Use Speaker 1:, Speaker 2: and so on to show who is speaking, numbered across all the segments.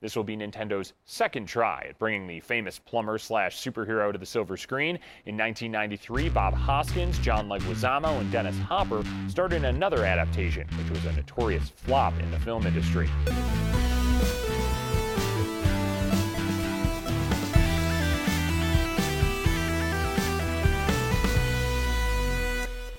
Speaker 1: This will be Nintendo's second try at bringing the famous plumber slash superhero to the silver screen. In 1993, Bob Hoskins, John Leguizamo, and Dennis Hopper starred in another adaptation, which was a notorious flop in the film industry.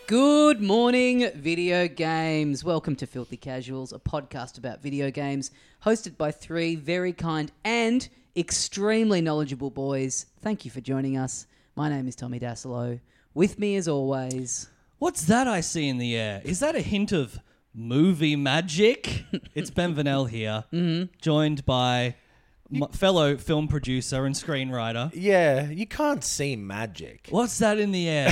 Speaker 2: Good morning, video games. Welcome to Filthy Casuals, a podcast about video games hosted by three very kind and extremely knowledgeable boys. Thank you for joining us. My name is Tommy Dasilo. With me, as always,
Speaker 3: What's that I see in the air? Is that a hint of movie magic? it's Ben Vanel here,
Speaker 4: Mm-hmm.
Speaker 3: joined by my fellow film producer and screenwriter.
Speaker 4: Yeah, you can't see magic.
Speaker 3: What's that in the air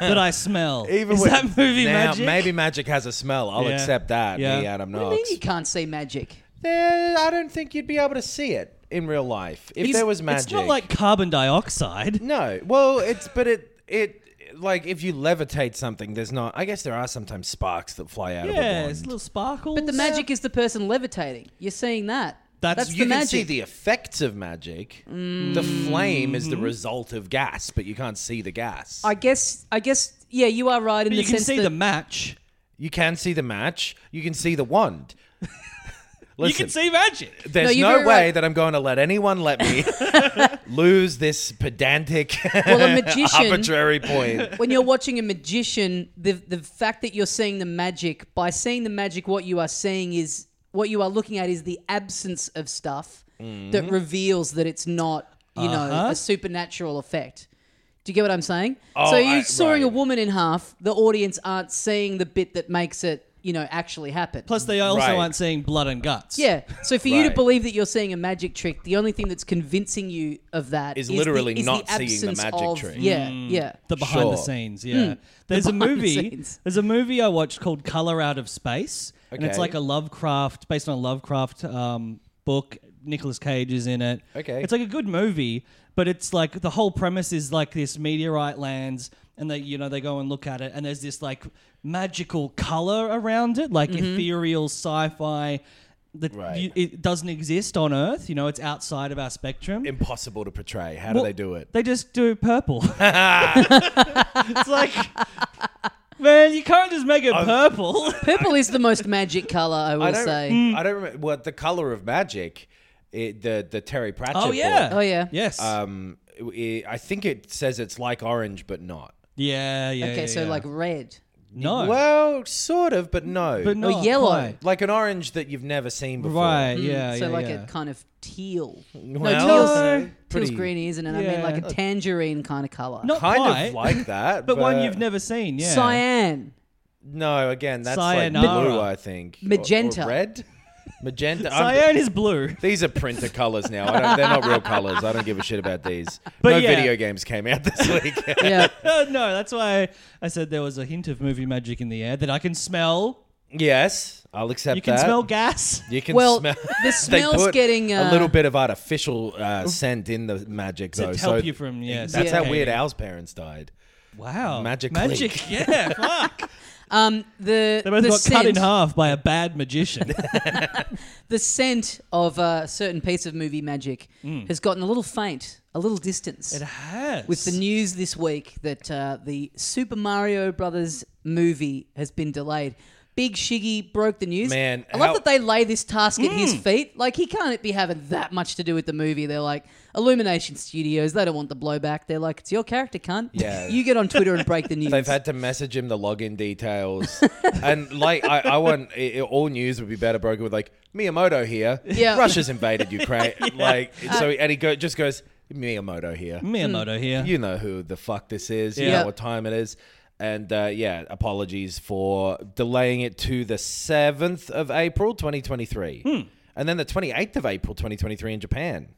Speaker 3: that I smell? Is
Speaker 4: with-
Speaker 3: that movie
Speaker 4: Now,
Speaker 3: magic?
Speaker 4: Maybe magic has a smell. I'll
Speaker 3: Yeah.
Speaker 4: accept that.
Speaker 3: Yeah.
Speaker 4: Me, Adam
Speaker 2: what do you mean
Speaker 4: Knox.
Speaker 2: you can't see magic?
Speaker 4: Eh, I don't think you'd be able to see it in real life if
Speaker 3: It's-
Speaker 4: there was magic.
Speaker 3: It's not like carbon dioxide.
Speaker 4: no. Well, it's but it it like if you levitate something, there's not. I guess there are sometimes sparks that fly out
Speaker 3: Yeah,
Speaker 4: of
Speaker 3: it's
Speaker 4: the wand.
Speaker 3: little sparkles.
Speaker 2: But the magic is the person levitating. You're seeing that.
Speaker 3: That's-
Speaker 2: That's
Speaker 4: you
Speaker 2: the
Speaker 4: can
Speaker 2: magic.
Speaker 4: see the effects of magic. The flame is
Speaker 3: Mm-hmm.
Speaker 4: the result of gas, but you can't see the gas.
Speaker 2: I guess. I guess. Yeah, you are right in the
Speaker 3: But you can
Speaker 2: sense
Speaker 3: see
Speaker 2: that
Speaker 3: the match.
Speaker 4: you can see the match. You can see the wand.
Speaker 3: You can see magic.
Speaker 2: No,
Speaker 4: There's
Speaker 2: you're
Speaker 4: no,
Speaker 2: very
Speaker 4: way
Speaker 2: right.
Speaker 4: that I'm going to let anyone let me lose this pedantic,
Speaker 2: Well, a magician-
Speaker 4: arbitrary point.
Speaker 2: when you're watching a magician, the the fact that you're seeing the magic by seeing the magic, what you are seeing is what you are looking at is the absence of stuff
Speaker 4: Mm-hmm.
Speaker 2: that reveals that it's not you know a supernatural effect. Do you get what I'm saying? so
Speaker 4: Uh-huh. Oh,
Speaker 2: you're
Speaker 4: I-
Speaker 2: sawing a
Speaker 4: right.
Speaker 2: woman in half. The audience aren't seeing the bit that makes it you know actually happen.
Speaker 3: Plus, they also
Speaker 4: Right.
Speaker 3: aren't seeing blood and guts.
Speaker 2: yeah. So for you to
Speaker 4: Right.
Speaker 2: believe that you're seeing a magic trick, the only thing that's convincing you of that
Speaker 4: Is
Speaker 2: the-
Speaker 4: literally
Speaker 2: is
Speaker 4: not
Speaker 2: the
Speaker 4: seeing the
Speaker 2: absence
Speaker 4: magic
Speaker 2: of-
Speaker 4: trick.
Speaker 2: Yeah, yeah.
Speaker 3: The behind the
Speaker 4: Sure. Hmm.
Speaker 3: scenes, yeah. There's a
Speaker 2: behind the
Speaker 3: movie.
Speaker 2: scenes.
Speaker 3: There's a movie I watched called Color Out of Space, and it's
Speaker 4: Okay.
Speaker 3: like a Lovecraft, based on a Lovecraft um, book. Nicolas Cage is in it.
Speaker 4: Okay.
Speaker 3: it's like a good movie, but it's like the whole premise is like this meteorite lands, and they you know they go and look at it, and there's this like magical color around it, like ethereal sci-fi. That
Speaker 4: Mm-hmm. Right.
Speaker 3: you, it doesn't exist on Earth. You know, it's outside of our spectrum.
Speaker 4: Impossible to portray. How
Speaker 3: Well,
Speaker 4: do they do it?
Speaker 3: They just do purple. it's like, man, you can't just make it purple.
Speaker 2: Purple is the most magic color, I will
Speaker 4: I don't.
Speaker 2: say.
Speaker 3: Mm. hmm.
Speaker 4: I don't remember what the color of magic. It, the the Terry Pratchett.
Speaker 3: oh yeah.
Speaker 2: Oh, yeah.
Speaker 3: Yes.
Speaker 4: book, um, it- I think it says it's like orange, but not.
Speaker 3: yeah. Yeah.
Speaker 2: okay,
Speaker 3: yeah,
Speaker 2: so
Speaker 3: yeah.
Speaker 2: like red.
Speaker 3: no,
Speaker 4: Well, sort of, but no.
Speaker 3: Oh. but not
Speaker 2: yellow. Mm,
Speaker 3: quite.
Speaker 4: like an orange that you've never seen before.
Speaker 3: Right. Yeah.
Speaker 2: so
Speaker 3: yeah,
Speaker 2: like
Speaker 3: yeah.
Speaker 2: a kind of teal. no,
Speaker 4: Well,
Speaker 2: teal's,
Speaker 4: pretty-
Speaker 2: teal's green, isn't it? I mean,
Speaker 3: yeah.
Speaker 2: like a tangerine kind of color.
Speaker 3: Not
Speaker 4: Kind
Speaker 3: quite,
Speaker 4: of like that,
Speaker 3: but, one you've never seen. Yeah.
Speaker 2: Cyan.
Speaker 4: No, again, that's like
Speaker 3: Sayonara.
Speaker 4: blue, I think. Or- or
Speaker 2: Magenta.
Speaker 4: red? Magenta. I'm-
Speaker 3: Cyan is blue.
Speaker 4: these are printer colors now. I don't, they're not real colors. I don't give a shit about these.
Speaker 3: But
Speaker 4: no
Speaker 3: yeah.
Speaker 4: video games came out this week.
Speaker 2: Yeah.
Speaker 3: Uh, no, that's why I said there was a hint of movie magic in the air that I can smell.
Speaker 4: yes, I'll accept
Speaker 3: You can
Speaker 4: that.
Speaker 3: smell gas.
Speaker 4: You can
Speaker 2: Well,
Speaker 4: smell.
Speaker 2: the
Speaker 4: They
Speaker 2: smell's
Speaker 4: put
Speaker 2: getting,
Speaker 4: a
Speaker 2: uh,
Speaker 4: little bit of artificial uh, scent in the magic,
Speaker 3: To
Speaker 4: though.
Speaker 3: help
Speaker 4: so
Speaker 3: you from, yeah,
Speaker 4: That's how
Speaker 3: suffocating.
Speaker 4: Weird Al's parents died.
Speaker 3: Wow.
Speaker 4: Magic
Speaker 3: Magic.
Speaker 4: leak.
Speaker 3: Yeah. Fuck.
Speaker 2: Um, the
Speaker 3: They both
Speaker 2: the
Speaker 3: got
Speaker 2: scent,
Speaker 3: cut in half by a bad magician.
Speaker 2: the scent of a certain piece of movie magic
Speaker 3: Mm.
Speaker 2: has gotten a little faint, a little distance.
Speaker 3: It has.
Speaker 2: with the news this week that uh, the Super Mario Brothers movie has been delayed. Big Shiggy broke the news.
Speaker 4: Man,
Speaker 2: I love
Speaker 4: how- Mm.
Speaker 2: that they lay this task at his feet. Like he can't be having that much to do with the movie. They're like Illumination Studios. They don't want the blowback. They're like, it's your character, cunt.
Speaker 4: Yeah.
Speaker 2: you get on Twitter and break the news.
Speaker 4: They've had to message him the login details, and like I, I want i i- all news would be better broken with like Miyamoto here.
Speaker 2: Yeah.
Speaker 4: Russia's invaded Ukraine. Like
Speaker 3: Uh,
Speaker 4: so, and he go, just goes Miyamoto here.
Speaker 3: Miyamoto here.
Speaker 2: Mm.
Speaker 4: You know who the fuck this is. You
Speaker 3: Mm. Yeah.
Speaker 4: know what time it is. And uh, yeah, apologies for delaying it to the 7th of April 2023.
Speaker 3: Hmm.
Speaker 4: And then the 28th of April 2023 in Japan.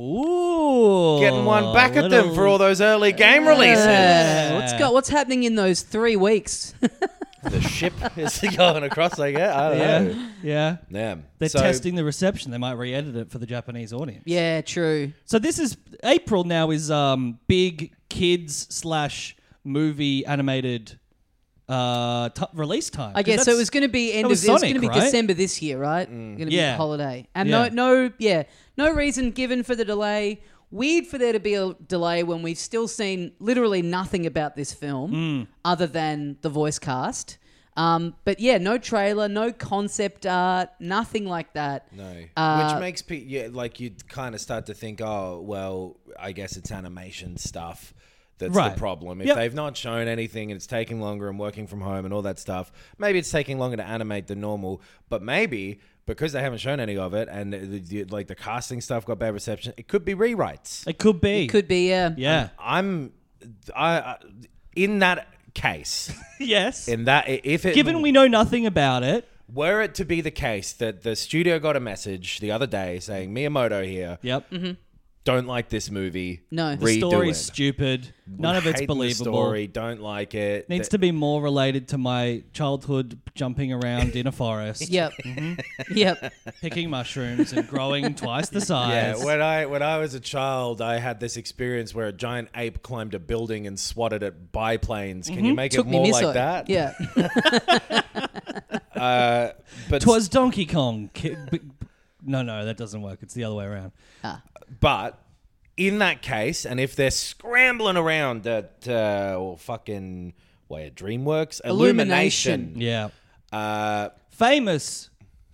Speaker 3: Ooh,
Speaker 4: Getting one back at them
Speaker 3: Oh, little-
Speaker 4: for all those early game releases.
Speaker 2: Yeah. What's go- What's happening in those three weeks?
Speaker 4: The ship is going across, I guess. I don't know.
Speaker 3: Yeah, yeah.
Speaker 4: Yeah.
Speaker 3: They're
Speaker 4: So-
Speaker 3: testing the reception. They might re-edit it for the Japanese audience.
Speaker 2: yeah, true.
Speaker 3: So this is April now is um big kids slash movie animated uh t- release time.
Speaker 2: I
Speaker 3: 'Cause
Speaker 2: guess so. It
Speaker 3: that's-
Speaker 2: was going to be end
Speaker 3: that
Speaker 2: of
Speaker 3: was
Speaker 2: this. It's going
Speaker 3: Sonic,
Speaker 2: to be
Speaker 3: right? Mm.
Speaker 2: December this year, right? Going to be
Speaker 3: Yeah.
Speaker 2: a holiday, and
Speaker 3: Yeah.
Speaker 2: no, no, yeah, no reason given for the delay. Weird for there to be a delay when we've still seen literally nothing about this film
Speaker 3: Mm.
Speaker 2: other than the voice cast. Um, but yeah, no trailer, no concept art, nothing like that.
Speaker 4: No.
Speaker 3: Uh,
Speaker 4: Which makes pe- yeah, like you kind of start to think, oh, well, I guess it's animation stuff that's
Speaker 3: Right.
Speaker 4: the problem. If
Speaker 3: Yep.
Speaker 4: they've not shown anything and it's taking longer and working from home and all that stuff, maybe it's taking longer to animate than normal. But maybe because they haven't shown any of it and the, the, like the casting stuff got bad reception, it could be rewrites.
Speaker 3: It could be.
Speaker 2: Could Um, be yeah.
Speaker 3: Yeah.
Speaker 4: I'm, I, I in that case,
Speaker 3: yes.
Speaker 4: in that if it
Speaker 3: Given we know nothing about it.
Speaker 4: Were it to be the case that the studio got a message the other day saying Miyamoto here,
Speaker 3: Yep.
Speaker 2: Mm-hmm.
Speaker 4: don't like this movie.
Speaker 2: No. The
Speaker 4: redo
Speaker 3: Story's
Speaker 4: it.
Speaker 3: stupid. None of it's
Speaker 4: Hating the
Speaker 3: believable.
Speaker 4: story, don't like it.
Speaker 3: Needs
Speaker 4: Th-
Speaker 3: to be more related to my childhood jumping around in a forest,
Speaker 2: Yep.
Speaker 3: Mm-hmm.
Speaker 2: Yep.
Speaker 3: picking mushrooms and growing twice the size.
Speaker 4: yeah, when I when I was a child, I had this experience where a giant ape climbed a building and swatted at biplanes. Can you make
Speaker 2: Mm-hmm. Took
Speaker 4: it
Speaker 2: me
Speaker 4: more
Speaker 2: miso.
Speaker 4: like that?
Speaker 2: Yeah.
Speaker 4: but
Speaker 3: Twas Donkey Kong. Ki- b- b- No, no, that doesn't work. It's the other way around.
Speaker 4: but in that case, and if they're scrambling around at uh, or fucking where DreamWorks
Speaker 2: Illumination.
Speaker 3: Yeah.
Speaker 4: Uh,
Speaker 3: Famous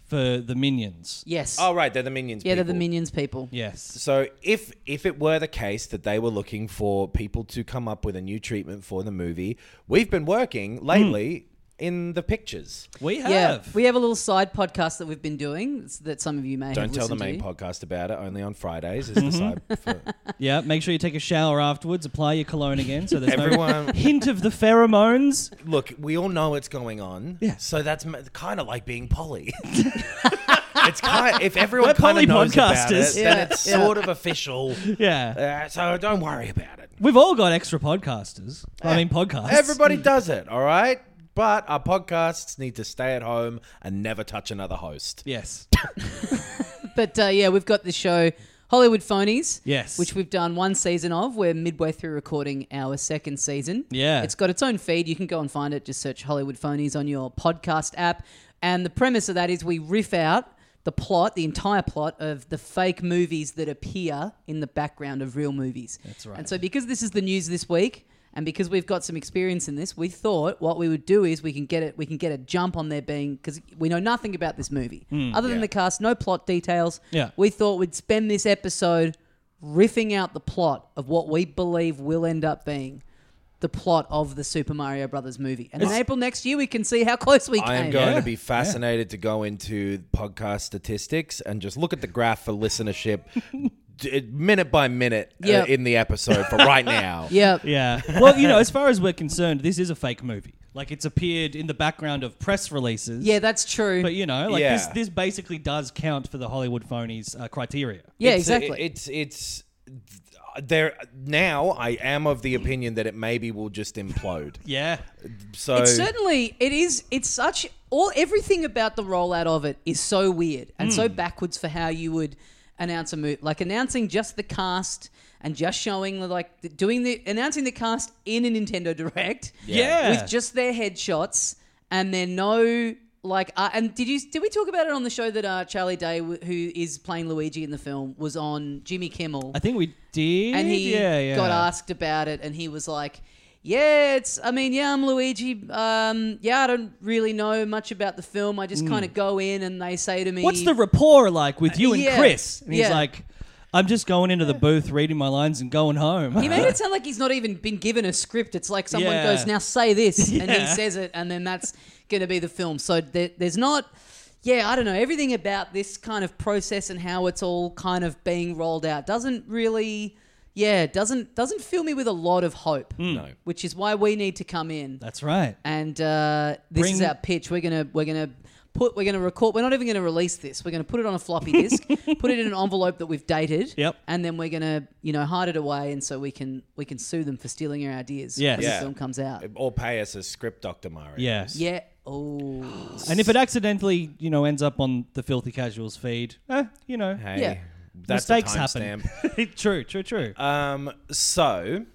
Speaker 3: for the minions.
Speaker 2: yes.
Speaker 4: oh right, they're the minions.
Speaker 2: yeah, they're the
Speaker 4: people.
Speaker 2: minions people.
Speaker 3: Yes.
Speaker 4: So if if it were the case that they were looking for people to come up with a new treatment for the movie, we've been working lately in the pictures.
Speaker 3: We have.
Speaker 2: Yeah, we have a little side podcast that we've been doing s- that some of you may have
Speaker 4: Don't tell the
Speaker 2: listened
Speaker 4: main
Speaker 2: to.
Speaker 4: podcast about it. Only on Fridays is the side. For
Speaker 3: Yeah, make sure you take a shower afterwards. Apply your cologne again, so there's no
Speaker 4: Everyone-
Speaker 3: hint of the pheromones.
Speaker 4: Look, we all know it's going on.
Speaker 3: Yeah.
Speaker 4: So that's kind of like being Polly. it's kind. If everyone
Speaker 3: We're
Speaker 4: kind
Speaker 3: poly
Speaker 4: of knows about
Speaker 3: podcasters.
Speaker 4: it, then it's sort of official.
Speaker 3: Yeah,
Speaker 4: Uh, so don't worry about it.
Speaker 3: we've all got extra podcasters. I mean, podcasts.
Speaker 4: Everybody does it, all right? But our podcasts need to stay at home and never touch another host.
Speaker 3: Yes.
Speaker 2: But uh, yeah, we've got the show Hollywood Phonies.
Speaker 3: Yes.
Speaker 2: Which we've done one season of. We're midway through recording our second season.
Speaker 3: Yeah.
Speaker 2: It's got its own feed. You can go and find it. Just search Hollywood Phonies on your podcast app. And the premise of that is we riff out the plot, the entire plot of the fake movies that appear in the background of real movies. That's right. And so because this is the news this week, and because we've got some experience in this, we thought what we would do is we can get it. We can get a jump on there being because we know nothing about this movie other than the cast, no plot details.
Speaker 3: Yeah.
Speaker 2: we thought we'd spend this episode riffing out the plot of what we believe will end up being the plot of the Super Mario Brothers movie. And in April next year, we can see how close we came.
Speaker 4: I am going
Speaker 3: Yeah,
Speaker 4: to be fascinated to go into podcast statistics and just look at the graph for listenership d- minute by minute uh,
Speaker 2: Yep.
Speaker 4: in the episode for right now.
Speaker 2: Yep.
Speaker 3: Yeah. Well, you know, as far as we're concerned, this is a fake movie. Like it's appeared in the background of press releases.
Speaker 2: Yeah, that's true.
Speaker 3: But you know, like
Speaker 4: Yeah.
Speaker 3: this, this basically does count for the Hollywood phonies uh, criteria.
Speaker 2: yeah,
Speaker 4: It's-
Speaker 2: exactly.
Speaker 4: It's it's there now. I am of the opinion that it maybe will just implode.
Speaker 3: Yeah.
Speaker 4: So
Speaker 2: It's certainly it is it's such all everything about the rollout of it is so weird and so
Speaker 3: Hmm.
Speaker 2: backwards for how you would announce a movie like announcing just the cast and just showing the, like the, doing the announcing the cast in a Nintendo Direct
Speaker 3: Yeah.
Speaker 2: with just their headshots and then no like uh, and did you did we talk about it on the show that uh, Charlie Day w- who is playing Luigi in the film was on Jimmy Kimmel
Speaker 3: I think we did.
Speaker 2: and he
Speaker 3: yeah, yeah.
Speaker 2: got asked about it and he was like yeah it's i mean yeah i'm luigi um, yeah i don't really know much about the film i just kind of go in and they say to me
Speaker 3: Hmm. What's the rapport like with you and
Speaker 2: Yeah.
Speaker 3: Chris? And he's
Speaker 2: Yeah.
Speaker 3: like, I'm just going into the booth, reading my lines, and going home.
Speaker 2: he made it sound like he's not even been given a script it's like someone
Speaker 3: Yeah.
Speaker 2: goes now say this and he
Speaker 3: Yeah.
Speaker 2: says it and then that's going to be the film so there, there's not yeah i don't know everything about this kind of process and how it's all kind of being rolled out doesn't really yeah, doesn't doesn't fill me with a lot of hope.
Speaker 3: Hmm.
Speaker 4: No.
Speaker 2: Which is why we need to come in.
Speaker 3: That's right.
Speaker 2: And uh, this
Speaker 3: Bring-
Speaker 2: is our pitch. We're gonna we're gonna put we're gonna record. We're not even gonna release this. We're gonna put it on a floppy disk, put it in an envelope that we've dated.
Speaker 3: Yep.
Speaker 2: And then we're gonna you know hide it away, and so we can we can sue them for stealing our ideas
Speaker 3: Yes.
Speaker 2: when
Speaker 4: Yeah.
Speaker 2: the film comes out.
Speaker 4: Or pay us a script, Doctor Mario.
Speaker 3: Yeah.
Speaker 2: Yeah. Oh.
Speaker 3: And if it accidentally, you know, ends up on the filthy casuals feed, eh, you know,
Speaker 4: Hey,
Speaker 2: Yeah.
Speaker 4: that's
Speaker 3: mistakes
Speaker 4: a
Speaker 3: happen.
Speaker 4: timestamp.
Speaker 3: true, true, true.
Speaker 4: Um, so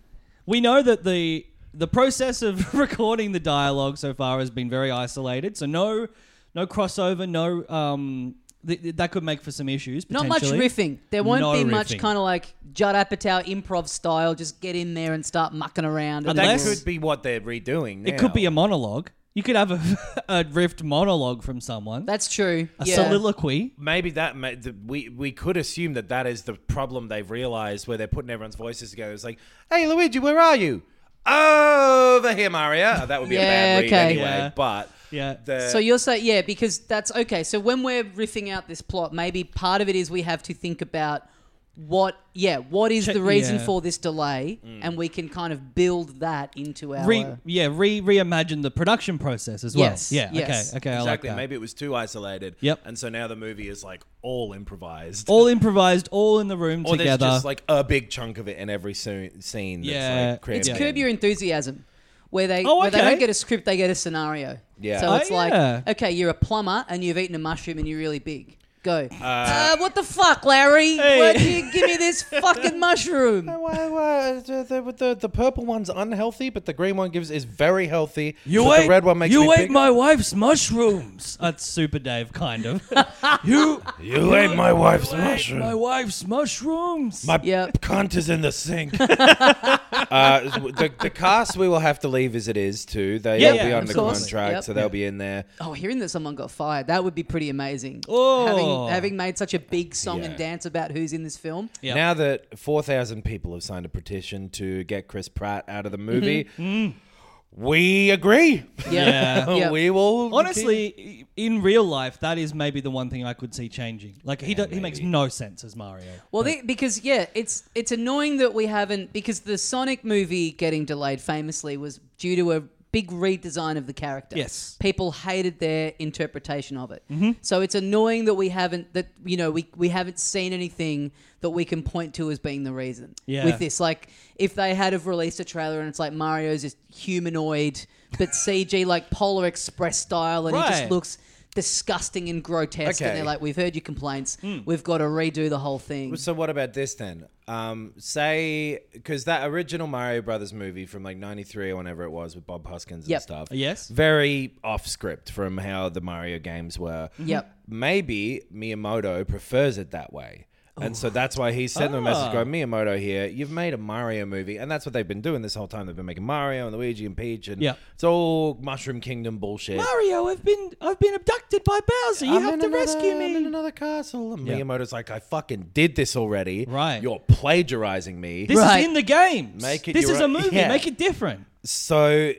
Speaker 3: we know that the the process of recording the dialogue so far has been very isolated. So no, no crossover, no. Um, th- th- that could make for some issues.
Speaker 2: Not much
Speaker 3: potentially.
Speaker 2: riffing. There won't
Speaker 3: No
Speaker 2: be much
Speaker 3: riffing.
Speaker 2: kind of like Judd Apatow improv style. Just get in there and start mucking around. and
Speaker 3: Unless-
Speaker 4: that could be what they're redoing.
Speaker 3: It could be a monologue. You could have a, a riffed monologue from someone.
Speaker 2: that's true.
Speaker 3: a
Speaker 2: yeah.
Speaker 3: soliloquy.
Speaker 4: maybe that ma- the, we we could assume that that is the problem they've realized where they're putting everyone's voices together. It's like, hey Luigi, where are you? Over here, Mario. Oh, That would be
Speaker 2: Yeah,
Speaker 4: a bad read
Speaker 2: okay.
Speaker 4: anyway.
Speaker 3: Yeah.
Speaker 4: But
Speaker 3: Yeah.
Speaker 4: the,
Speaker 2: So you're saying, yeah, because that's okay. So when we're riffing out this plot, maybe part of it is we have to think about what, yeah, what is
Speaker 3: Check-
Speaker 2: the reason
Speaker 3: yeah.
Speaker 2: for this delay, and we can kind of build that into our.
Speaker 3: Re, yeah, re reimagine the production process as well.
Speaker 2: Yes,
Speaker 3: Yeah.
Speaker 2: yes.
Speaker 3: Okay. Okay. I like
Speaker 4: exactly.
Speaker 3: that.
Speaker 4: maybe it was too isolated.
Speaker 3: Yep.
Speaker 4: And so now the movie is like all improvised.
Speaker 3: all improvised, all in the room
Speaker 4: or
Speaker 3: together.
Speaker 4: there's just like a big chunk of it in every so- scene. That's
Speaker 3: Yeah.
Speaker 4: like created.
Speaker 2: it's curb your enthusiasm. Where they,
Speaker 3: Oh,
Speaker 2: where they
Speaker 3: okay.
Speaker 2: don't get a script, they get a scenario.
Speaker 4: Yeah.
Speaker 2: So
Speaker 4: Oh,
Speaker 2: it's
Speaker 3: yeah.
Speaker 2: like, okay, you're a plumber and you've eaten a mushroom and you're really big. Go. Uh, what the fuck, Larry? Why'd you give me this fucking mushroom?
Speaker 4: Why, why, uh, the, the, the, the purple one's unhealthy, but the green one gives is very healthy. but the red one makes me big.
Speaker 3: my wife's mushrooms. That's Super Dave, kind of. you,
Speaker 4: You ate my wife's mushroom.
Speaker 3: my wife's mushrooms.
Speaker 4: My
Speaker 2: Yep.
Speaker 4: cunt is in the sink. uh, the, the cast we will have to leave as it is too. They
Speaker 3: Yeah,
Speaker 4: will be
Speaker 3: yeah,
Speaker 4: on
Speaker 3: of
Speaker 4: the
Speaker 2: course.
Speaker 4: contract,
Speaker 2: Yep.
Speaker 4: so they'll be in there.
Speaker 2: Oh, hearing that someone got fired, that would be pretty amazing.
Speaker 3: Oh.
Speaker 2: Having, having made such a big song and
Speaker 4: Yeah.
Speaker 2: dance about who's in this film.
Speaker 3: Yep.
Speaker 4: Now that four thousand people have signed a petition to get Chris Pratt out of the movie,
Speaker 3: Mm-hmm. Mm.
Speaker 4: we agree.
Speaker 3: Yeah.
Speaker 2: Yeah.
Speaker 4: we will.
Speaker 3: Honestly, i- in real life, that is maybe the one thing I could see changing. Like he, do, he makes no sense as Mario.
Speaker 2: Well, they, because yeah, it's it's annoying that we haven't because the Sonic movie getting delayed famously was due to a big redesign of the character.
Speaker 3: Yes. Mm-hmm.
Speaker 2: people hated their interpretation of it. So it's annoying that we haven't that you know we we haven't seen anything that we can point to as being the reason.
Speaker 3: Yeah.
Speaker 2: with this like if they had have released a trailer and it's like Mario's just humanoid but CG like Polar Express style and he
Speaker 3: Right.
Speaker 2: just looks. Disgusting and grotesque, and
Speaker 4: Okay.
Speaker 2: they're like, "We've heard your complaints.
Speaker 3: Hmm.
Speaker 2: We've got to redo the whole thing."
Speaker 4: So what about this then? Um, say because that original Mario Brothers movie from like '93 or whenever it was with Bob Hoskins and
Speaker 2: Yep.
Speaker 4: stuff.
Speaker 3: Yes.
Speaker 4: very off script from how the Mario games were.
Speaker 2: Yep.
Speaker 4: Maybe Miyamoto prefers it that way. And so that's why he sent them a message going, Miyamoto here, you've made a Mario movie. And that's what they've been doing this whole time. They've been making Mario and Luigi and Peach and
Speaker 3: Yeah.
Speaker 4: it's all Mushroom Kingdom bullshit.
Speaker 3: Mario, I've been I've been abducted by Bowser. You
Speaker 4: I'm
Speaker 3: have
Speaker 4: in
Speaker 3: to
Speaker 4: another-
Speaker 3: rescue
Speaker 4: I'm in
Speaker 3: me.
Speaker 4: another castle. And Miyamoto's like, I fucking did this already.
Speaker 3: Right.
Speaker 4: You're plagiarizing me.
Speaker 3: This
Speaker 2: Right.
Speaker 3: is in the game.
Speaker 4: Make it
Speaker 3: This
Speaker 4: your
Speaker 3: is a
Speaker 4: own-
Speaker 3: movie.
Speaker 4: Yeah.
Speaker 3: Make it different.
Speaker 4: So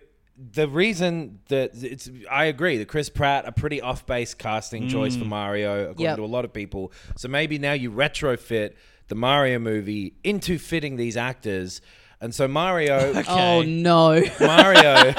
Speaker 4: the reason that it's, I agree that Chris Pratt a pretty off base casting choice
Speaker 3: Mm.
Speaker 4: for Mario, according
Speaker 2: Yep.
Speaker 4: to a lot of people. So maybe now you retrofit the Mario movie into fitting these actors, and so Mario.
Speaker 2: Oh no.
Speaker 4: Mario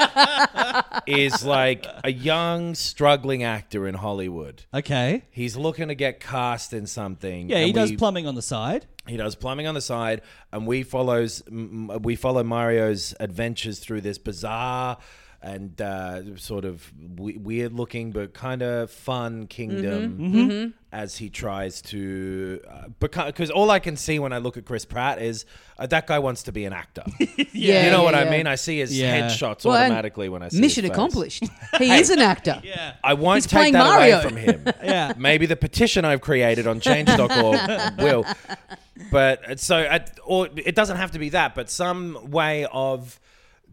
Speaker 4: is like a young, struggling actor in Hollywood.
Speaker 3: Okay.
Speaker 4: He's looking to get cast in something.
Speaker 3: Yeah, he
Speaker 4: and
Speaker 3: does
Speaker 4: we-
Speaker 3: plumbing on the side.
Speaker 4: he does plumbing on the side, and we follows m- m- we follow Mario's adventures through this bizarre and uh, sort of w- weird looking but kind of fun kingdom
Speaker 2: Mm-hmm.
Speaker 4: as he tries to uh, because all I can see when I look at Chris Pratt is uh, that guy wants to be an actor.
Speaker 2: yeah,
Speaker 4: you know what
Speaker 2: yeah,
Speaker 4: I
Speaker 2: yeah.
Speaker 4: mean? I see his
Speaker 3: Yeah.
Speaker 4: headshots
Speaker 2: Well, and
Speaker 4: automatically when I see
Speaker 2: Mission
Speaker 4: his face.
Speaker 2: accomplished. He is an actor.
Speaker 3: Yeah.
Speaker 4: I won't
Speaker 2: He's
Speaker 4: take
Speaker 2: playing
Speaker 4: that
Speaker 2: Mario.
Speaker 4: away from him.
Speaker 3: Yeah.
Speaker 4: Maybe the petition I've created on change.org will. But it's so, at- or it doesn't have to be that, but some way of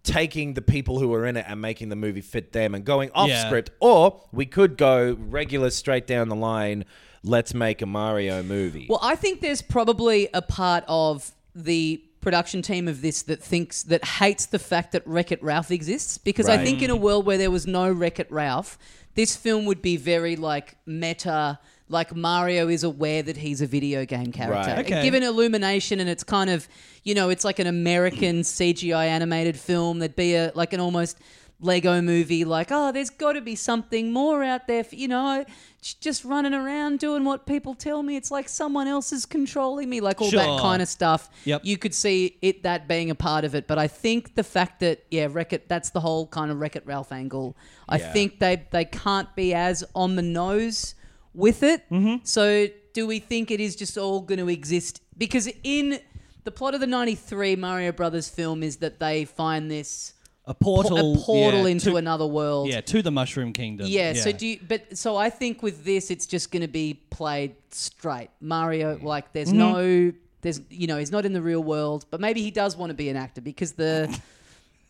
Speaker 4: taking the people who are in it and making the movie fit them and going off
Speaker 3: Yeah.
Speaker 4: script. Or we could go regular straight down the line, let's make a Mario movie.
Speaker 2: Well, I think there's probably a part of the production team of this that thinks that hates the fact that Wreck It Ralph exists because I
Speaker 4: Right.
Speaker 2: think in a world where there was no Wreck It Ralph, this film would be very like meta. Like Mario is aware that he's a video game character.
Speaker 4: Right.
Speaker 3: Okay.
Speaker 2: Given Illumination, and it's kind of you know it's like an American CGI animated film. There'd be a like an almost Lego movie. Like oh, there's got to be something more out there. For, you know, j- just running around doing what people tell me. It's like someone else is controlling me. Like all
Speaker 3: Sure.
Speaker 2: that kind of stuff.
Speaker 3: Yep.
Speaker 2: You could see it that being a part of it, but I think the fact that yeah, Wreck It that's the whole kind of Wreck It Ralph angle. I
Speaker 4: Yeah.
Speaker 2: think they they can't be as on the nose with it. Mm-hmm. So do we think it is just all going to exist? Because in the plot of the '93 Mario Brothers film is that they find this
Speaker 3: A
Speaker 2: po-
Speaker 3: portal,
Speaker 2: a portal
Speaker 3: yeah,
Speaker 2: into
Speaker 3: to,
Speaker 2: another world.
Speaker 3: yeah to the Mushroom Kingdom.
Speaker 2: Yeah, So do you, but so I think with this, it's just going to be played straight Mario. Like there's no there's you know he's not in the real world, but maybe he does want to be an actor because the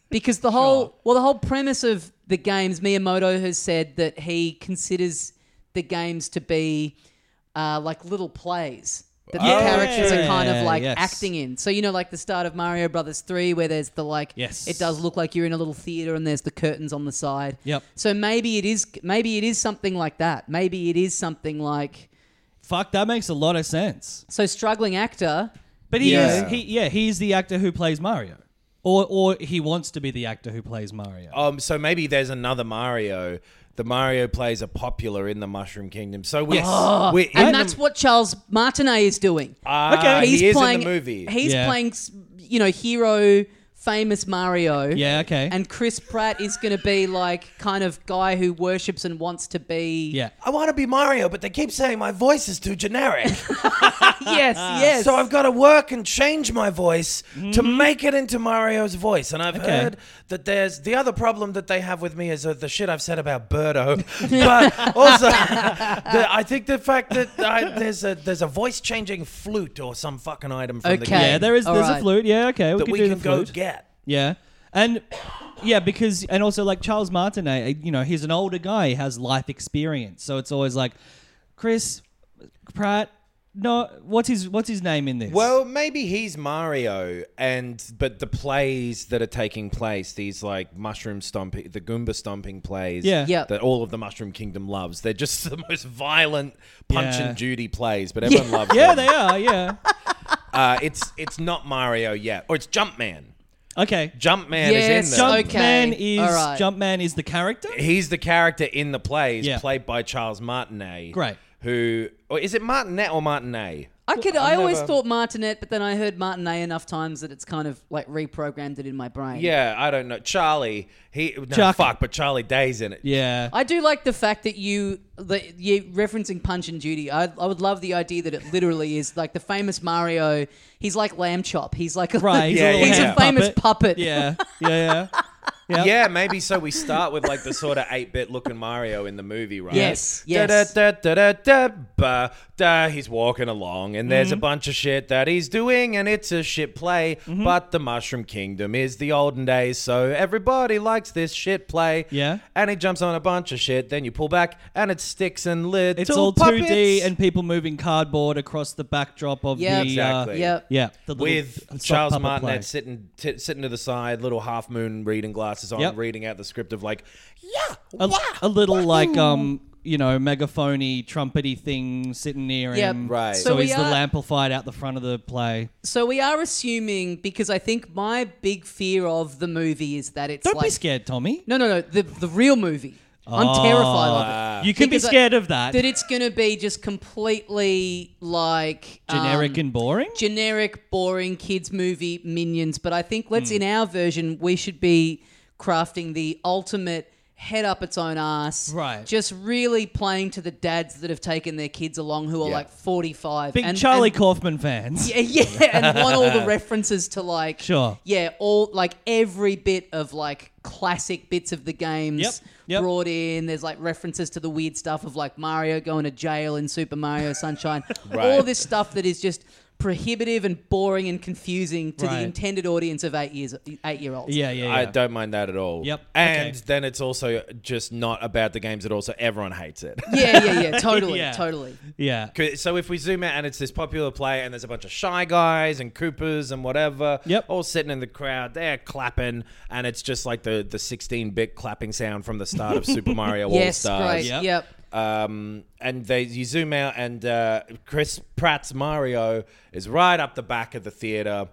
Speaker 2: because the whole well the whole premise of the games Miyamoto has said that he considers the games to be uh, like little plays. That the
Speaker 3: Oh, Yeah,
Speaker 2: characters are kind of like
Speaker 3: yes.
Speaker 2: acting in. So you know, like the start of Mario Brothers Three, where there's the like,
Speaker 3: Yes.
Speaker 2: it does look like you're in a little theater and there's the curtains on the side.
Speaker 3: Yep.
Speaker 2: So maybe it is maybe it is something like that. Maybe it is something like
Speaker 3: fuck, that makes a lot of sense.
Speaker 2: so struggling actor.
Speaker 3: But he
Speaker 4: Yeah.
Speaker 3: is, he, yeah, he's the actor who plays Mario, or or he wants to be the actor who plays Mario.
Speaker 4: Um, so maybe there's another Mario. The Mario plays are popular in the Mushroom Kingdom. So we're,
Speaker 3: Yes.
Speaker 4: we're in
Speaker 2: And that's
Speaker 4: the,
Speaker 2: what Charles Martinet is doing.
Speaker 4: Ah,
Speaker 3: Okay.
Speaker 4: he is
Speaker 2: playing
Speaker 4: in the movie.
Speaker 2: He's
Speaker 3: Yeah.
Speaker 2: playing you know hero famous Mario.
Speaker 3: yeah, okay,
Speaker 2: And Chris Pratt is going to be like kind of guy who worships and wants to be
Speaker 3: yeah,
Speaker 4: I want to be Mario, but they keep saying my voice is too generic.
Speaker 2: yes yes
Speaker 4: Ah, so I've got to work and change my voice to make it into Mario's voice. And I've
Speaker 3: Mm-hmm. Okay.
Speaker 4: heard that there's the other problem that they have with me is uh, the shit I've said about Birdo. but also, the, I think the fact that I, there's a there's a voice changing flute or some fucking item from the
Speaker 2: Okay.
Speaker 4: game
Speaker 3: yeah. There is
Speaker 2: All
Speaker 3: there's
Speaker 2: right.
Speaker 3: a flute. Yeah, okay, we
Speaker 4: that
Speaker 3: can
Speaker 4: we
Speaker 3: do
Speaker 4: can
Speaker 3: the
Speaker 4: go
Speaker 3: flute.
Speaker 4: get.
Speaker 3: Yeah. And yeah, because and also like Charles Martinet, eh, you know, he's an older guy, he has life experience. So it's always like Chris Pratt, no what's his what's his name in this?
Speaker 4: Well, maybe he's Mario, and but the plays that are taking place, these like mushroom stomping, the Goomba stomping plays,
Speaker 3: Yeah.
Speaker 2: Yeah.
Speaker 4: that all of the Mushroom Kingdom loves. They're just the most violent Punch
Speaker 3: Yeah.
Speaker 4: and Judy plays, but everyone loves.
Speaker 3: Yeah,
Speaker 4: them.
Speaker 3: they are, yeah.
Speaker 4: Uh, it's it's not Mario yet, or it's Jumpman.
Speaker 3: Okay.
Speaker 4: Jumpman
Speaker 2: Yes,
Speaker 4: is in them.
Speaker 2: Okay,
Speaker 3: Jumpman is
Speaker 2: all right.
Speaker 3: Jumpman is the character?
Speaker 4: He's the character in the plays,
Speaker 3: Yeah.
Speaker 4: played by Charles Martinet.
Speaker 3: Great.
Speaker 4: Who or is it Martinet or Martinet?
Speaker 2: I could. i always thought Martinet, but then I heard Martinet enough times that it's kind of like reprogrammed it in my brain.
Speaker 4: Yeah, I don't know. Charlie, he no,
Speaker 3: Chuck.
Speaker 4: fuck, but Charlie Day's in it.
Speaker 3: Yeah.
Speaker 2: I do like the fact that you that you referencing Punch and Judy. I, I would love the idea that it literally is like the famous Mario. He's like lamb chop. He's like a,
Speaker 3: Right.
Speaker 4: Yeah,
Speaker 3: little
Speaker 4: yeah,
Speaker 2: he's
Speaker 4: yeah.
Speaker 2: a famous puppet.
Speaker 3: Yeah. Yeah, yeah. Yep.
Speaker 4: Yeah, maybe so. We start with like the sort of eight bit looking Mario in the movie, right?
Speaker 2: Yes,
Speaker 4: Da-
Speaker 2: yes.
Speaker 4: da- da- da- da- ba- da. He's walking along, and there's a
Speaker 3: Mm-hmm.
Speaker 4: bunch of shit that he's doing, and it's a shit play.
Speaker 3: Mm-hmm.
Speaker 4: But the Mushroom Kingdom is the olden days, so everybody likes this shit play.
Speaker 3: Yeah.
Speaker 4: And he jumps on a bunch of shit. Then you pull back, and it sticks and little
Speaker 3: It's all
Speaker 4: puppets.
Speaker 3: 2D and people moving cardboard across the backdrop of
Speaker 2: Yep.
Speaker 3: the
Speaker 4: Exactly.
Speaker 3: uh,
Speaker 2: Yep.
Speaker 3: yeah, the little
Speaker 4: with
Speaker 3: soft
Speaker 4: Charles
Speaker 3: puppet
Speaker 4: Martinet
Speaker 3: play.
Speaker 4: sitting t- sitting to the side, little half moon reading glasses on,
Speaker 3: Yep.
Speaker 4: reading out the script of like, yeah,
Speaker 3: a,
Speaker 4: wah,
Speaker 3: a little like um you know megaphony trumpety thing sitting near
Speaker 2: Yep.
Speaker 3: him
Speaker 4: Right.
Speaker 3: so,
Speaker 2: So we
Speaker 3: he's the
Speaker 2: are-
Speaker 3: lamplified out the front of the play
Speaker 2: So we are assuming because I think my big fear of the movie is that it's
Speaker 3: don't
Speaker 2: like
Speaker 3: be scared tommy
Speaker 2: no no no the the real movie. I'm terrified of
Speaker 3: you can be
Speaker 2: Because I-
Speaker 3: scared of that
Speaker 2: it. That it's going to be just completely like um,
Speaker 3: generic and boring
Speaker 2: generic, boring kids movie minions. But I think
Speaker 3: Hmm.
Speaker 2: let's in our version we should be crafting the ultimate head up its own ass.
Speaker 3: Right.
Speaker 2: Just really playing to the dads that have taken their kids along who are
Speaker 4: Yeah.
Speaker 2: like forty five.
Speaker 3: big charlie kaufman fans
Speaker 2: Yeah, yeah, and want all the references to like,
Speaker 3: Sure.
Speaker 2: yeah, all like every bit of like classic bits of the games
Speaker 3: Yep, yep.
Speaker 2: brought in. There's like references to the weird stuff of like Mario going to jail in Super Mario Sunshine, all
Speaker 4: Right.
Speaker 2: this stuff that is just prohibitive and boring and confusing to
Speaker 3: Right.
Speaker 2: the intended audience of eight years eight year olds.
Speaker 3: Yeah, yeah, yeah.
Speaker 4: I don't mind that at all.
Speaker 3: Yep,
Speaker 4: And
Speaker 3: okay.
Speaker 4: then it's also just not about the games at all, so everyone hates it.
Speaker 2: yeah, yeah, yeah. Totally,
Speaker 3: Yeah.
Speaker 2: totally.
Speaker 3: yeah.
Speaker 4: 'Cause- So if we zoom out and it's this popular play and there's a bunch of shy guys and Coopers and whatever,
Speaker 3: Yep.
Speaker 4: all sitting in the crowd, they're clapping, and it's just like the the 16-bit clapping sound from the start of Super Mario All
Speaker 2: yes,
Speaker 4: Stars.
Speaker 2: great.
Speaker 3: Yep.
Speaker 2: Yep.
Speaker 4: Um, and they you zoom out, and uh, Chris Pratt's Mario is right up the back of the theater.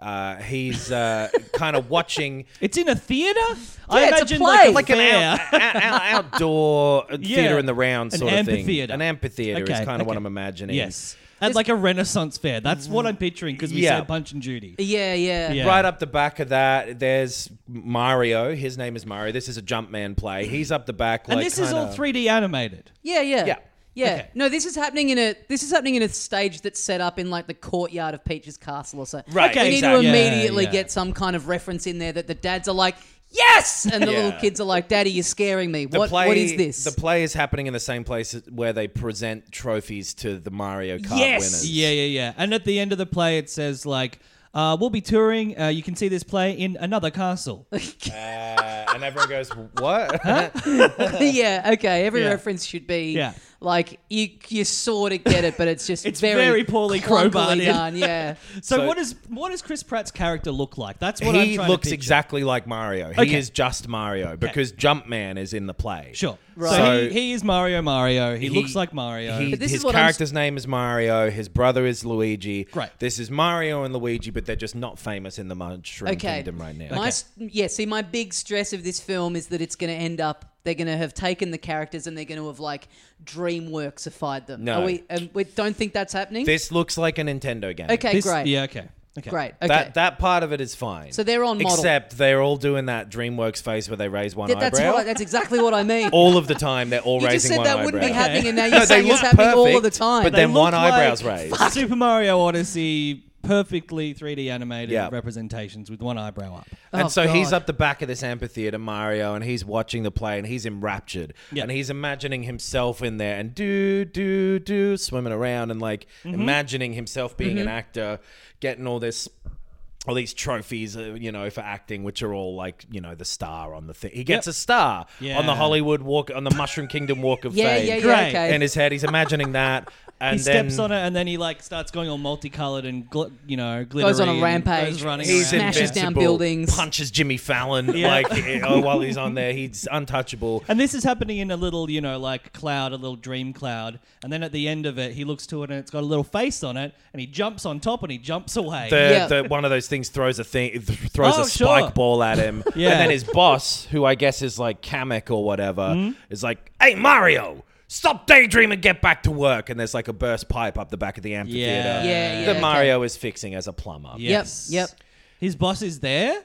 Speaker 4: Uh, he's uh, kind of watching
Speaker 3: It's in a theater. I
Speaker 2: it's a
Speaker 3: imagine
Speaker 2: play.
Speaker 3: like
Speaker 4: like
Speaker 3: a
Speaker 4: an
Speaker 3: fair.
Speaker 4: out, out, out- outdoor theater in the round
Speaker 3: An
Speaker 4: sort of thing.
Speaker 3: amphitheater.
Speaker 4: An amphitheater is
Speaker 3: Okay,
Speaker 4: kind of what
Speaker 3: okay.
Speaker 4: I'm imagining.
Speaker 3: yes, at like a Renaissance fair. That's what I'm picturing because we
Speaker 4: Yeah.
Speaker 3: said Punch and Judy.
Speaker 2: Yeah, yeah.
Speaker 3: Yeah.
Speaker 4: Right up the back of that, there's Mario. His name is Mario. This is a Jumpman play. He's up the back.
Speaker 3: and
Speaker 4: like,
Speaker 3: this is all
Speaker 4: kinda-
Speaker 3: 3D animated.
Speaker 2: Yeah, yeah.
Speaker 4: Yeah.
Speaker 2: Yeah.
Speaker 3: Okay.
Speaker 2: No, this is happening in a this is happening in a stage that's set up in like the courtyard of Peach's castle or something.
Speaker 4: Right,
Speaker 2: We need
Speaker 4: exactly.
Speaker 2: to immediately
Speaker 3: Yeah, yeah.
Speaker 2: get some kind of reference in there that the dads are like, "Yes!" and the
Speaker 4: Yeah.
Speaker 2: little kids are like, "Daddy, you're scaring me. what what is this?"
Speaker 4: The play is happening in the same place where they present trophies to the Mario Kart
Speaker 2: Yes.
Speaker 4: winners.
Speaker 3: Yeah, yeah, yeah. And at the end of the play, it says like, uh, "We'll be touring. Uh, you can see this play in another castle."
Speaker 4: Uh, and everyone goes, "What?"
Speaker 2: yeah, okay. Every
Speaker 3: Yeah.
Speaker 2: reference should be
Speaker 3: Yeah.
Speaker 2: like you you sort of get it, but it's just
Speaker 3: It's
Speaker 2: very,
Speaker 3: very poorly
Speaker 2: clunkily
Speaker 3: crowbarred in.
Speaker 2: done. Yeah,
Speaker 3: So,
Speaker 4: So-
Speaker 3: what is what does Chris Pratt's character look like? That's what I'm
Speaker 4: he
Speaker 3: trying
Speaker 4: looks
Speaker 3: to picture.
Speaker 4: exactly like Mario. He
Speaker 3: Okay.
Speaker 4: is just Mario because Jumpman is in the play.
Speaker 3: Sure. So
Speaker 4: Right.
Speaker 3: he, he is Mario. Mario. He,
Speaker 4: He-
Speaker 3: looks like Mario.
Speaker 4: He,
Speaker 2: But this
Speaker 4: his
Speaker 2: is what I'm s-
Speaker 4: character's name is Mario. His brother is Luigi.
Speaker 3: Great.
Speaker 4: This is Mario and Luigi, but they're just not famous in the Mushroom
Speaker 2: okay.
Speaker 4: Kingdom right now.
Speaker 2: My s yeah, see, my big stress of this film is that it's going to end up they're going to have taken the characters and they're going to have like DreamWorksified them.
Speaker 4: No.
Speaker 2: Are we, um, we don't think that's happening.
Speaker 4: This looks like a Nintendo game.
Speaker 2: okay,
Speaker 3: This-
Speaker 2: great,
Speaker 3: Yeah. Okay. Okay.
Speaker 2: great. Okay,
Speaker 4: That that part of it is fine.
Speaker 2: So they're on model.
Speaker 4: Except they're all doing that DreamWorks face where they raise one
Speaker 2: Th- that's
Speaker 4: eyebrow.
Speaker 2: what, that's exactly what I mean.
Speaker 4: all of the time, they're all
Speaker 2: you
Speaker 4: raising
Speaker 2: just said
Speaker 4: one
Speaker 2: that
Speaker 4: eyebrow.
Speaker 2: wouldn't be
Speaker 3: Okay.
Speaker 2: happening, and now
Speaker 4: No,
Speaker 2: you're
Speaker 4: they
Speaker 2: saying
Speaker 4: look
Speaker 2: it's happening all of the
Speaker 4: perfect,
Speaker 2: time.
Speaker 4: but
Speaker 3: They
Speaker 4: then one
Speaker 3: look
Speaker 4: eyebrow's
Speaker 3: like
Speaker 4: raised.
Speaker 3: Super Mario Odyssey, perfectly 3D animated
Speaker 4: Yeah.
Speaker 3: representations with one eyebrow up.
Speaker 4: And
Speaker 2: Oh,
Speaker 4: so he's
Speaker 2: God.
Speaker 4: up the back of this amphitheater, Mario, and he's watching the play and he's enraptured.
Speaker 3: Yeah.
Speaker 4: And he's imagining himself in there and do, do, do, swimming around and like
Speaker 3: Mm-hmm.
Speaker 4: imagining himself being an actor, getting all this. All these trophies, uh, you know, for acting, which are all like, you know, the star on the thing. He gets
Speaker 3: Yep.
Speaker 4: a star on
Speaker 3: Yeah.
Speaker 4: the Hollywood walk, on the Mushroom Kingdom Walk of
Speaker 2: yeah,
Speaker 4: Fame.
Speaker 2: yeah, yeah.
Speaker 3: Great.
Speaker 2: Okay.
Speaker 4: In his head, he's imagining that, and
Speaker 3: He
Speaker 4: then
Speaker 3: steps on it and then he like starts going all multicolored and gl- you know glittery.
Speaker 2: Goes on a
Speaker 3: and
Speaker 2: rampage.
Speaker 3: goes running
Speaker 4: He's
Speaker 3: around.
Speaker 2: Smashes down
Speaker 4: invincible,
Speaker 2: buildings.
Speaker 4: punches Jimmy Fallon
Speaker 3: Yeah.
Speaker 4: like oh, while he's on there, he's untouchable.
Speaker 3: And this is happening in a little, you know, like cloud, a little dream cloud. And then at the end of it, he looks to it and it's got a little face on it, and he jumps on top and he jumps away.
Speaker 4: the,
Speaker 2: Yeah.
Speaker 4: the one of those things throws a thing th- throws
Speaker 3: Oh,
Speaker 4: a spike
Speaker 3: sure.
Speaker 4: ball at him
Speaker 3: Yeah.
Speaker 4: and then his boss who i guess is like kamek or whatever
Speaker 3: Hmm?
Speaker 4: is like hey mario stop daydreaming get back to work and there's like a burst pipe up the back of the amphitheater
Speaker 3: Yeah.
Speaker 2: Yeah, yeah,
Speaker 4: that
Speaker 2: okay.
Speaker 4: mario is fixing as a plumber
Speaker 3: Yes.
Speaker 2: Yep, yep.
Speaker 3: His boss is there,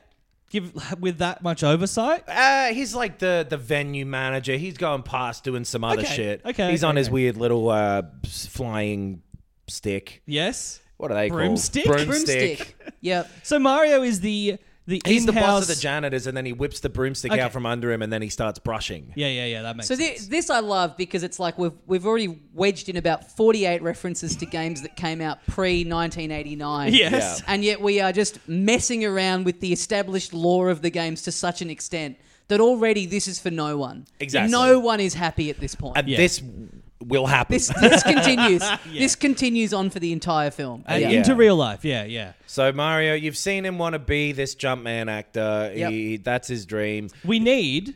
Speaker 3: give with that much oversight.
Speaker 4: Uh, he's like the, the venue manager. He's going past doing some other
Speaker 3: Okay,
Speaker 4: shit.
Speaker 3: okay,
Speaker 4: He's
Speaker 3: okay,
Speaker 4: on his
Speaker 3: okay.
Speaker 4: weird little uh, s- flying stick.
Speaker 3: Yes.
Speaker 4: What are they
Speaker 3: Broomstick?
Speaker 4: called?
Speaker 2: broomstick. yep.
Speaker 3: So Mario is the the
Speaker 4: He's the boss
Speaker 3: in-house-
Speaker 4: of the janitors, and then he whips the broomstick
Speaker 3: Okay.
Speaker 4: out from under him, and then he starts brushing.
Speaker 3: Yeah, yeah, yeah. That makes
Speaker 2: So
Speaker 3: sense.
Speaker 2: thi- this I love because it's like we've we've already wedged in about 48 references to games that came out pre 1989.
Speaker 3: Yes.
Speaker 2: And yet we are just messing around with the established lore of the games to such an extent that already this is for no one.
Speaker 4: Exactly.
Speaker 2: No one is happy at this point.
Speaker 4: and
Speaker 3: Yeah.
Speaker 4: this will happen.
Speaker 2: this this continues. This continues on for the entire film.
Speaker 3: And
Speaker 4: Yeah.
Speaker 3: into real life. Yeah, yeah.
Speaker 4: so Mario, you've seen him want to be this Jumpman actor.
Speaker 2: Yep.
Speaker 4: He, that's his dream.
Speaker 3: We need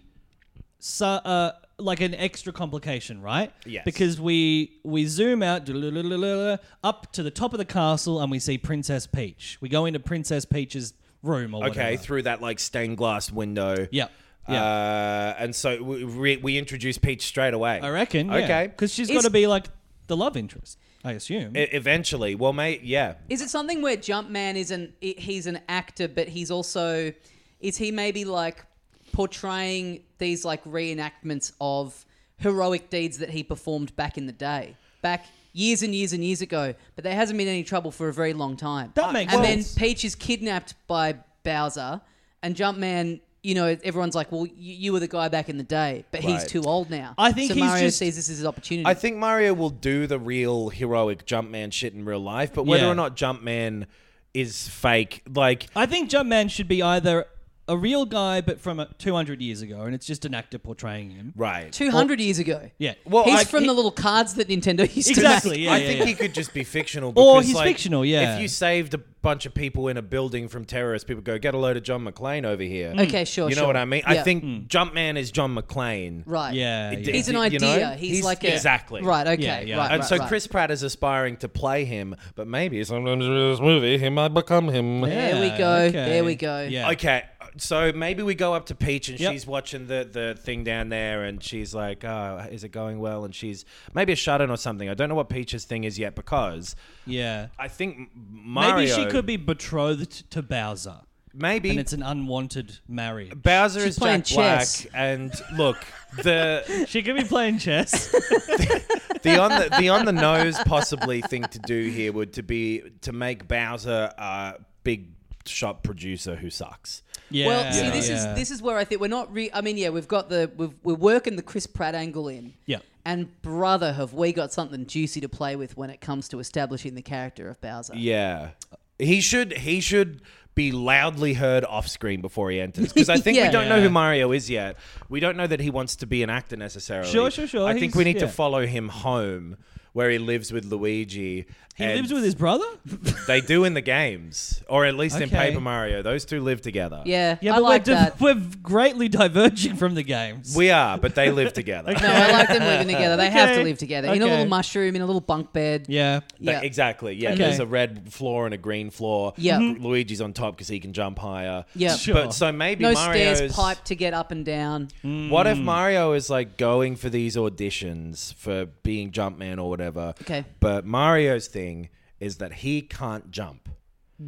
Speaker 3: so, uh, like an extra complication, right?
Speaker 4: Yes.
Speaker 3: Because we we zoom out dulululululu, up to the top of the castle and we see Princess Peach. We go into Princess Peach's room or
Speaker 4: Okay,
Speaker 3: whatever.
Speaker 4: through that like stained glass window.
Speaker 3: Yeah. Yeah.
Speaker 4: Uh, and so we, we, we introduce Peach straight away.
Speaker 3: I reckon.
Speaker 4: Okay.
Speaker 3: Because she's
Speaker 2: Is-
Speaker 3: got to be like the love interest, I assume.
Speaker 4: E- eventually, well, mate, yeah.
Speaker 2: Is it something where Jumpman is an i- he's an actor, but he's also is he maybe like portraying these like reenactments of heroic deeds that he performed back in the day, back years and years and years ago? But there hasn't been any trouble for a very long time.
Speaker 3: That makes
Speaker 2: and
Speaker 3: sense.
Speaker 2: then Peach is kidnapped by Bowser, and Jumpman you know, everyone's like, well, you, you were the guy back in the day, but he's
Speaker 4: Right.
Speaker 2: too old now.
Speaker 3: I think
Speaker 2: so
Speaker 3: he's
Speaker 2: Mario
Speaker 3: just-
Speaker 2: sees this as his opportunity.
Speaker 4: I think Mario will do the real heroic Jumpman shit in real life, but whether
Speaker 3: Yeah.
Speaker 4: or not Jumpman is fake, like
Speaker 3: I think Jumpman should be either a real guy, but from uh 200 years ago, and it's just an actor portraying him.
Speaker 4: right.
Speaker 2: 200 years ago.
Speaker 3: Yeah.
Speaker 4: Well,
Speaker 2: he's
Speaker 4: I-
Speaker 2: from the little cards that Nintendo used to
Speaker 3: Exactly.
Speaker 2: make.
Speaker 3: Yeah.
Speaker 4: I
Speaker 3: yeah,
Speaker 4: think
Speaker 3: yeah.
Speaker 4: he could just be fictional.
Speaker 3: Or
Speaker 4: because,
Speaker 3: he's
Speaker 4: like,
Speaker 3: fictional, yeah.
Speaker 4: If you saved a bunch of people in a building from terrorists, people go, get a load of John McClane over here.
Speaker 3: Mm.
Speaker 2: Okay, sure.
Speaker 4: you know
Speaker 2: sure.
Speaker 4: what I mean?
Speaker 2: Yeah.
Speaker 4: I think Jumpman is John McClane.
Speaker 2: Right.
Speaker 3: Yeah,
Speaker 4: It-
Speaker 3: yeah.
Speaker 2: He's an
Speaker 4: you know?
Speaker 2: idea. He's, like a.
Speaker 4: Exactly.
Speaker 2: Right, okay.
Speaker 3: Yeah, yeah.
Speaker 2: Right,
Speaker 4: And
Speaker 2: right,
Speaker 4: so
Speaker 2: right.
Speaker 4: Chris Pratt is aspiring to play him, but maybe sometimes in this movie he might become him.
Speaker 2: There we go. There we go.
Speaker 3: Yeah.
Speaker 4: Okay, so maybe we go up to Peach and
Speaker 3: Yep.
Speaker 4: she's watching the, the thing down there and she's like, oh, is it going well? And she's maybe a shut in or something. I don't know what Peach's thing is yet because
Speaker 3: Yeah.
Speaker 4: I think M- Mario.
Speaker 3: Maybe she could be betrothed to Bowser,
Speaker 4: Maybe.
Speaker 3: and it's an unwanted marriage.
Speaker 4: Bowser
Speaker 2: She's
Speaker 4: is
Speaker 2: playing
Speaker 4: Jack
Speaker 2: chess.
Speaker 4: Black, and look the
Speaker 3: She could be playing chess.
Speaker 4: the on the, the on the nose possibly thing to do here would to be to make Bowser a big shot producer who sucks.
Speaker 3: yeah.
Speaker 2: Well, see, this
Speaker 3: yeah.
Speaker 2: is this is where I think we're not. Re- I mean, yeah, we've got the we've, we're working the Chris Pratt angle in.
Speaker 3: Yeah.
Speaker 2: And brother, have we got something juicy to play with when it comes to establishing the character of Bowser?
Speaker 4: Yeah, he should he should be loudly heard off screen before he enters because I think
Speaker 2: Yeah.
Speaker 4: we don't know
Speaker 3: Yeah.
Speaker 4: who Mario is yet. We don't know that he wants to be an actor necessarily.
Speaker 3: Sure, sure, sure.
Speaker 4: I think
Speaker 3: He's-
Speaker 4: we need to
Speaker 3: yeah.
Speaker 4: follow him home where he lives with Luigi.
Speaker 3: He lives with his brother.
Speaker 4: They do in the games, or at least in
Speaker 3: Okay.
Speaker 4: Paper Mario. Those two live together.
Speaker 2: Yeah,
Speaker 3: Yeah,
Speaker 2: I
Speaker 3: but
Speaker 2: like
Speaker 3: we're, di-
Speaker 2: that.
Speaker 3: we're greatly diverging from the games.
Speaker 4: We are, but they live together.
Speaker 2: No, I like them living together. They have to
Speaker 3: Okay.
Speaker 2: live together in a
Speaker 3: Okay.
Speaker 2: little mushroom, in a little bunk bed.
Speaker 3: yeah.
Speaker 4: Th-
Speaker 2: yeah.
Speaker 4: Exactly. Yeah.
Speaker 3: Okay. Mm-hmm.
Speaker 4: There's a red floor and a green floor.
Speaker 2: Yeah. Mhm.
Speaker 4: Luigi's on top because he can jump higher.
Speaker 2: Yeah. Sure.
Speaker 4: But so maybe
Speaker 2: No
Speaker 4: Mario's
Speaker 2: stairs, pipe to get up and down.
Speaker 4: What
Speaker 3: Mm.
Speaker 4: if Mario is like going for these auditions for being Jumpman or whatever?
Speaker 2: Okay.
Speaker 4: But Mario's thing is that he can't jump.
Speaker 2: Oh.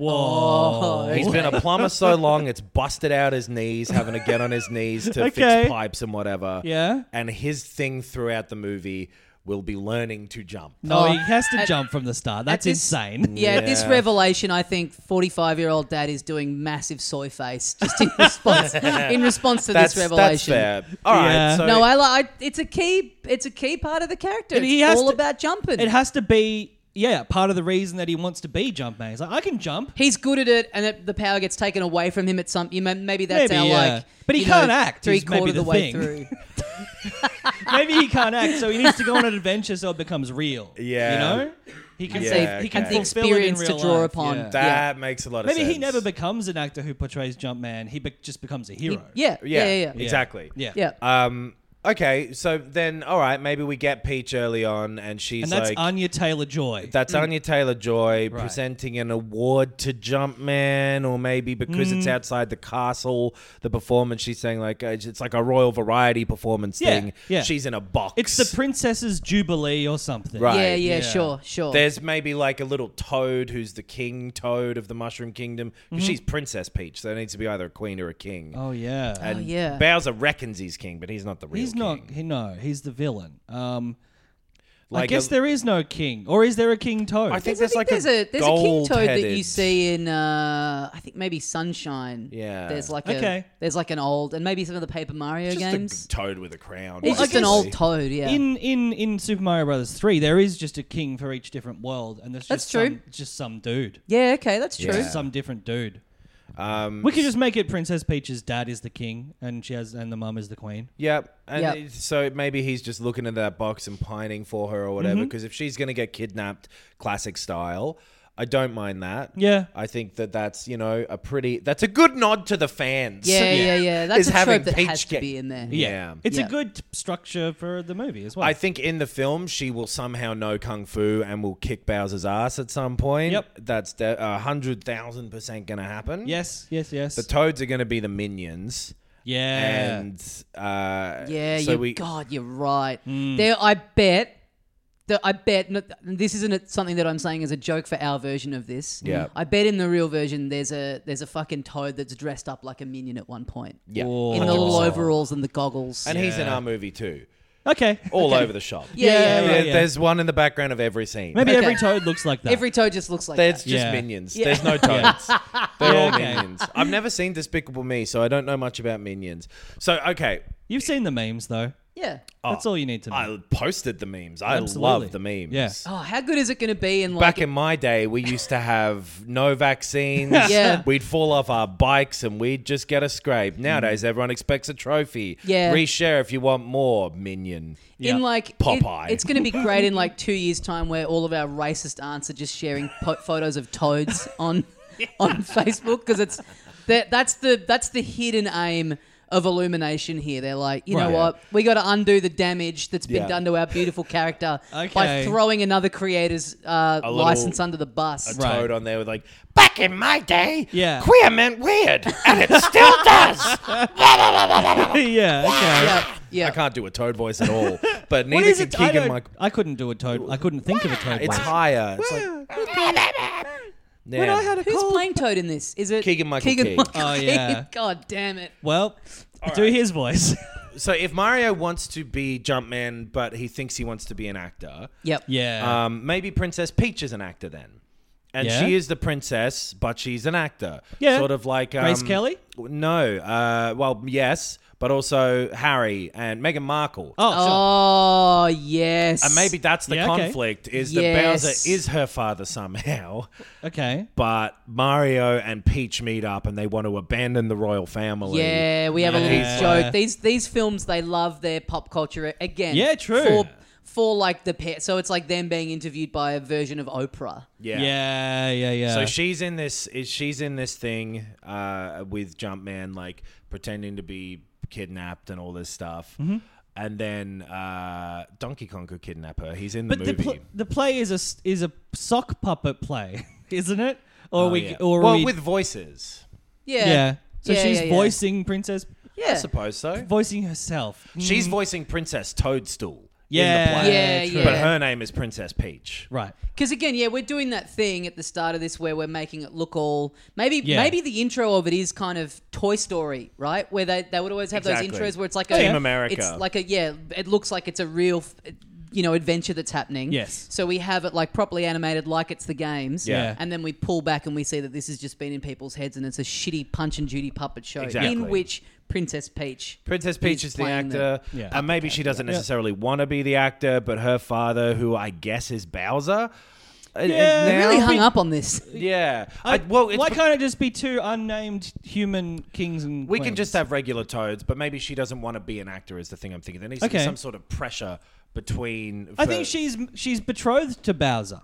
Speaker 3: Whoa.
Speaker 4: He's been a plumber so long, it's busted out his knees, having to get on his knees to
Speaker 3: Okay.
Speaker 4: fix pipes and whatever.
Speaker 3: Yeah.
Speaker 4: And his thing throughout the movie will be learning to jump.
Speaker 3: No,
Speaker 2: Oh,
Speaker 3: he has to
Speaker 2: at-
Speaker 3: jump from the start. That's
Speaker 2: this-
Speaker 3: insane.
Speaker 2: Yeah, at this
Speaker 4: Yeah.
Speaker 2: revelation, I think forty-five-year-old dad is doing massive soy face just in response in response to
Speaker 4: That's,
Speaker 2: this
Speaker 4: that's
Speaker 2: revelation.
Speaker 4: fair. All right.
Speaker 3: Yeah.
Speaker 4: So
Speaker 2: No, I like. It's a key. It's a key part of the character.
Speaker 3: And he
Speaker 2: it's
Speaker 3: has
Speaker 2: all
Speaker 3: to-
Speaker 2: about jumping.
Speaker 3: It has to be, yeah, part of the reason that he wants to be Jumpman. He's like, I can jump.
Speaker 2: He's good at it, and it, the power gets taken away from him at some. You may, maybe that's
Speaker 3: Maybe,
Speaker 2: our
Speaker 3: yeah.
Speaker 2: like.
Speaker 3: But he
Speaker 2: you know,
Speaker 3: can't act,
Speaker 2: Three
Speaker 3: is maybe
Speaker 2: quarter of the,
Speaker 3: the
Speaker 2: way
Speaker 3: thing.
Speaker 2: through.
Speaker 3: Maybe he can't act, so he needs to go on an adventure so it becomes real.
Speaker 4: Yeah.
Speaker 3: You know? He can,
Speaker 4: Yeah,
Speaker 3: save, he can
Speaker 4: okay.
Speaker 2: And the
Speaker 3: fulfill it in
Speaker 2: experience to
Speaker 3: real
Speaker 2: draw
Speaker 3: life,
Speaker 2: upon.
Speaker 3: yeah.
Speaker 4: that makes a lot of
Speaker 3: Maybe
Speaker 4: sense.
Speaker 3: he never becomes an actor who portrays Jumpman. He be- just becomes a hero.
Speaker 2: Yeah, yeah,
Speaker 4: Yeah,
Speaker 2: yeah, yeah.
Speaker 4: exactly.
Speaker 3: Yeah.
Speaker 2: Yeah.
Speaker 4: Um. Okay, so then, all right, maybe we get Peach early on, and she's
Speaker 3: And that's
Speaker 4: like,
Speaker 3: Anya Taylor Joy.
Speaker 4: "That's Anya Taylor Joy
Speaker 3: Mm. Right.
Speaker 4: presenting an award to Jumpman, or maybe because
Speaker 3: Mm.
Speaker 4: it's outside the castle, the performance she's saying like uh, it's like a royal variety performance
Speaker 3: Yeah,
Speaker 4: thing.
Speaker 3: yeah.
Speaker 4: She's in a box.
Speaker 3: it's the Princess's Jubilee or something.
Speaker 4: Right.
Speaker 2: yeah, yeah,
Speaker 3: yeah.
Speaker 2: Sure, sure.
Speaker 4: There's maybe like a little toad who's the king toad of the Mushroom Kingdom. 'cause She's Princess Peach, so there needs to be either a queen or a king.
Speaker 3: Mm-hmm. Oh, yeah.
Speaker 4: and
Speaker 2: yeah.
Speaker 4: Bowser reckons he's king, but he's not the real.
Speaker 3: he's not.
Speaker 4: king.
Speaker 3: He, no, he's the villain. Um, I
Speaker 4: Like
Speaker 3: guess
Speaker 4: a-
Speaker 3: there is no king, or is there a king toad?
Speaker 4: I
Speaker 2: There's,
Speaker 4: think there's
Speaker 2: I think
Speaker 4: like
Speaker 2: there's
Speaker 4: a,
Speaker 2: a there's a king toad that you
Speaker 4: gold-headed-
Speaker 2: see in uh, I think maybe Sunshine.
Speaker 4: Yeah.
Speaker 2: There's like a
Speaker 3: Okay.
Speaker 2: there's like an old and maybe some of the Paper Mario
Speaker 4: Just
Speaker 2: games.
Speaker 4: a toad with a crown.
Speaker 2: It's
Speaker 3: I
Speaker 2: just an
Speaker 3: guess-
Speaker 2: old toad. Yeah.
Speaker 3: In in in Super Mario Brothers three, there is just a king for each different world, and there's
Speaker 2: That's
Speaker 3: just
Speaker 2: true.
Speaker 3: Some, just some dude,
Speaker 2: yeah. Okay, that's true.
Speaker 3: just some different dude. Um, we could just make it Princess Peach's dad is the king, and she has, and the mum is the queen.
Speaker 4: Yep. And
Speaker 2: Yep.
Speaker 4: it- so maybe he's just looking at that box and pining for her or
Speaker 3: Mm-hmm.
Speaker 4: whatever. Because if she's going to get kidnapped, classic style, I don't mind that.
Speaker 3: Yeah.
Speaker 4: I think that that's you know a pretty that's a good nod to the fans.
Speaker 2: Yeah, yeah, yeah. That's
Speaker 4: Is
Speaker 2: a trope
Speaker 4: having
Speaker 2: that
Speaker 4: Peach
Speaker 2: has to
Speaker 4: get-
Speaker 2: be in there.
Speaker 4: Yeah.
Speaker 3: it's
Speaker 2: Yeah.
Speaker 3: a good structure for the movie as well.
Speaker 4: I think in the film she will somehow know kung fu and will kick Bowser's ass at some point.
Speaker 3: Yep.
Speaker 4: That's de- a hundred thousand percent going to happen.
Speaker 3: yes, yes, yes.
Speaker 4: The toads are going to be the minions.
Speaker 3: yeah,
Speaker 4: And uh,
Speaker 2: Yeah,
Speaker 4: so
Speaker 2: you,
Speaker 4: we Hmm.
Speaker 2: God, you're right. There, I bet. That I bet no, this isn't a- something that I'm saying as a joke for our version of this.
Speaker 4: Yeah.
Speaker 2: I bet in the real version there's a there's a fucking toad that's dressed up like a minion at one point
Speaker 4: yeah. Oh.
Speaker 3: Whoa.
Speaker 2: in the little overalls and the goggles.
Speaker 4: And he's in
Speaker 3: Yeah.
Speaker 4: our movie too.
Speaker 3: Okay.
Speaker 4: all
Speaker 3: Okay.
Speaker 4: over the shop.
Speaker 2: Yeah, yeah,
Speaker 3: Yeah,
Speaker 2: yeah.
Speaker 3: yeah.
Speaker 4: There's one in the background of every scene.
Speaker 3: Maybe
Speaker 2: Okay.
Speaker 3: every toad looks like that.
Speaker 2: Every toe just looks like
Speaker 4: There's
Speaker 2: that.
Speaker 4: just
Speaker 3: Yeah.
Speaker 4: minions.
Speaker 2: Yeah.
Speaker 4: There's no toads. They're all
Speaker 3: Okay.
Speaker 4: minions. I've never seen Despicable Me, so I don't know much about minions. So okay,
Speaker 3: You've seen the memes though.
Speaker 2: Yeah.
Speaker 3: That's all you need to know.
Speaker 4: Oh. I posted the memes. I
Speaker 3: Absolutely.
Speaker 4: love the memes.
Speaker 3: Yeah.
Speaker 2: Oh, how good is it going to be in like
Speaker 4: Back in my day, we used to have no vaccines.
Speaker 2: Yeah.
Speaker 4: We'd fall off our bikes and we'd just get a scrape. Nowadays, everyone expects a trophy.
Speaker 2: Yeah.
Speaker 4: Reshare if you want more, minion.
Speaker 2: in like it-
Speaker 4: Popeye.
Speaker 2: it's going to be great in like two years' time, where all of our racist aunts are just sharing po- photos of toads on on Facebook because it's that that's the that's the hidden aim of illumination here. They're like, you know
Speaker 3: Right.
Speaker 2: what, we got to undo the damage that's been
Speaker 4: Yeah.
Speaker 2: done to our beautiful character by
Speaker 3: Okay.
Speaker 2: throwing another creator's uh,
Speaker 4: little-
Speaker 2: license under the bus.
Speaker 3: Right.
Speaker 4: Toad on there with like, back in my day,
Speaker 3: Yeah.
Speaker 4: queer meant weird, and it still does.
Speaker 3: yeah. Okay.
Speaker 2: Yeah, yeah.
Speaker 4: I can't do a toad voice at all,
Speaker 3: What
Speaker 4: but neither
Speaker 3: is
Speaker 4: can
Speaker 3: it? I,
Speaker 4: Keegan
Speaker 3: don't,
Speaker 4: Michael.
Speaker 3: I couldn't do a toad. I couldn't think of a toad.
Speaker 4: It's
Speaker 3: voice.
Speaker 4: higher. It's like, yeah.
Speaker 3: When I had a
Speaker 2: Who's
Speaker 3: cold.
Speaker 2: playing Toad in this? Is it
Speaker 4: Keegan-Michael Key.
Speaker 3: Oh,
Speaker 2: Key?
Speaker 3: yeah.
Speaker 2: God damn it.
Speaker 3: well, do his voice.
Speaker 4: so if Mario wants to be Jumpman, but he thinks he wants to be an actor,
Speaker 2: Yep.
Speaker 3: yeah.
Speaker 4: um, maybe Princess Peach is an actor then. And
Speaker 3: Yeah.
Speaker 4: she is the princess, but she's an actor.
Speaker 3: Yeah.
Speaker 4: Sort of like. Um,
Speaker 3: Grace Kelly?
Speaker 4: No. Uh, well, yes, but also Harry and Meghan Markle.
Speaker 3: oh, sure.
Speaker 2: Oh yes.
Speaker 4: And maybe that's the
Speaker 3: Yeah, okay.
Speaker 4: conflict is
Speaker 2: Yes.
Speaker 4: that Bowser is her father somehow,
Speaker 2: Oh.
Speaker 3: Okay.
Speaker 4: but Mario and Peach meet up and they want to abandon the royal family.
Speaker 2: Yeah, we have a little
Speaker 3: Yeah.
Speaker 2: joke. These these films they love their pop culture again.
Speaker 3: Yeah, true.
Speaker 2: For, for like the pet, so it's like them being interviewed by a version of Oprah.
Speaker 4: Yeah.
Speaker 3: Yeah. Yeah. Yeah.
Speaker 4: So she's in this. Is she's in this thing uh, with Jumpman, like pretending to be kidnapped and all this stuff.
Speaker 3: Mm-hmm.
Speaker 4: And then uh, Donkey Kong could kidnap her. He's in the
Speaker 3: but
Speaker 4: movie.
Speaker 3: the, pl- the play is a s- is a sock puppet play, isn't it? Or
Speaker 4: Oh,
Speaker 3: we
Speaker 4: yeah.
Speaker 3: or
Speaker 4: well,
Speaker 3: we,
Speaker 4: with voices,
Speaker 2: Yeah.
Speaker 3: yeah. So
Speaker 2: Yeah,
Speaker 3: she's
Speaker 2: yeah, yeah.
Speaker 3: voicing Princess,
Speaker 2: Yeah.
Speaker 4: I suppose so.
Speaker 3: voicing herself.
Speaker 4: She's voicing Princess Toadstool.
Speaker 3: mm. yeah.
Speaker 4: in the play,
Speaker 2: Yeah,
Speaker 3: true.
Speaker 2: yeah.
Speaker 4: but her name is Princess Peach.
Speaker 3: Right.
Speaker 2: Because again, yeah, we're doing that thing at the start of this where we're making it look all maybe
Speaker 3: Yeah.
Speaker 2: maybe the intro of it is kind of Toy Story, right? Where they, they would always have those
Speaker 4: Exactly.
Speaker 2: intros where it's like a
Speaker 4: Team America.
Speaker 2: It's like a yeah, it looks like it's a real f- you know adventure that's happening.
Speaker 3: Yes.
Speaker 2: So we have it like properly animated, like it's the games.
Speaker 3: Yeah.
Speaker 2: And then we pull back and we see that this has just been in people's heads and it's a shitty Punch and Judy puppet show
Speaker 4: Exactly.
Speaker 2: in which Princess Peach
Speaker 4: Princess Peach is the
Speaker 2: playing
Speaker 4: actor,
Speaker 3: Yeah.
Speaker 4: and maybe she doesn't necessarily want to be the actor, but her father, who I guess is Bowser, Uh,
Speaker 3: Yeah.
Speaker 2: I
Speaker 4: now-
Speaker 2: really hung up on this.
Speaker 4: Yeah, I,
Speaker 3: I,
Speaker 4: well, it's
Speaker 3: why
Speaker 4: pro-
Speaker 3: can't it just be two unnamed human kings and
Speaker 4: we can
Speaker 3: queens?
Speaker 4: just have regular toads, but maybe she doesn't want to be an actor. Is the thing I'm thinking. There needs to be
Speaker 3: Okay.
Speaker 4: some sort of pressure between.
Speaker 3: I
Speaker 4: for-
Speaker 3: think she's she's betrothed to Bowser,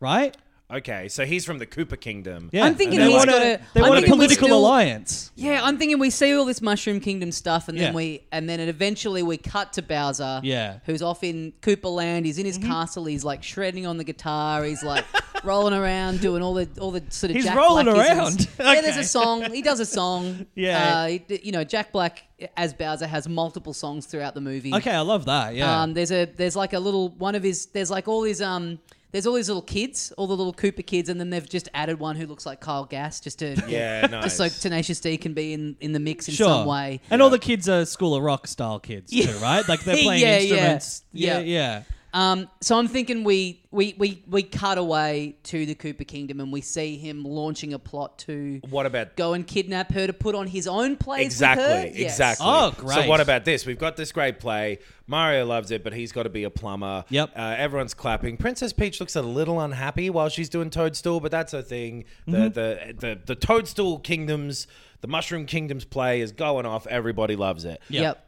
Speaker 3: right?
Speaker 4: Okay, so he's from the Koopa Kingdom.
Speaker 3: Yeah.
Speaker 2: I'm thinking
Speaker 3: they
Speaker 4: he's
Speaker 3: want
Speaker 2: got
Speaker 3: a,
Speaker 2: a-
Speaker 3: they
Speaker 2: I'm
Speaker 3: want a
Speaker 2: thinking we
Speaker 3: political
Speaker 2: still-
Speaker 3: alliance.
Speaker 2: Yeah, I'm thinking we see all this Mushroom Kingdom stuff, and then
Speaker 3: Yeah.
Speaker 2: we and then it eventually we cut to Bowser,
Speaker 3: Yeah. Mm-hmm.
Speaker 2: who's off in Cooper Land. He's in his castle. He's like shredding on the guitar. He's like rolling around, doing all the all the sort of.
Speaker 3: He's
Speaker 2: Jack
Speaker 3: rolling
Speaker 2: Blackies and-
Speaker 3: around.
Speaker 2: Yeah, there's
Speaker 3: Okay.
Speaker 2: a song. He does a song.
Speaker 3: Yeah.
Speaker 2: uh, he- you know Jack Black as Bowser has multiple songs throughout the movie.
Speaker 3: Okay, I love that. Yeah.
Speaker 2: Um, there's a there's like a little one of his there's like all his um there's all these little kids, all the little Cooper kids, and then they've just added one who looks like Kyle Gass just to
Speaker 4: Yeah,
Speaker 2: just
Speaker 4: nice.
Speaker 2: so Tenacious D can be in in the mix in
Speaker 3: sure.
Speaker 2: some way.
Speaker 3: And all the kids are School of Rock style kids
Speaker 2: Yeah.
Speaker 3: too, right? Like they're playing
Speaker 2: Yeah, yeah.
Speaker 3: instruments.
Speaker 2: Yeah.
Speaker 3: Yeah, yeah.
Speaker 4: Mm-hmm.
Speaker 2: Um, so I'm thinking we we we we cut away to the Cooper Kingdom and we see him launching a plot to
Speaker 4: What about
Speaker 2: go and kidnap her to put on his own plays
Speaker 4: exactly?
Speaker 2: with her. Yes.
Speaker 4: Exactly.
Speaker 3: Oh,
Speaker 4: So
Speaker 3: great.
Speaker 4: what about this? We've got this great play. Mario loves it, but he's got to be a plumber.
Speaker 3: Yep.
Speaker 4: Uh, everyone's clapping. Princess Peach looks a little unhappy while she's doing Toadstool, but that's her thing. The
Speaker 3: Mm-hmm.
Speaker 4: the, the the Toadstool Kingdoms, the Mushroom Kingdoms play is going off. Everybody loves it.
Speaker 3: Yeah.
Speaker 2: Yep.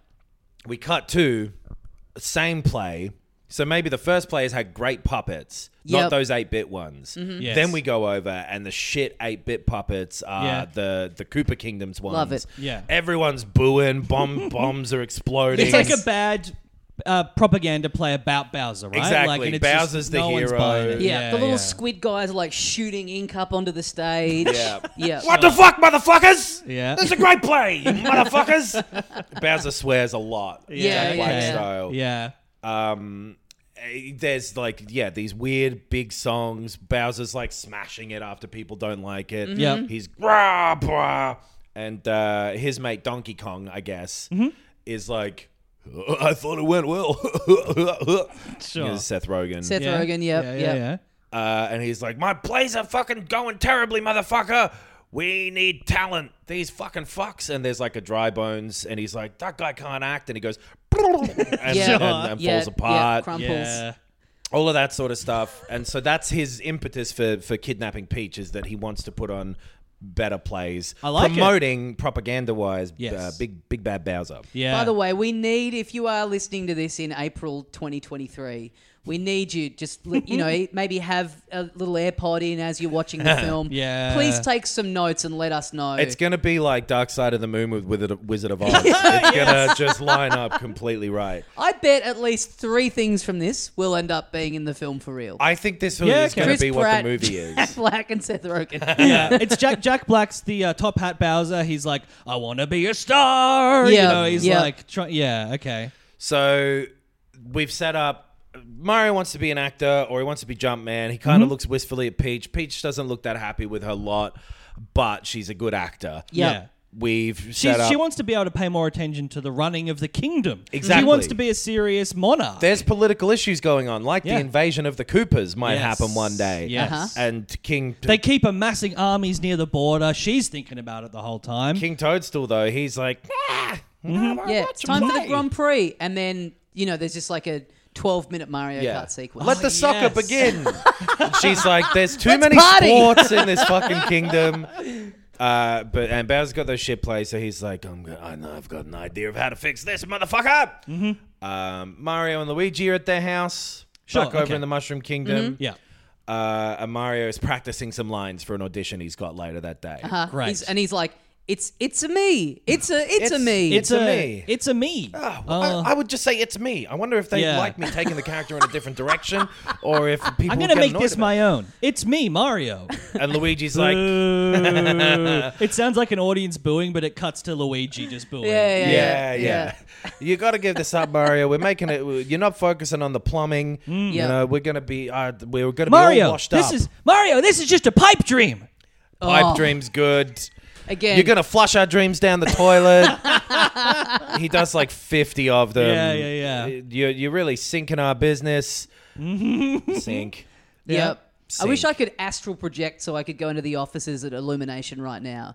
Speaker 4: we cut to same play. So maybe the first players had great puppets, not
Speaker 2: Yep. Mm-hmm.
Speaker 4: those eight bit ones.
Speaker 3: Yes.
Speaker 4: Then we go over and the shit eight bit puppets are
Speaker 3: Yeah.
Speaker 4: the the Cooper Kingdoms ones.
Speaker 2: Love it.
Speaker 3: Yeah.
Speaker 4: everyone's booing. Bomb bombs are exploding.
Speaker 3: It's like a bad uh, propaganda play about Bowser, right? Like,
Speaker 4: Exactly.
Speaker 3: and it's just
Speaker 4: Bowser's the
Speaker 3: no one's
Speaker 4: hero.
Speaker 3: buying it.
Speaker 2: Yeah, the little
Speaker 3: yeah.
Speaker 2: squid guys are like shooting ink up onto the stage.
Speaker 4: Yeah.
Speaker 2: yeah.
Speaker 4: What the fuck, motherfuckers?
Speaker 3: Yeah.
Speaker 4: This is a great play, you motherfuckers. Bowser swears a lot.
Speaker 2: Yeah,
Speaker 4: Jack
Speaker 2: yeah,
Speaker 4: Black
Speaker 2: yeah.
Speaker 4: style.
Speaker 3: Yeah.
Speaker 4: um eh, there's like yeah these weird big songs bowser's like smashing it after people don't like it
Speaker 2: Mm-hmm.
Speaker 3: Yep.
Speaker 4: he's rah, brah. and uh his mate donkey kong i guess is like I thought it went well.
Speaker 3: Sure.
Speaker 4: Here's Seth Rogen.
Speaker 2: Seth Rogen, yep,
Speaker 3: yeah,
Speaker 2: yep.
Speaker 3: yeah.
Speaker 4: Uh, and he's like, My plays are fucking going terribly, motherfucker. We need talent. These fucking fucks. And there's like a dry bones, and he's like, That guy can't act. And he goes, and,
Speaker 2: Yeah.
Speaker 4: and, and
Speaker 2: Yeah,
Speaker 4: falls
Speaker 2: Yeah,
Speaker 4: apart.
Speaker 2: crumples.
Speaker 3: Yeah.
Speaker 4: all of that sort of stuff. And so that's his impetus for, for kidnapping Peach is that he wants to put on better plays.
Speaker 3: I like it.
Speaker 4: Promoting propaganda wise,
Speaker 3: Yes.
Speaker 4: uh, big, big bad Bowser.
Speaker 3: Yeah.
Speaker 2: By the way, we need if you are listening to this in April 2023, we need you just li- you know maybe have a little AirPod in as you're watching the film.
Speaker 3: Yeah.
Speaker 2: Please take some notes and let us know.
Speaker 4: It's gonna be like Dark Side of the Moon with Wizard of, Wizard of Oz. It's gonna just line up completely right.
Speaker 2: I bet at least three things from this will end up being in the film for real.
Speaker 4: I think this
Speaker 3: Yeah,
Speaker 4: is
Speaker 3: okay.
Speaker 4: gonna
Speaker 3: Chris
Speaker 4: be what
Speaker 2: Pratt,
Speaker 4: the movie is.
Speaker 2: Jack Black and Seth Rogen.
Speaker 3: yeah, Uh, it's Jack. Jack Black's the uh, top hat Bowser. He's like, I want to be a star.
Speaker 2: Yeah,
Speaker 3: you know, he's
Speaker 2: yeah.
Speaker 3: like, try- yeah, okay,
Speaker 4: So we've set up. Mario wants to be an actor, or he wants to be Jumpman. He kind of
Speaker 3: Mm-hmm.
Speaker 4: looks wistfully at Peach. Peach doesn't look that happy with her lot, but she's a good actor.
Speaker 2: Yeah.
Speaker 4: We've
Speaker 3: She's,
Speaker 4: set up.
Speaker 3: she wants to be able to pay more attention to the running of the kingdom.
Speaker 4: Exactly.
Speaker 3: She wants to be a serious monarch.
Speaker 4: There's political issues going on, like
Speaker 3: Yeah.
Speaker 4: the invasion of the Coopers might
Speaker 3: Yes.
Speaker 4: happen one day.
Speaker 3: Yes. Uh-huh.
Speaker 4: And King
Speaker 3: they keep amassing armies near the border. She's thinking about it the whole time.
Speaker 4: King Toadstool though, he's like, "Nah,
Speaker 3: Mm-hmm.
Speaker 4: nah, I
Speaker 2: yeah,
Speaker 4: want
Speaker 2: it's
Speaker 4: to
Speaker 2: time for the
Speaker 4: play."
Speaker 2: Grand Prix, and then you know there's just like a 12 minute Mario Kart sequence.
Speaker 4: Let the soccer
Speaker 3: yes.
Speaker 4: begin. And she's like, there's too many
Speaker 2: party.
Speaker 4: sports in this fucking kingdom. Uh, but and Bowser's got those shit plays, so he's like, I'm go- I know I've got an idea of how to fix this, motherfucker. Um, Mario and Luigi are at their house,
Speaker 3: Mm-hmm. Sure,
Speaker 4: back over
Speaker 3: okay. Mm-hmm.
Speaker 4: in the Mushroom Kingdom.
Speaker 3: yeah,
Speaker 4: Uh, and Mario is practicing some lines for an audition he's got later that day.
Speaker 2: Uh,
Speaker 3: great.
Speaker 2: he's- and he's like, "It's it's a me. It's a it's, a me.
Speaker 4: it's- a me.
Speaker 3: It's a me.
Speaker 4: Ah, well, I, I would just say it's me. I wonder if they
Speaker 3: Uh. Yeah.
Speaker 4: like me taking the character in a different direction, or if people.
Speaker 3: I'm
Speaker 4: going
Speaker 3: gonna
Speaker 4: to
Speaker 3: make this my own. It's me, Mario.
Speaker 4: And Luigi's like,
Speaker 3: Boo. it sounds like an audience booing, but it cuts to Luigi just booing.
Speaker 2: yeah, yeah,
Speaker 4: yeah, yeah.
Speaker 2: yeah, yeah.
Speaker 4: you got to give this up, Mario. We're making it. You're not focusing on the plumbing. You
Speaker 2: Yeah.
Speaker 4: know, we're gonna be. Uh, we're gonna be all
Speaker 3: Mm. Mario,
Speaker 4: washed
Speaker 3: this
Speaker 4: up.
Speaker 3: is Mario. This is just a pipe dream.
Speaker 4: Pipe
Speaker 2: Oh.
Speaker 4: dreams good.
Speaker 2: Again,
Speaker 4: You're gonna flush our dreams down the toilet. he does like fifty of them.
Speaker 3: Yeah, yeah, yeah.
Speaker 4: You're you're really sinking our business.
Speaker 3: Mm-hmm.
Speaker 4: Sink.
Speaker 2: Yep. I wish I
Speaker 4: Sink.
Speaker 2: could astral project so I could go into the offices at Illumination right now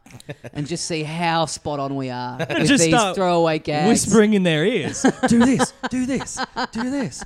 Speaker 2: and just see how spot on we are with
Speaker 3: Just
Speaker 2: these
Speaker 3: start
Speaker 2: throwaway gags.
Speaker 3: Whispering in their ears. do this. Do this. Do this.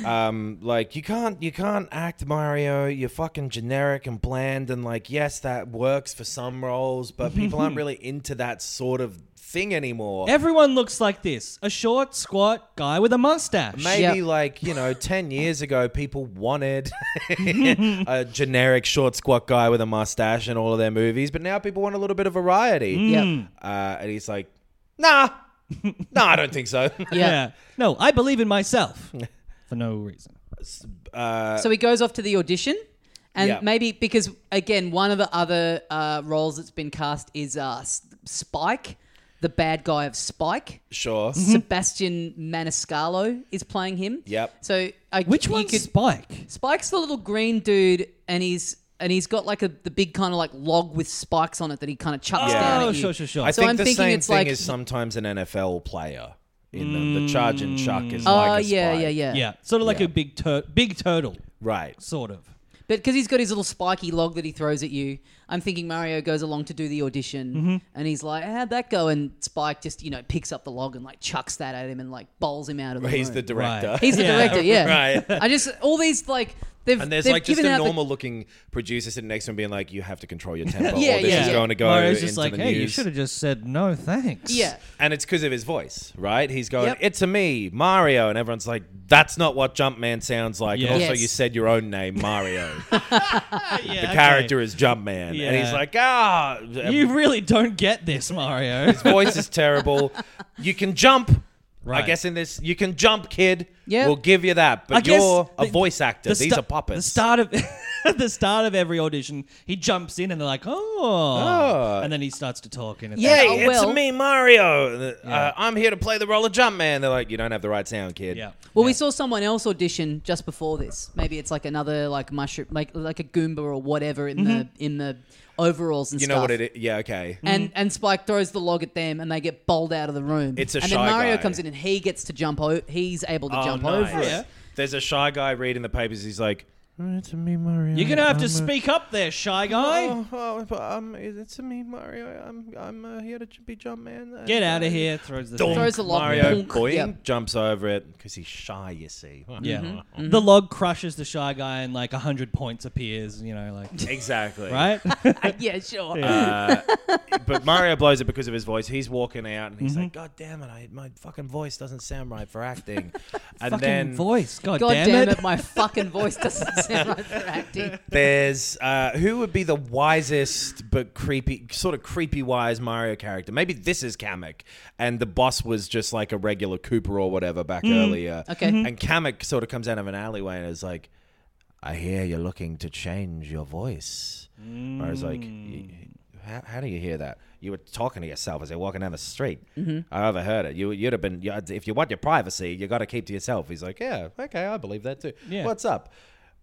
Speaker 4: like you can't you can't act Mario. You're fucking generic and bland and like yes, that works for some roles, but people aren't really into that sort of thing anymore.
Speaker 3: Everyone looks like this. A short, squat guy with a mustache.
Speaker 4: Maybe
Speaker 2: Yep.
Speaker 4: like you know, ten years ago, people wanted a generic short, squat guy with a mustache in all of their movies, but now people want a little bit of variety.
Speaker 3: Mm.
Speaker 2: Yep.
Speaker 3: "Hmm."
Speaker 4: Uh, and he's like, Nah, nah, I don't think so.
Speaker 2: Yeah.
Speaker 3: No, I believe in myself. For no reason.
Speaker 2: Uh, So he goes off to the audition, and
Speaker 4: Yeah.
Speaker 2: maybe because again, one of the other uh, roles that's been cast is uh, S- Spike, the bad guy of Spike.
Speaker 4: sure.
Speaker 3: Hmm.
Speaker 2: Sebastian Maniscalco is playing him.
Speaker 4: Yep.
Speaker 2: So I,
Speaker 3: Which
Speaker 2: you
Speaker 3: one's
Speaker 2: could-
Speaker 3: Spike?
Speaker 2: Spike's the little green dude, and he's and he's got like a the big kind of like log with spikes on it that he kind of chucks
Speaker 4: Yeah.
Speaker 2: down.
Speaker 3: Oh,
Speaker 2: at you.
Speaker 3: sure, sure, sure.
Speaker 4: I
Speaker 2: So
Speaker 4: think
Speaker 2: I'm
Speaker 4: the
Speaker 2: thinking
Speaker 4: same
Speaker 2: it's
Speaker 4: thing
Speaker 2: like-
Speaker 4: is sometimes an NFL player in them. The charge and chuck is
Speaker 2: Oh
Speaker 4: like a
Speaker 2: yeah,
Speaker 4: spike.
Speaker 2: yeah, yeah,
Speaker 3: yeah, sort of like a big tur- big turtle,
Speaker 4: Right.
Speaker 3: sort of.
Speaker 2: But because he's got his little spiky log that he throws at you, I'm thinking Mario goes along to do the audition,
Speaker 3: Mm-hmm.
Speaker 2: and he's like, "How'd that go?" And Spike just you know picks up the log and like chucks that at him and like bowls him out of the
Speaker 4: He's the
Speaker 2: room.
Speaker 4: director.
Speaker 3: Right.
Speaker 2: he's the
Speaker 3: Yeah,
Speaker 2: director, yeah.
Speaker 4: right.
Speaker 2: I just all these like they've
Speaker 4: And there's
Speaker 2: they've
Speaker 4: like just
Speaker 2: given
Speaker 4: a
Speaker 2: out the-
Speaker 4: normal looking producer sitting next to him being like, you have to control your tempo.
Speaker 2: Yeah,
Speaker 4: or this
Speaker 2: yeah,
Speaker 4: is
Speaker 2: yeah.
Speaker 4: going to go
Speaker 3: Mario's
Speaker 4: into
Speaker 3: just like,
Speaker 4: the
Speaker 3: hey, you
Speaker 4: news.
Speaker 3: should have just said no, thanks.
Speaker 2: yeah.
Speaker 4: And it's because of his voice, right? He's going,
Speaker 2: Yep.
Speaker 4: it's a me, Mario. And everyone's like, that's not what Jumpman sounds like.
Speaker 3: Yeah.
Speaker 4: And also,
Speaker 2: Yes.
Speaker 4: you said your own name, Mario.
Speaker 3: yeah
Speaker 4: the character is Jumpman. And he's
Speaker 3: Yeah.
Speaker 4: like, ah.
Speaker 3: You really don't get this, Mario.
Speaker 4: his voice is terrible. You can jump. I
Speaker 3: Right.
Speaker 4: guess in this, you can jump, kid.
Speaker 2: Yeah.
Speaker 4: We'll give you that. But
Speaker 3: I guess
Speaker 4: you're a
Speaker 3: the-
Speaker 4: voice actor.
Speaker 3: the
Speaker 4: These
Speaker 3: sta-
Speaker 4: are puppets.
Speaker 3: The start of at the start of every audition, he jumps in and they're like, oh. And then he starts to talk. And it's
Speaker 2: Yeah,
Speaker 3: like,
Speaker 4: Hey,
Speaker 2: oh,
Speaker 4: it's
Speaker 2: well-
Speaker 4: me, Mario. Uh, I'm here to play the roller jump man. They're like, you don't have the right sound, kid.
Speaker 3: yeah.
Speaker 2: Well, we saw someone else audition just before this. Maybe it's like another like mushroom, like like a Goomba or whatever in the in the overalls and
Speaker 4: Mm-hmm. You
Speaker 2: stuff.
Speaker 4: know what it is? Mm-hmm. Yeah, okay.
Speaker 2: And and Spike throws the log at them, and they get bowled out of the room.
Speaker 4: It's a
Speaker 2: and
Speaker 4: shy
Speaker 2: then Mario
Speaker 4: guy.
Speaker 2: comes in, and he gets to jump. O- he's able to
Speaker 4: Oh,
Speaker 2: jump
Speaker 4: nice.
Speaker 2: over it.
Speaker 3: Yeah.
Speaker 4: There's a shy guy reading the papers. He's like, "Oh, it's a me, Mario.
Speaker 3: You're going to have
Speaker 4: I'm
Speaker 3: to
Speaker 4: a-
Speaker 3: speak up there, shy guy.
Speaker 4: Oh, oh, but, um, it's a me, Mario. I'm, I'm uh, here to j- be jump man. Uh,
Speaker 3: Get out of here. Throws the thing.
Speaker 2: Throws the log.
Speaker 4: Mario
Speaker 2: bonk.
Speaker 4: boing,
Speaker 2: Yep.
Speaker 4: jumps over it because he's shy, you see.
Speaker 3: Yeah.
Speaker 2: Mm-hmm.
Speaker 3: The log crushes the shy guy and like 100 points appears, you know, like,
Speaker 4: Exactly. Uh,
Speaker 3: right?
Speaker 2: yeah, sure.
Speaker 4: but Mario blows it because of his voice. He's walking out and
Speaker 3: Mm-hmm.
Speaker 4: he's like, "God damn it! I, my fucking voice doesn't sound right for acting." and
Speaker 3: Fucking
Speaker 4: then
Speaker 3: voice. God,
Speaker 2: God
Speaker 3: damn, it.
Speaker 2: my fucking voice doesn't sound right for acting.
Speaker 4: there's uh, who would be the wisest but creepy, sort of creepy wise Mario character? Maybe this is Kamek, and the boss was just like a regular Cooper or whatever back earlier.
Speaker 2: Okay. Mhm.
Speaker 4: and Kamek sort of comes out of an alleyway and is like, "I hear you're looking to change your voice." I was like, "Y- how, "How do you hear that?" You were talking to yourself as you're walking down the street. I overheard it. You, you'd have been. You, if you want your privacy, you got to keep to yourself. He's like, "Yeah, okay, I believe that too."
Speaker 3: Yeah.
Speaker 4: What's up?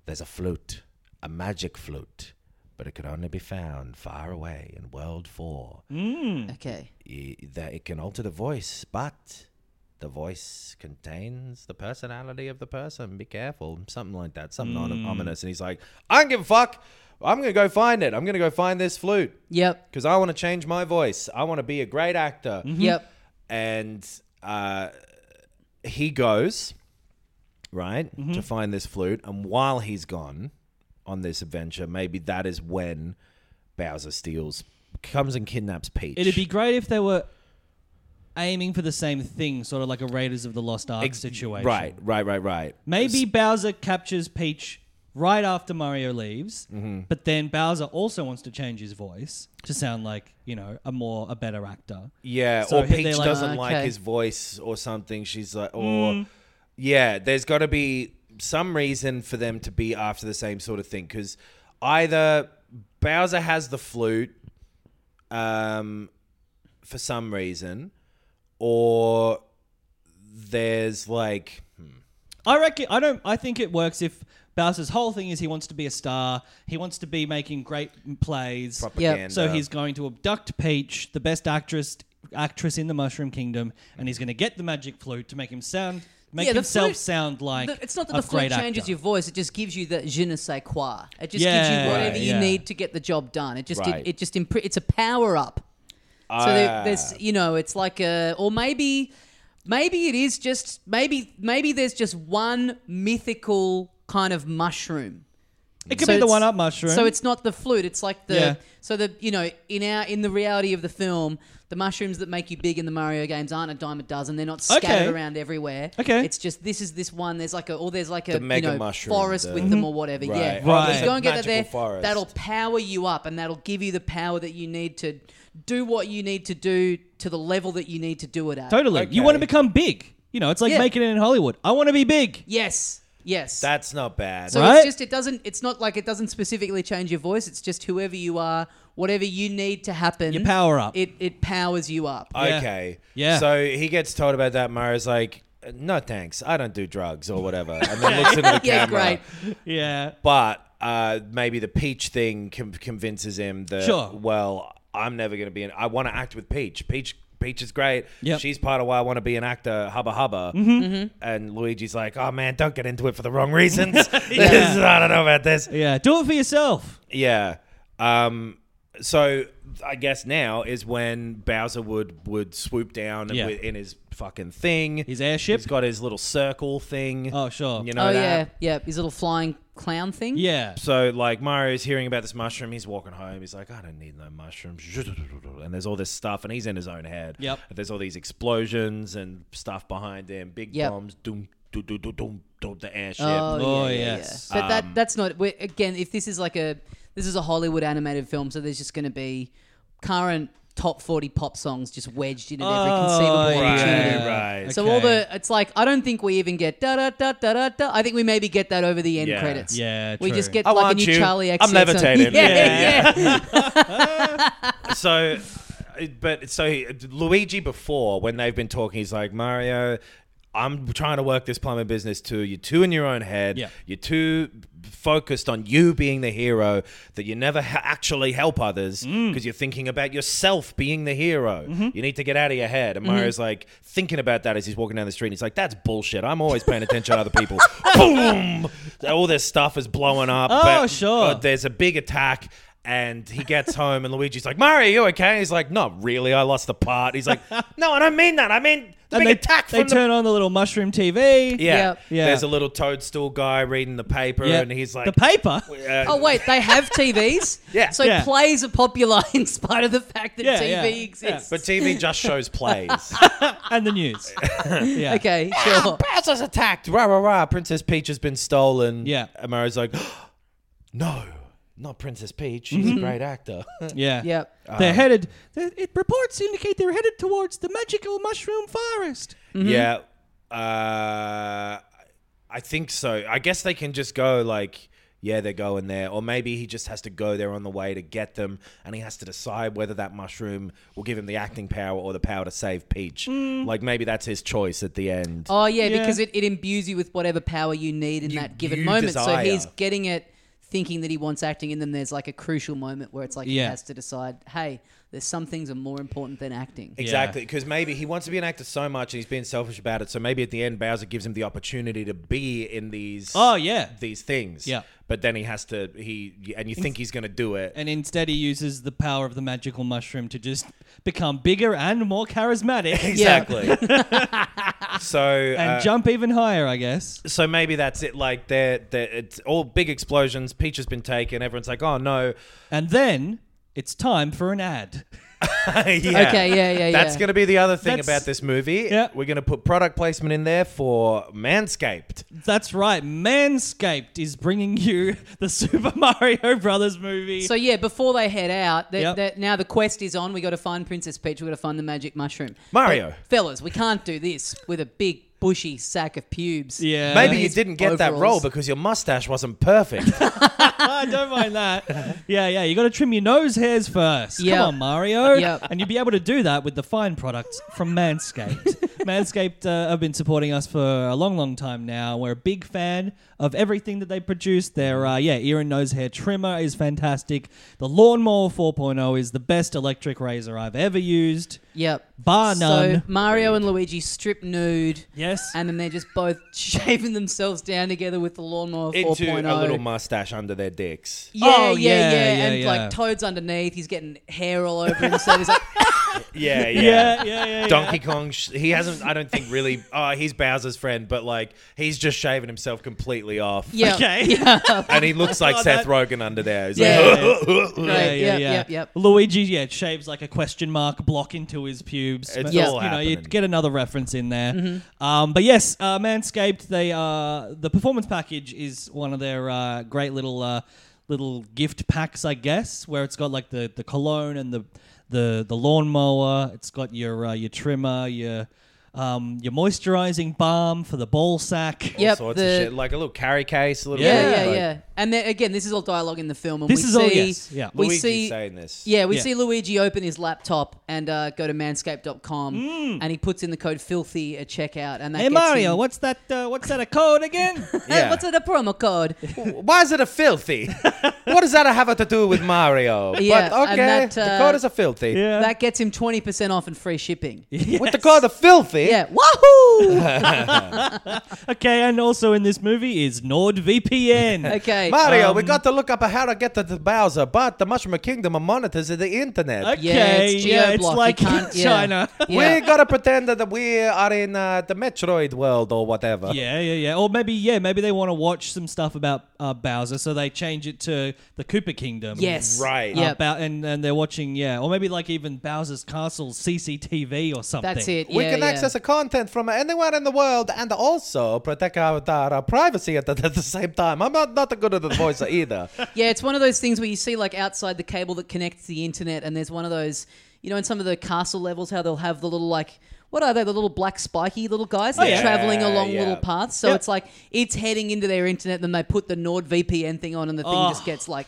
Speaker 4: There's a flute, a magic flute, but it could only be found far away in World Four.
Speaker 2: Okay.
Speaker 4: Y- That it can alter the voice, but the voice contains the personality of the person. Be careful, something like that, something omin- ominous. And he's like, "I don't give a fuck. I'm gonna go find it. I'm gonna go find this flute
Speaker 2: Yep.
Speaker 4: because I want to change my voice. I want to be a great actor."
Speaker 3: Mm-hmm.
Speaker 2: Yep.
Speaker 4: and uh, he goes right
Speaker 3: Mm-hmm.
Speaker 4: to find this flute and while he's gone on this adventure maybe that is when bowser steals comes and kidnaps peach
Speaker 3: It'd be great if they were aiming for the same thing, sort of like a Raiders of the Lost Ark
Speaker 4: Ex-
Speaker 3: situation.
Speaker 4: right right right right
Speaker 3: Maybe Bowser captures Peach right after Mario leaves, but then Bowser also wants to change his voice to sound like, you know, a more, a better actor.
Speaker 4: yeah
Speaker 3: So
Speaker 4: or
Speaker 3: they're
Speaker 4: peach
Speaker 3: like- Ah,
Speaker 4: doesn't like
Speaker 2: Okay.
Speaker 4: his voice or something she's like or
Speaker 3: Mm.
Speaker 4: yeah there's got to be some reason for them to be after the same sort of thing because either bowser has the flute um, for some reason, or there's like
Speaker 3: I reckon I don't. I think it works if Bowser's whole thing is he wants to be a star. He wants to be making great m- plays.
Speaker 4: propaganda.
Speaker 3: So he's going to abduct Peach, the best actress actress in the Mushroom Kingdom, and he's going to get the magic flute to make him sound make
Speaker 2: Yeah, the
Speaker 3: himself
Speaker 2: flute-
Speaker 3: sound like.
Speaker 2: The- it's not that
Speaker 3: a
Speaker 2: the flute
Speaker 3: great
Speaker 2: changes
Speaker 3: actor.
Speaker 2: your voice; it just gives you the je ne sais quoi. It just gives
Speaker 3: Yeah,
Speaker 2: you whatever
Speaker 3: Right,
Speaker 2: you
Speaker 3: yeah.
Speaker 2: need to get the job done. It just
Speaker 4: Right.
Speaker 2: it, it just impr- it's a power up. So there,
Speaker 4: Ah.
Speaker 2: there's you know it's like a or maybe maybe it is just maybe maybe there's just one mythical kind of mushroom.
Speaker 3: It could
Speaker 2: So
Speaker 3: be the
Speaker 2: it's-
Speaker 3: one up mushroom.
Speaker 2: So it's not the flute. It's like the
Speaker 3: Yeah.
Speaker 2: so the you know in our in the reality of the film, the mushrooms that make you big in the Mario games aren't a dime a dozen. They're not scattered
Speaker 3: Okay.
Speaker 2: around everywhere.
Speaker 3: Okay.
Speaker 2: It's just this is this one. There's like a or there's like a
Speaker 4: The mega
Speaker 2: you know,
Speaker 4: mushroom,
Speaker 2: forest
Speaker 4: the-
Speaker 2: with them or whatever.
Speaker 4: Right.
Speaker 2: Yeah,
Speaker 4: Oh, Right.
Speaker 3: there's
Speaker 2: You
Speaker 3: a
Speaker 2: go and get that
Speaker 4: magical
Speaker 2: there.
Speaker 4: forest.
Speaker 2: That'll power you up and that'll give you the power that you need to do what you need to do to the level that you need to do it at.
Speaker 3: totally. You
Speaker 4: Okay.
Speaker 3: want to become big. You know, it's like
Speaker 2: Yeah.
Speaker 3: making it in Hollywood. I want to be big.
Speaker 2: Yes. Yes.
Speaker 4: that's not bad.
Speaker 2: So
Speaker 3: Right?
Speaker 2: it's just it doesn't. It's not like it doesn't specifically change your voice. It's just whoever you are, whatever you need to happen.
Speaker 3: You power up.
Speaker 2: It it powers you up.
Speaker 3: Yeah.
Speaker 4: Okay,
Speaker 3: Yeah.
Speaker 4: So he gets told about that. Mario's like, "No thanks, I don't do drugs or whatever," and then looks into the
Speaker 2: yeah,
Speaker 4: camera.
Speaker 2: great.
Speaker 3: yeah.
Speaker 4: But uh, maybe the Peach thing com- convinces him that,
Speaker 3: Sure.
Speaker 4: well, I'm never going to be an. I want to act with Peach. Peach. Peach is great.
Speaker 3: Yep. Mm-hmm.
Speaker 4: She's part of why I want to be an actor. Hubba hubba. And Luigi's like, oh man, don't get into it for the wrong reasons. This is- I don't know about this.
Speaker 3: Yeah. Do it for yourself.
Speaker 4: Yeah. Um. So I guess now is when Bowser would would swoop down and
Speaker 3: Yeah.
Speaker 4: wi- in his fucking thing.
Speaker 3: His airship?
Speaker 4: He's got his little circle thing.
Speaker 3: Oh, sure.
Speaker 4: You know
Speaker 2: Oh
Speaker 4: that?
Speaker 2: yeah, yeah. His little flying clown thing.
Speaker 3: Yeah.
Speaker 4: So like Mario's hearing about this mushroom, he's walking home. He's like, I don't need no mushrooms. And there's all this stuff, and he's in his own head.
Speaker 3: Yep.
Speaker 4: And there's all these explosions and stuff behind him, big
Speaker 2: Yep.
Speaker 4: bombs, doom, doom, doom, doom, doom, doom, the airship.
Speaker 2: Oh,
Speaker 3: Oh,
Speaker 2: yeah, yeah,
Speaker 3: yes.
Speaker 2: yeah. But that that's not. We're, again, if this is like a this is a Hollywood animated film, so there's just going to be current top 40 pop songs just wedged in at every
Speaker 3: Oh,
Speaker 2: conceivable
Speaker 3: yeah.
Speaker 2: opportunity.
Speaker 4: Right, right.
Speaker 2: So all the it's like I don't think we even get da da da da da da. I think we maybe get that over the end
Speaker 4: Yeah.
Speaker 2: credits.
Speaker 3: Yeah,
Speaker 2: we
Speaker 3: true.
Speaker 2: just get
Speaker 4: I
Speaker 2: like a
Speaker 4: want
Speaker 2: new
Speaker 4: you.
Speaker 2: Charlie XCX.
Speaker 4: I'm levitated.
Speaker 2: Yeah, yeah.
Speaker 4: Yeah. so, but so Luigi before when they've been talking, he's like Mario. I'm trying to work this plumber business too. You're too in your own head.
Speaker 3: Yeah.
Speaker 4: You're too focused on you being the hero that you never ha- actually help others
Speaker 3: Mm.
Speaker 4: because you're thinking about yourself being the hero.
Speaker 3: Mm-hmm.
Speaker 4: You need to get out of your head. And Mario's like thinking about that as he's walking down the street. And he's like, that's bullshit. I'm always paying attention to other people. Boom! All this stuff is blowing up.
Speaker 3: Oh,
Speaker 4: but- uh,
Speaker 3: sure.
Speaker 4: but there's a big attack and he gets home and Luigi's like, Mario, you okay? He's like, not really. I lost the part. He's like, no, I don't mean that. I mean the
Speaker 3: and
Speaker 4: big
Speaker 3: they,
Speaker 4: attack
Speaker 3: they
Speaker 4: from the...
Speaker 3: turn on the little mushroom TV.
Speaker 4: Yeah.
Speaker 2: Yep.
Speaker 3: Yeah.
Speaker 4: There's a little toadstool guy reading the paper
Speaker 3: Yeah.
Speaker 4: and he's like...
Speaker 3: the paper.
Speaker 4: uh,
Speaker 2: Oh wait, they have TVs.
Speaker 4: Yeah.
Speaker 2: So
Speaker 3: Yeah.
Speaker 2: plays are popular in spite of the fact that
Speaker 3: Yeah,
Speaker 2: TV
Speaker 3: yeah, yeah.
Speaker 2: exists.
Speaker 4: but TV just shows plays.
Speaker 3: and the news. yeah.
Speaker 2: okay, sure.
Speaker 4: Bowser's attacked. Rah, rah, rah. Princess Peach has been stolen.
Speaker 3: Yeah.
Speaker 4: And Mario's like, no, not Princess Peach. She's a great actor.
Speaker 3: Yeah.
Speaker 2: Yep.
Speaker 3: They're headed. they- It reports indicate they're headed towards the magical mushroom forest.
Speaker 4: Yeah. Uh, I think so. I guess they can just go like, yeah, they're going there. Or maybe he just has to go there on the way to get them and he has to decide whether that mushroom will give him the acting power or the power to save Peach. Like maybe that's his choice at the end.
Speaker 2: Oh yeah,
Speaker 3: Yeah.
Speaker 2: because it, it imbues you with whatever power you need in
Speaker 4: You-
Speaker 2: that given
Speaker 4: you
Speaker 2: moment.
Speaker 4: desire.
Speaker 2: So he's getting it thinking that he wants acting and then there's like a crucial moment where it's like he
Speaker 3: Yeah.
Speaker 2: has to decide, hey, there's some things are more important than acting.
Speaker 4: Exactly, because maybe he wants to be an actor so much and he's being selfish about it. So maybe at the end, Bowser gives him the opportunity to be in these.
Speaker 3: Oh, yeah.
Speaker 4: these things.
Speaker 3: Yeah.
Speaker 4: but then he has to he and you think he's going to do it.
Speaker 3: And instead, he uses the power of the magical mushroom to just become bigger and more charismatic
Speaker 4: Exactly. so
Speaker 3: and
Speaker 4: uh,
Speaker 3: jump even higher, I guess.
Speaker 4: so maybe that's it. Like they're, they're it's all big explosions. Peach has been taken. Everyone's like, oh no.
Speaker 3: And then it's time for an ad.
Speaker 4: yeah.
Speaker 2: Okay, yeah, yeah,
Speaker 4: That's
Speaker 2: yeah.
Speaker 4: gonna be the other thing
Speaker 3: That's-
Speaker 4: about this movie.
Speaker 3: Yeah.
Speaker 4: We're gonna put product placement in there for Manscaped.
Speaker 3: That's right. Manscaped is bringing you the Super Mario Brothers movie.
Speaker 2: So yeah, before they head out, they
Speaker 3: Yep.
Speaker 2: they now the quest is on. We got to find Princess Peach. We got to find the magic mushroom.
Speaker 4: Mario.
Speaker 2: But, fellas, we can't do this with a big bushy sack of pubes.
Speaker 3: yeah.
Speaker 4: Maybe
Speaker 2: Uh,
Speaker 4: you didn't get that
Speaker 2: overalls.
Speaker 4: role because your mustache wasn't perfect.
Speaker 3: I Ah, don't mind that. Yeah, yeah. You got to trim your nose hairs first.
Speaker 2: Yeah.
Speaker 3: Come on, Mario.
Speaker 2: Yep.
Speaker 3: And you'll be able to do that with the fine products from Manscaped. Manscaped uh, have been supporting us for a long, long time now. We're a big fan of everything that they produce. Their uh, yeah, ear and nose hair trimmer is fantastic. The lawnmower 4.0 is the best electric razor I've ever used.
Speaker 2: Yep.
Speaker 3: Bar
Speaker 2: So
Speaker 3: none.
Speaker 2: Mario and Luigi strip nude.
Speaker 3: Yes.
Speaker 2: And then they're just both shaving themselves down together with the lawnmower 4.0.
Speaker 4: Into a little mustache under their dicks.
Speaker 2: Yeah, yeah, yeah,
Speaker 3: Oh, yeah, yeah,
Speaker 2: And
Speaker 3: yeah.
Speaker 2: like Toad's underneath, he's getting hair all over himself. He's like,
Speaker 4: Yeah, yeah.
Speaker 3: Yeah, yeah, yeah.
Speaker 4: Donkey Kong, sh- he hasn't, I don't think really, oh, he's Bowser's friend, but like, he's just shaving himself completely off.
Speaker 2: yeah,
Speaker 3: Okay.
Speaker 2: yeah,
Speaker 4: And he looks like Seth
Speaker 3: Oh, that-
Speaker 4: Rogen under there. He's
Speaker 2: Yeah.
Speaker 4: like,
Speaker 2: Right,
Speaker 3: yeah, yeah,
Speaker 2: yep,
Speaker 3: yeah.
Speaker 2: yep, yep.
Speaker 3: Luigi, yeah, shaves like a question mark block into his pubes.
Speaker 4: It's
Speaker 3: But,
Speaker 4: Yeah.
Speaker 3: you
Speaker 4: all
Speaker 3: know, you
Speaker 4: happening.
Speaker 3: get another reference in there. Um, but yes, uh, Manscaped. They uh, the performance package is one of their uh, great little uh, little gift packs, I guess, where it's got like the the cologne and the the the lawnmower. It's got your uh, your trimmer, your um, your moisturizing balm for the ball sack.
Speaker 4: all
Speaker 2: Yep,
Speaker 4: sorts
Speaker 2: the-
Speaker 4: of shit. Like a little carry case, a little
Speaker 2: yeah,
Speaker 4: bit,
Speaker 2: yeah,
Speaker 4: like,
Speaker 2: yeah. And then, again, this is all dialogue in the film. And
Speaker 3: This
Speaker 2: we
Speaker 3: is
Speaker 2: see,
Speaker 3: all yes, yeah.
Speaker 2: We
Speaker 4: Luigi's
Speaker 2: see,
Speaker 4: saying this.
Speaker 2: yeah, we
Speaker 3: Yeah.
Speaker 2: see Luigi open his laptop and uh, go to manscaped.com and he puts in the code filthy at checkout. And that
Speaker 3: Mm. Hey
Speaker 2: gets
Speaker 3: Mario,
Speaker 2: him-
Speaker 3: what's that? Uh, what's that a code again?
Speaker 2: Hey,
Speaker 4: Yeah.
Speaker 2: what's it a promo code?
Speaker 4: Why is it a filthy? what does that have to do with Mario?
Speaker 2: Yeah,
Speaker 4: but okay,
Speaker 2: and that,
Speaker 4: the
Speaker 2: uh,
Speaker 4: code is a filthy.
Speaker 3: Yeah.
Speaker 2: That gets him 20% off and free shipping. Yeah.
Speaker 4: With the code of filthy,
Speaker 2: Wahoo!
Speaker 3: Okay, and also in this movie is NordVPN.
Speaker 2: okay.
Speaker 4: Mario, we got to look up how to get to the Bowser, but the Mushroom Kingdom monitors the internet.
Speaker 3: Okay,
Speaker 2: Yeah, it's
Speaker 3: yeah, it's
Speaker 2: geoblock, you
Speaker 3: like in
Speaker 2: can't- yeah.
Speaker 3: China.
Speaker 2: Yeah.
Speaker 4: We gotta pretend that we are in uh, the Metroid world or whatever.
Speaker 3: Yeah, yeah, yeah. Or maybe, yeah, maybe they want to watch some stuff about uh, Bowser, so they change it to the Koopa Kingdom.
Speaker 2: Yes.
Speaker 4: Right.
Speaker 3: Uh,
Speaker 2: Yep.
Speaker 3: Bow- and, and they're watching, yeah. Or maybe like even Bowser's Castle CCTV or something.
Speaker 2: That's it.
Speaker 4: we
Speaker 2: yeah,
Speaker 4: can
Speaker 2: yeah.
Speaker 4: access the content from anywhere in the world and also protect our, our privacy at the, at the same time. I'm not, not good at the voice either.
Speaker 2: Yeah, it's one of those things where you see like outside the cable that connects the internet, and there's one of those you know, in some of the castle levels, how they'll have the little like. What are they? The little black spiky little guys that
Speaker 3: yeah.
Speaker 2: are traveling along
Speaker 4: Yeah,
Speaker 2: little
Speaker 4: yeah.
Speaker 2: paths. So
Speaker 3: Yep.
Speaker 2: it's like it's heading into their internet. Then they put the NordVPN thing on, and the thing
Speaker 3: Oh.
Speaker 2: just gets like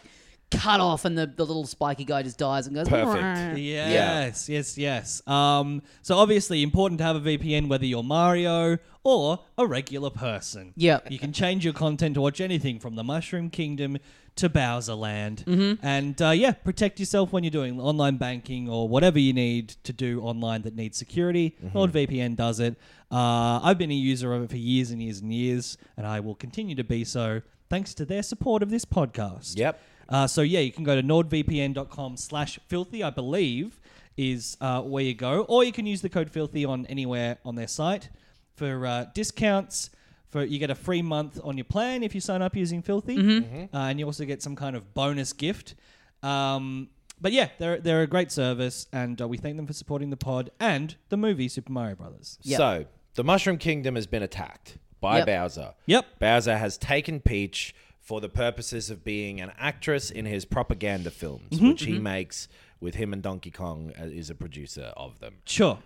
Speaker 2: cut off, and the, the little spiky guy just dies and goes.
Speaker 4: Perfect.
Speaker 2: "Wah."
Speaker 3: Yes, yes, yes. Um, so obviously important to have a VPN whether you're Mario or a regular person.
Speaker 2: Yep.
Speaker 3: You can change your content to watch anything from the Mushroom Kingdom to Bowser Land. And uh, yeah, protect yourself when you're doing online banking or whatever you need to do online that needs security. NordVPN does it. Uh, I've been a user of it for years and years and years, and I will continue to be so thanks to their support of this podcast.
Speaker 4: Yep.
Speaker 3: Uh, so yeah, you can go to nordvpn.com slash filthy, I believe, is uh, where you go. Or you can use the code filthy on anywhere on their site for uh, discounts. For You get a free month on your plan if you sign up using filthy. Uh, and you also get some kind of bonus gift. Um, but yeah, they're, they're a great service. And uh, we thank them for supporting the pod and the movie Super Mario Brothers.
Speaker 2: Yep.
Speaker 4: So the Mushroom Kingdom has been attacked by
Speaker 2: Yep.
Speaker 4: Bowser.
Speaker 3: Yep.
Speaker 4: Bowser has taken Peach for the purposes of being an actress in his propaganda films, which he makes with him and Donkey Kong uh, is a producer of them.
Speaker 3: Sure.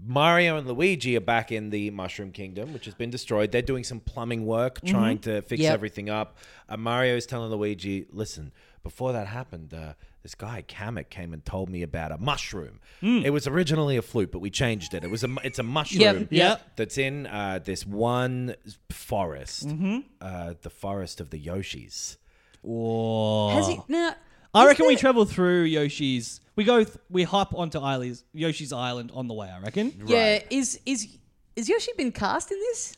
Speaker 4: Mario and Luigi are back in the Mushroom Kingdom, which has been destroyed. They're doing some plumbing work, trying to fix
Speaker 2: Mm-hmm. Yep.
Speaker 4: everything up. And Mario is telling Luigi, listen, before that happened, uh, this guy Kamek came and told me about a mushroom. It was originally a flute, but we changed it. It was a, mu- it's a mushroom
Speaker 2: Mm. yep.
Speaker 4: that's in uh, this one forest,
Speaker 2: Mm-hmm.
Speaker 4: uh, the forest of the Yoshis.
Speaker 3: Whoa.
Speaker 2: Has he now?
Speaker 3: Oh. I
Speaker 2: is
Speaker 3: reckon we
Speaker 2: there-
Speaker 3: travel through Yoshi's. We go, th- we hop onto Isley's, Yoshi's Island on the way. I reckon.
Speaker 2: Yeah, is is is Yoshi been cast in this?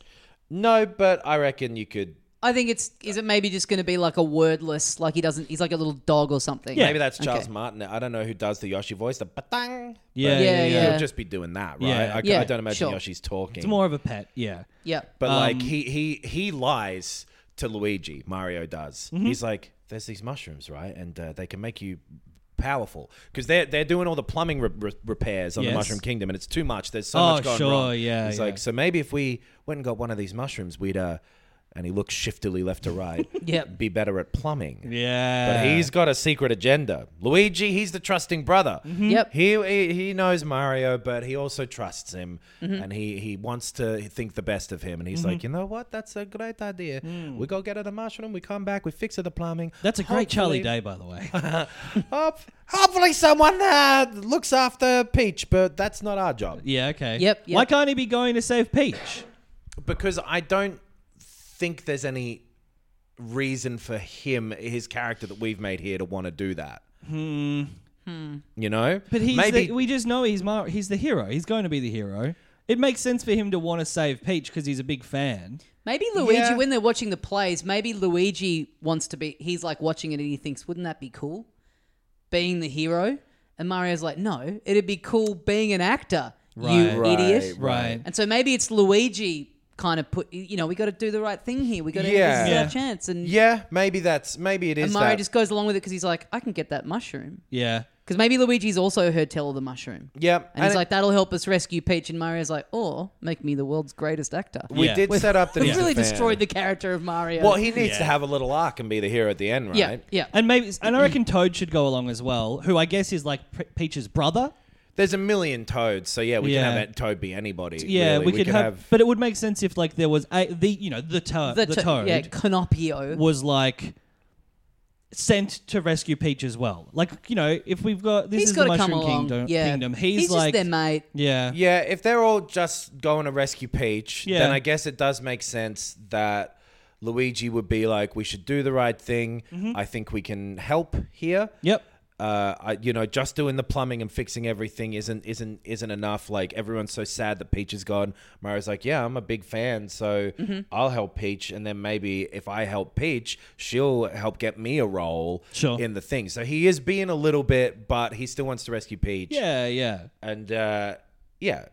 Speaker 4: No, but I reckon you could.
Speaker 2: I think it's is it maybe just going to be like a wordless, like he doesn't, he's like a little dog or something.
Speaker 3: Yeah.
Speaker 4: Maybe that's Charles
Speaker 2: Okay.
Speaker 4: Martin. I don't know who does the Yoshi voice. The batang.
Speaker 2: Yeah,
Speaker 3: Yeah,
Speaker 2: yeah, yeah.
Speaker 4: He'll just be doing that, right?
Speaker 3: Yeah.
Speaker 4: I, I
Speaker 2: Yeah,
Speaker 4: don't imagine
Speaker 2: sure.
Speaker 4: Yoshi's talking.
Speaker 3: It's more um, of a pet. Yeah.
Speaker 2: yeah.
Speaker 4: But like he he he lies to Luigi. Mario does.
Speaker 3: Mm-hmm.
Speaker 4: He's like, "There's these mushrooms, right? And uh, they can make you." powerful because they're they're doing all the plumbing re- re- repairs on
Speaker 3: Yes.
Speaker 4: the mushroom kingdom and it's too much there's so
Speaker 3: Oh,
Speaker 4: much going
Speaker 3: sure,
Speaker 4: wrong
Speaker 3: yeah,
Speaker 4: he's
Speaker 3: yeah.
Speaker 4: like so maybe if we went and got one of these mushrooms we'd uh and he looks shiftily left to right
Speaker 2: Yep.
Speaker 4: be better at plumbing
Speaker 3: Yeah.
Speaker 4: but he's got a secret agenda. Luigi, he's the trusting brother.
Speaker 3: Mm-hmm.
Speaker 2: Yep.
Speaker 4: He, he he knows Mario, but he also trusts him,
Speaker 3: Mm-hmm.
Speaker 4: and he he wants to think the best of him. And he's like, you know what? That's a great idea. We go get a mushroom. We come back. We fix the plumbing.
Speaker 3: Mm. That's a great Charlie Day,
Speaker 4: Hopefully-
Speaker 3: by the way.
Speaker 4: Hop- Hopefully, someone uh, looks after Peach, but that's not our job
Speaker 3: yeah. Okay.
Speaker 2: Yep, yep.
Speaker 3: Why can't he be going to save Peach?
Speaker 4: because I don't think there's any reason for him, his character that we've made here, to want to do that. Hmm.
Speaker 2: Hmm.
Speaker 4: You know,
Speaker 3: But he's the, we just know he's Mar- he's the hero. He's going to be the hero. It makes sense for him to want to save Peach because he's a big fan.
Speaker 2: Maybe Luigi,
Speaker 4: Yeah.
Speaker 2: when they're watching the plays, maybe Luigi wants to be. He's like watching it and he thinks, wouldn't that be cool? Being the hero. And Mario's like, no, it'd be cool being an actor,
Speaker 3: Right.
Speaker 2: you
Speaker 3: Right,
Speaker 2: idiot.
Speaker 3: Right.
Speaker 2: And so maybe it's Luigi kind of put, you know, we got to do the right thing here. We got to,
Speaker 4: Yeah.
Speaker 2: this is
Speaker 3: Yeah.
Speaker 2: our chance. And,
Speaker 4: Yeah, maybe that's maybe it is.
Speaker 2: and Mario
Speaker 4: that.
Speaker 2: just goes along with it because he's like, I can get that mushroom.
Speaker 3: Yeah.
Speaker 2: Because maybe Luigi's also heard tell of the mushroom.
Speaker 4: yeah,
Speaker 2: And he's
Speaker 4: it-
Speaker 2: like, that'll help us rescue Peach. And Mario's like, or make me the world's greatest actor.
Speaker 4: we
Speaker 3: Yeah.
Speaker 4: did set up that
Speaker 2: We've
Speaker 4: he's
Speaker 2: really
Speaker 4: the fan.
Speaker 2: destroyed the character of Mario.
Speaker 4: Well, he needs to have a little arc and be the hero at the end, right?
Speaker 2: yeah, yeah.
Speaker 3: And maybe and I reckon Toad should go along as well, who I guess is like P- Peach's brother.
Speaker 4: There's a million toads, so yeah, we
Speaker 3: Yeah.
Speaker 4: can have that toad be anybody.
Speaker 3: Yeah,
Speaker 4: really.
Speaker 3: we, could have, But it would make sense if like there was a the you know the toad the,
Speaker 2: to-
Speaker 3: toad
Speaker 2: Yeah, Canopio.
Speaker 3: was like sent to rescue Peach as well. Like you know, if we've got this
Speaker 2: he's
Speaker 3: is
Speaker 2: got
Speaker 3: the
Speaker 2: to come
Speaker 3: Mushroom
Speaker 2: along.
Speaker 3: Kingdom,
Speaker 2: yeah.
Speaker 3: Kingdom. He's,
Speaker 2: just
Speaker 3: like
Speaker 2: their mate.
Speaker 3: yeah,
Speaker 4: yeah, if they're all just going to rescue Peach,
Speaker 3: Yeah.
Speaker 4: then I guess it does make sense that Luigi would be like, "We should do the right thing.
Speaker 3: Mm-hmm.
Speaker 4: I think we can help here."
Speaker 3: yep,
Speaker 4: uh, I, you know, just doing the plumbing and fixing everything isn't isn't isn't enough. Like everyone's so sad that Peach is gone. Mario's like, yeah, I'm a big fan, so
Speaker 3: Mm-hmm.
Speaker 4: I'll help Peach, and then maybe if I help Peach, she'll help get me a role
Speaker 3: Sure.
Speaker 4: in the thing. So he is being a little bit, but he still wants to rescue Peach.
Speaker 3: yeah, yeah.
Speaker 4: and uh, yeah,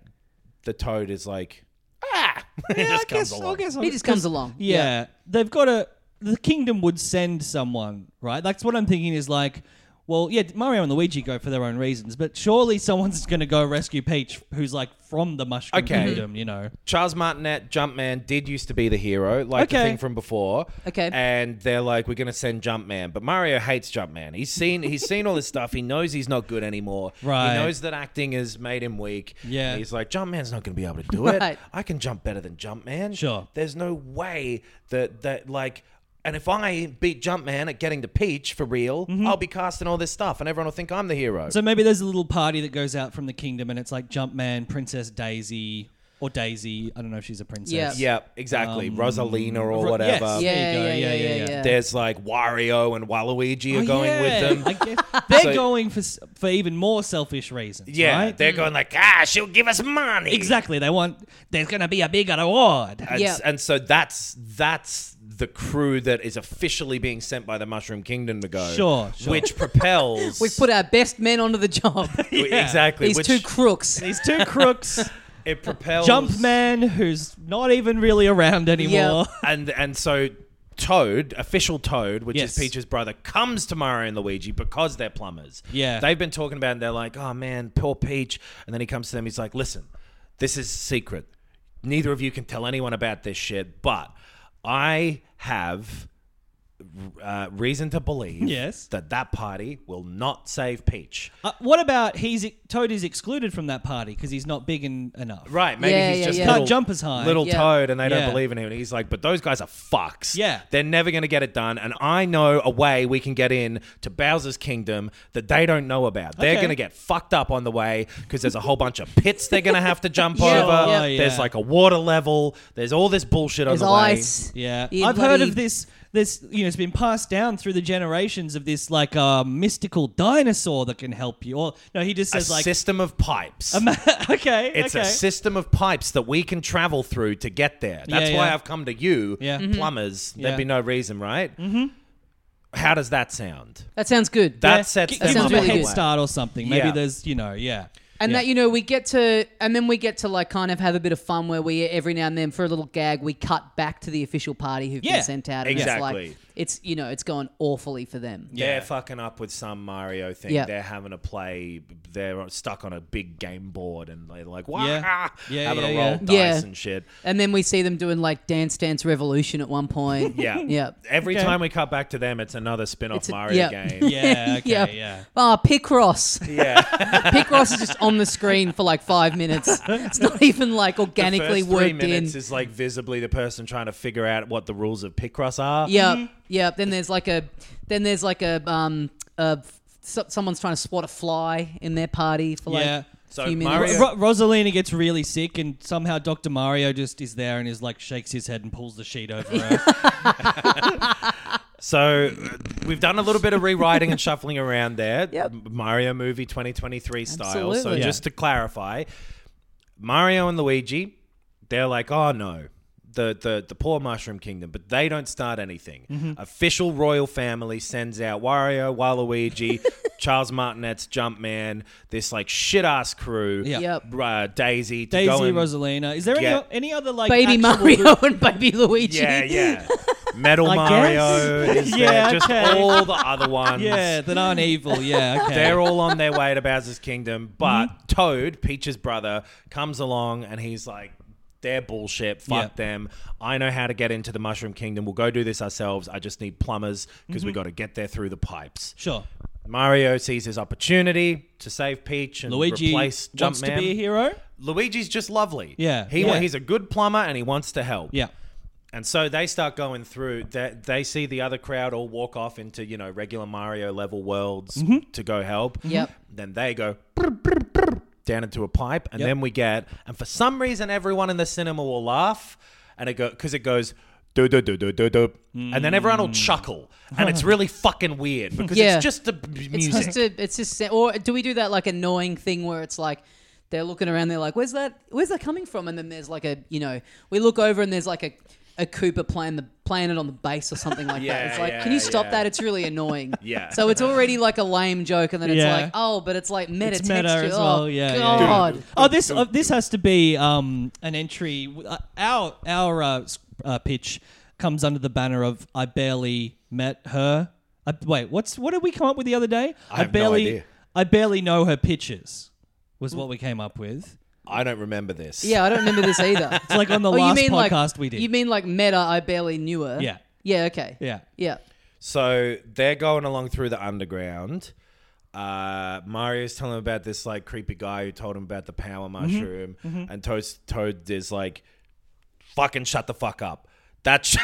Speaker 4: the Toad is like, ah, It
Speaker 3: I
Speaker 4: just comes
Speaker 3: guess-
Speaker 4: along.
Speaker 3: I guess
Speaker 2: He
Speaker 3: I'm-
Speaker 2: just comes along.
Speaker 3: Yeah. They've got to. The kingdom would send someone, right? That's what I'm thinking is like, well, yeah, Mario and Luigi go for their own reasons, but surely someone's going to go rescue Peach, who's like from the Mushroom
Speaker 4: Okay.
Speaker 3: Kingdom, you know?
Speaker 4: Charles Martinet, Jumpman did used to be the hero, like the
Speaker 3: Okay.
Speaker 4: thing from before.
Speaker 2: Okay.
Speaker 4: And they're like, we're gonna send Jumpman, but Mario hates Jumpman. He's seen he's seen all this stuff. He knows he's not good anymore.
Speaker 3: Right.
Speaker 4: He knows that acting has made him weak.
Speaker 3: Yeah.
Speaker 4: And he's like, Jumpman's not gonna be able to do it.
Speaker 2: Right.
Speaker 4: I can jump better than Jumpman.
Speaker 3: Sure.
Speaker 4: There's no way that that like. And if I beat Jumpman at getting to Peach for real, I'll be casting all this stuff, and everyone will think I'm the hero.
Speaker 3: Mm-hmm. So maybe there's a little party that goes out from the kingdom and it's like Jumpman, Princess Daisy, or Daisy. I don't know if she's a princess.
Speaker 2: Yeah.
Speaker 4: yeah, exactly. Rosalina or
Speaker 3: Um, Ro-
Speaker 4: whatever.
Speaker 3: yes.
Speaker 2: Yeah,
Speaker 3: There you go.
Speaker 2: yeah, yeah,
Speaker 3: Yeah,
Speaker 2: yeah,
Speaker 3: yeah,
Speaker 2: yeah.
Speaker 3: yeah.
Speaker 4: There's like Wario and Waluigi are
Speaker 3: Oh,
Speaker 4: going
Speaker 3: yeah.
Speaker 4: with them.
Speaker 3: I guess- they're
Speaker 4: So-
Speaker 3: going for s- for even more selfish reasons.
Speaker 4: yeah,
Speaker 3: right? Mm.
Speaker 4: they're going like, ah, she'll give us money.
Speaker 3: exactly. They want there's going to be a bigger award.
Speaker 4: And,
Speaker 2: Yeah.
Speaker 4: and so that's that's the crew that is officially being sent by the Mushroom Kingdom to go.
Speaker 3: Sure, sure.
Speaker 4: Which propels.
Speaker 2: We've put our best men onto the job.
Speaker 4: Exactly.
Speaker 2: These
Speaker 4: which
Speaker 2: two crooks.
Speaker 3: These two crooks,
Speaker 4: it propels.
Speaker 3: Jumpman, who's not even really around anymore.
Speaker 4: and and so Toad, official Toad, which
Speaker 3: Yes.
Speaker 4: is Peach's brother, comes to Mario and Luigi because they're plumbers.
Speaker 3: Yeah.
Speaker 4: they've been talking about, it and they're like, "Oh man, poor Peach." And then he comes to them. He's like, "Listen, this is secret. Neither of you can tell anyone about this shit, but I have." Uh, reason to believe
Speaker 3: Yes.
Speaker 4: that that party will not save Peach.
Speaker 3: Uh, what about he's Toad is excluded from that party because he's not big en- enough?
Speaker 4: Right, maybe
Speaker 2: Yeah,
Speaker 4: he's
Speaker 2: yeah,
Speaker 4: just
Speaker 2: yeah.
Speaker 4: Little,
Speaker 3: Can't jump as high.
Speaker 4: little
Speaker 2: Yeah.
Speaker 4: toad, and they
Speaker 3: Yeah.
Speaker 4: don't believe in him. And he's like, "But those guys are fucks.
Speaker 3: Yeah.
Speaker 4: they're never going to get it done. And I know a way we can get in to Bowser's kingdom that they don't know about. They're
Speaker 3: Okay.
Speaker 4: going to get fucked up on the way because there's a whole bunch of pits they're going to have to jump
Speaker 2: Yeah.
Speaker 4: over.
Speaker 3: Oh, Yeah.
Speaker 4: There's like a water level. There's all this bullshit
Speaker 2: There's
Speaker 4: on the way.
Speaker 2: ice.
Speaker 3: Yeah,
Speaker 2: You
Speaker 3: I've heard
Speaker 2: bloody-
Speaker 3: of this. This you know, it's been passed down through the generations of this like uh, mystical dinosaur that can help you. Or no, he just
Speaker 4: A
Speaker 3: says like
Speaker 4: system of pipes."
Speaker 3: okay,
Speaker 4: It's
Speaker 3: okay.
Speaker 4: a system of pipes that we can travel through to get there. That's
Speaker 3: Yeah,
Speaker 4: why
Speaker 3: yeah.
Speaker 4: I've come to you,
Speaker 3: Yeah.
Speaker 2: Mm-hmm.
Speaker 4: plumbers. There'd
Speaker 3: Yeah.
Speaker 4: be no reason, right? Mm-hmm. How does that sound?
Speaker 2: That sounds good.
Speaker 4: That
Speaker 3: Yeah,
Speaker 4: sets
Speaker 3: gi-
Speaker 4: them
Speaker 3: give
Speaker 2: up
Speaker 3: them a
Speaker 2: really
Speaker 3: head
Speaker 2: good.
Speaker 3: start or something. Maybe
Speaker 4: Yeah.
Speaker 3: there's you know yeah.
Speaker 2: And
Speaker 3: Yeah.
Speaker 2: that you know we get to, and then we get to like kind of have a bit of fun where we every now and then for a little gag we cut back to the official party who've
Speaker 3: Yeah,
Speaker 2: been sent out. And It's
Speaker 4: exactly.
Speaker 2: like it's you know it's gone awfully for them.
Speaker 4: They're fucking up with some Mario thing.
Speaker 2: Yeah.
Speaker 4: They're having to play. They're stuck on a big game board, and they're like, "Wah!"
Speaker 3: Yeah. Yeah,
Speaker 4: having
Speaker 3: yeah,
Speaker 4: to
Speaker 3: yeah.
Speaker 4: roll dice
Speaker 2: Yeah.
Speaker 4: and shit.
Speaker 2: And then we see them doing like Dance Dance Revolution at one point.
Speaker 4: Yeah,
Speaker 2: Yeah.
Speaker 4: Every
Speaker 3: Okay.
Speaker 4: time we cut back to them, it's another spin-off
Speaker 2: It's a-
Speaker 4: Mario
Speaker 2: yeah.
Speaker 4: game.
Speaker 3: Yeah, okay, yeah.
Speaker 2: Ah, Picross.
Speaker 4: yeah,
Speaker 2: Picross is just on the screen for like five minutes. It's not even like
Speaker 4: the
Speaker 2: organically
Speaker 4: first three
Speaker 2: worked in.
Speaker 4: minutes is like visibly the person trying to figure out what the rules of Picross are.
Speaker 2: Yep, yep. Then there's like a, then there's like a, um, a, so, someone's trying to swat a fly in their party for like
Speaker 3: Yeah.
Speaker 4: So
Speaker 2: a few minutes.
Speaker 4: Mario-
Speaker 3: Ro- Rosalina gets really sick, and somehow Doctor Mario just is there and is like shakes his head and pulls the sheet over her.
Speaker 4: So uh, we've done a little bit of rewriting and shuffling around there,
Speaker 2: Yep.
Speaker 4: M- Mario movie 2023 style. So
Speaker 2: Absolutely.
Speaker 4: just to clarify, Mario and Luigi, they're like, oh no, the the the poor Mushroom Kingdom, but they don't start anything.
Speaker 2: Mm-hmm.
Speaker 4: Official royal family sends out Wario, Waluigi, Charles Martinet's Jumpman, this like shit ass crew,
Speaker 3: Yeah.
Speaker 2: Yep.
Speaker 4: uh, Daisy, to
Speaker 3: Daisy,
Speaker 4: go and-
Speaker 3: Rosalina. Is there any,
Speaker 4: get-
Speaker 3: any other like
Speaker 2: baby
Speaker 3: actual
Speaker 2: Mario and baby Luigi.
Speaker 4: yeah, yeah. Metal
Speaker 3: I
Speaker 4: Mario,
Speaker 3: guess.
Speaker 4: is
Speaker 3: Yeah,
Speaker 4: there, just
Speaker 3: okay.
Speaker 4: all the other ones.
Speaker 3: Yeah, that aren't evil. Yeah, okay. Mm-hmm.
Speaker 4: They're all on their way to Bowser's Kingdom, but Toad, Peach's brother, comes along and he's like, they're bullshit. Fuck
Speaker 3: Yeah.
Speaker 4: them. I know how to get into the Mushroom Kingdom. We'll go do this ourselves. I just need plumbers because
Speaker 3: Mm-hmm.
Speaker 4: we got to get there through the pipes.
Speaker 3: sure.
Speaker 4: Mario sees his opportunity to save Peach and
Speaker 3: Luigi
Speaker 4: replace
Speaker 3: wants to be a
Speaker 4: Jumpman.
Speaker 3: hero.
Speaker 4: Luigi's just lovely.
Speaker 3: Yeah,
Speaker 4: He,
Speaker 3: yeah.
Speaker 4: He's a good plumber and he wants to help.
Speaker 3: Yeah.
Speaker 4: And so they start going through. They, they see the other crowd all walk off into you know regular Mario level worlds to go help.
Speaker 2: Yep.
Speaker 4: Then they go brr, brr, brr, down into a pipe, and
Speaker 3: Yep.
Speaker 4: then we get. And for some reason, everyone in the cinema will laugh, and it go because it goes. Do, do, do, do, do, do. And then everyone will chuckle, and it's really fucking weird because
Speaker 2: Yeah.
Speaker 4: it's just the b-
Speaker 2: It's
Speaker 4: music.
Speaker 2: just a, it's just, or do we do that like annoying thing where it's like. They're looking around. They're like, "Where's that? Where's that coming from?" And then there's like a, you know, we look over and there's like a, a Cooper playing the playing it on the bass or something like that.
Speaker 4: Yeah,
Speaker 2: It's like,
Speaker 4: yeah,
Speaker 2: can you stop
Speaker 4: yeah.
Speaker 2: that? It's really annoying.
Speaker 4: Yeah.
Speaker 2: So it's already like a lame joke, and then it's
Speaker 3: Yeah.
Speaker 2: like, oh, but it's like meta
Speaker 3: It's meta
Speaker 2: texture.
Speaker 3: as
Speaker 2: Oh,
Speaker 3: well. Yeah, yeah, yeah.
Speaker 2: God.
Speaker 3: Oh, this uh, this has to be um, an entry. Uh, our our uh, s- uh, pitch comes under the banner of "I barely met her." I, wait, what's what did we come up with the other day? I,
Speaker 4: have no
Speaker 3: barely,
Speaker 4: idea.
Speaker 3: I barely know her pictures. Was what we came up with.
Speaker 4: I don't remember this.
Speaker 2: Yeah, I don't remember this either.
Speaker 3: It's like on the
Speaker 2: Oh,
Speaker 3: last
Speaker 2: you mean
Speaker 3: podcast
Speaker 2: like,
Speaker 3: we did.
Speaker 2: You mean like meta? I barely knew her.
Speaker 3: Yeah.
Speaker 2: Yeah. Okay.
Speaker 3: yeah.
Speaker 2: Yeah.
Speaker 4: So they're going along through the underground. Uh, Mario's telling him about this like creepy guy who told him about the power
Speaker 3: Mm-hmm.
Speaker 4: mushroom, and Toad Toad is like, "Fucking shut the fuck up." That's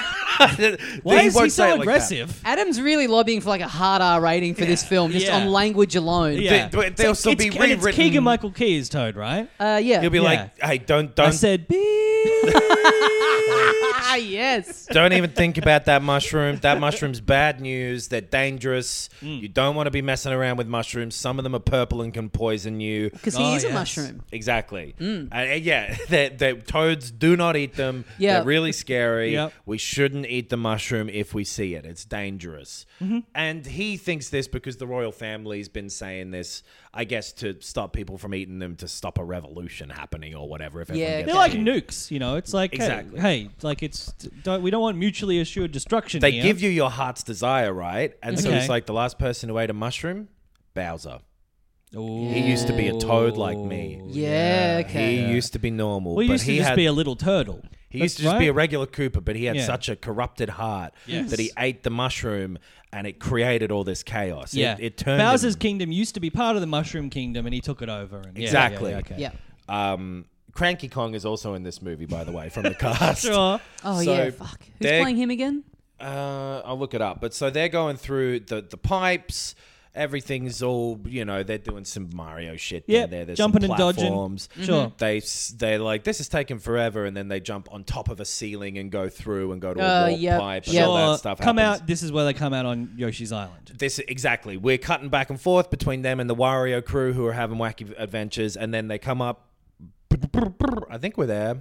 Speaker 3: Why is he so aggressive?
Speaker 2: Adam's really lobbying for like a hard R rating for this film, just
Speaker 3: Yeah.
Speaker 2: on language alone.
Speaker 3: Yeah.
Speaker 4: They- they'll
Speaker 3: It's-
Speaker 4: still
Speaker 3: it's-
Speaker 4: be
Speaker 3: and it's
Speaker 4: rewritten.
Speaker 3: Keegan Michael Key is Toad, right?
Speaker 2: Uh, yeah.
Speaker 4: He'll be
Speaker 3: Yeah.
Speaker 4: like, "Hey, don't
Speaker 3: I
Speaker 4: don't
Speaker 3: said, "Beep."
Speaker 2: ah, yes.
Speaker 4: don't even think about that mushroom. That mushroom's bad news. They're dangerous.
Speaker 3: Mm.
Speaker 4: You don't want to be messing around with mushrooms. Some of them are purple and can poison you."
Speaker 2: Because he
Speaker 3: Oh,
Speaker 2: is a
Speaker 3: yes.
Speaker 2: mushroom.
Speaker 4: Exactly.
Speaker 3: Mm.
Speaker 4: And, and yeah, they they toads do not eat them.
Speaker 2: Yeah.
Speaker 4: They're really scary.
Speaker 3: Yep.
Speaker 4: We shouldn't eat the mushroom if we see it. It's dangerous.
Speaker 3: Mm-hmm.
Speaker 4: And he thinks this because the royal family's been saying this, I guess, to stop people from eating them, to stop a revolution happening or whatever. If everyone
Speaker 2: Yeah,
Speaker 4: gets
Speaker 3: They're like
Speaker 4: it.
Speaker 3: nukes, you know. It's like hey-
Speaker 4: Exactly.
Speaker 3: Hey, like it's don't, we don't want mutually assured destruction.
Speaker 4: They
Speaker 3: here.
Speaker 4: give you your heart's desire, right? And so
Speaker 3: Okay.
Speaker 4: he's like the last person who ate a mushroom, Bowser.
Speaker 3: Ooh.
Speaker 4: He used to be a toad like me.
Speaker 2: Yeah.
Speaker 4: He
Speaker 2: Okay.
Speaker 4: used to be normal,
Speaker 3: Well, he
Speaker 4: but
Speaker 3: used to
Speaker 4: he
Speaker 3: just
Speaker 4: had
Speaker 3: be a little turtle.
Speaker 4: He
Speaker 3: That's
Speaker 4: used to just be a
Speaker 3: right.
Speaker 4: regular Cooper, but he had
Speaker 3: Yeah.
Speaker 4: such a corrupted heart
Speaker 3: Yes.
Speaker 4: that he ate the mushroom and it created all this chaos. It-
Speaker 3: yeah.
Speaker 4: It, turned.
Speaker 3: Bowser's
Speaker 4: him-
Speaker 3: kingdom used to be part of the Mushroom Kingdom, and he took it over. And yeah,
Speaker 4: Exactly.
Speaker 3: Yeah. yeah, okay.
Speaker 2: yeah.
Speaker 4: um, Cranky Kong is also in this movie, by the way, from the cast.
Speaker 3: Sure.
Speaker 2: Oh
Speaker 4: So
Speaker 2: yeah. Fuck. Who's
Speaker 4: they're-
Speaker 2: playing him again?
Speaker 4: Uh, I'll look it up. But so they're going through the, the pipes. Everything's all, you know, they're doing some Mario shit.
Speaker 3: Yeah,
Speaker 4: down there. There's
Speaker 3: jumping
Speaker 4: some
Speaker 3: and dodging. Mm-hmm.
Speaker 4: platforms.
Speaker 3: Sure.
Speaker 4: They, s- they're like, this is taking forever. And then they jump on top of a ceiling and go through and go to a
Speaker 2: Uh,
Speaker 4: warp
Speaker 2: yeah,
Speaker 4: pipe.
Speaker 2: yeah.
Speaker 4: And all
Speaker 3: Or
Speaker 4: that stuff
Speaker 3: come
Speaker 4: happens.
Speaker 3: out. This is where they come out on Yoshi's Island.
Speaker 4: this exactly. We're cutting back and forth between them and the Wario crew who are having wacky adventures, and then they come up. I think we're there.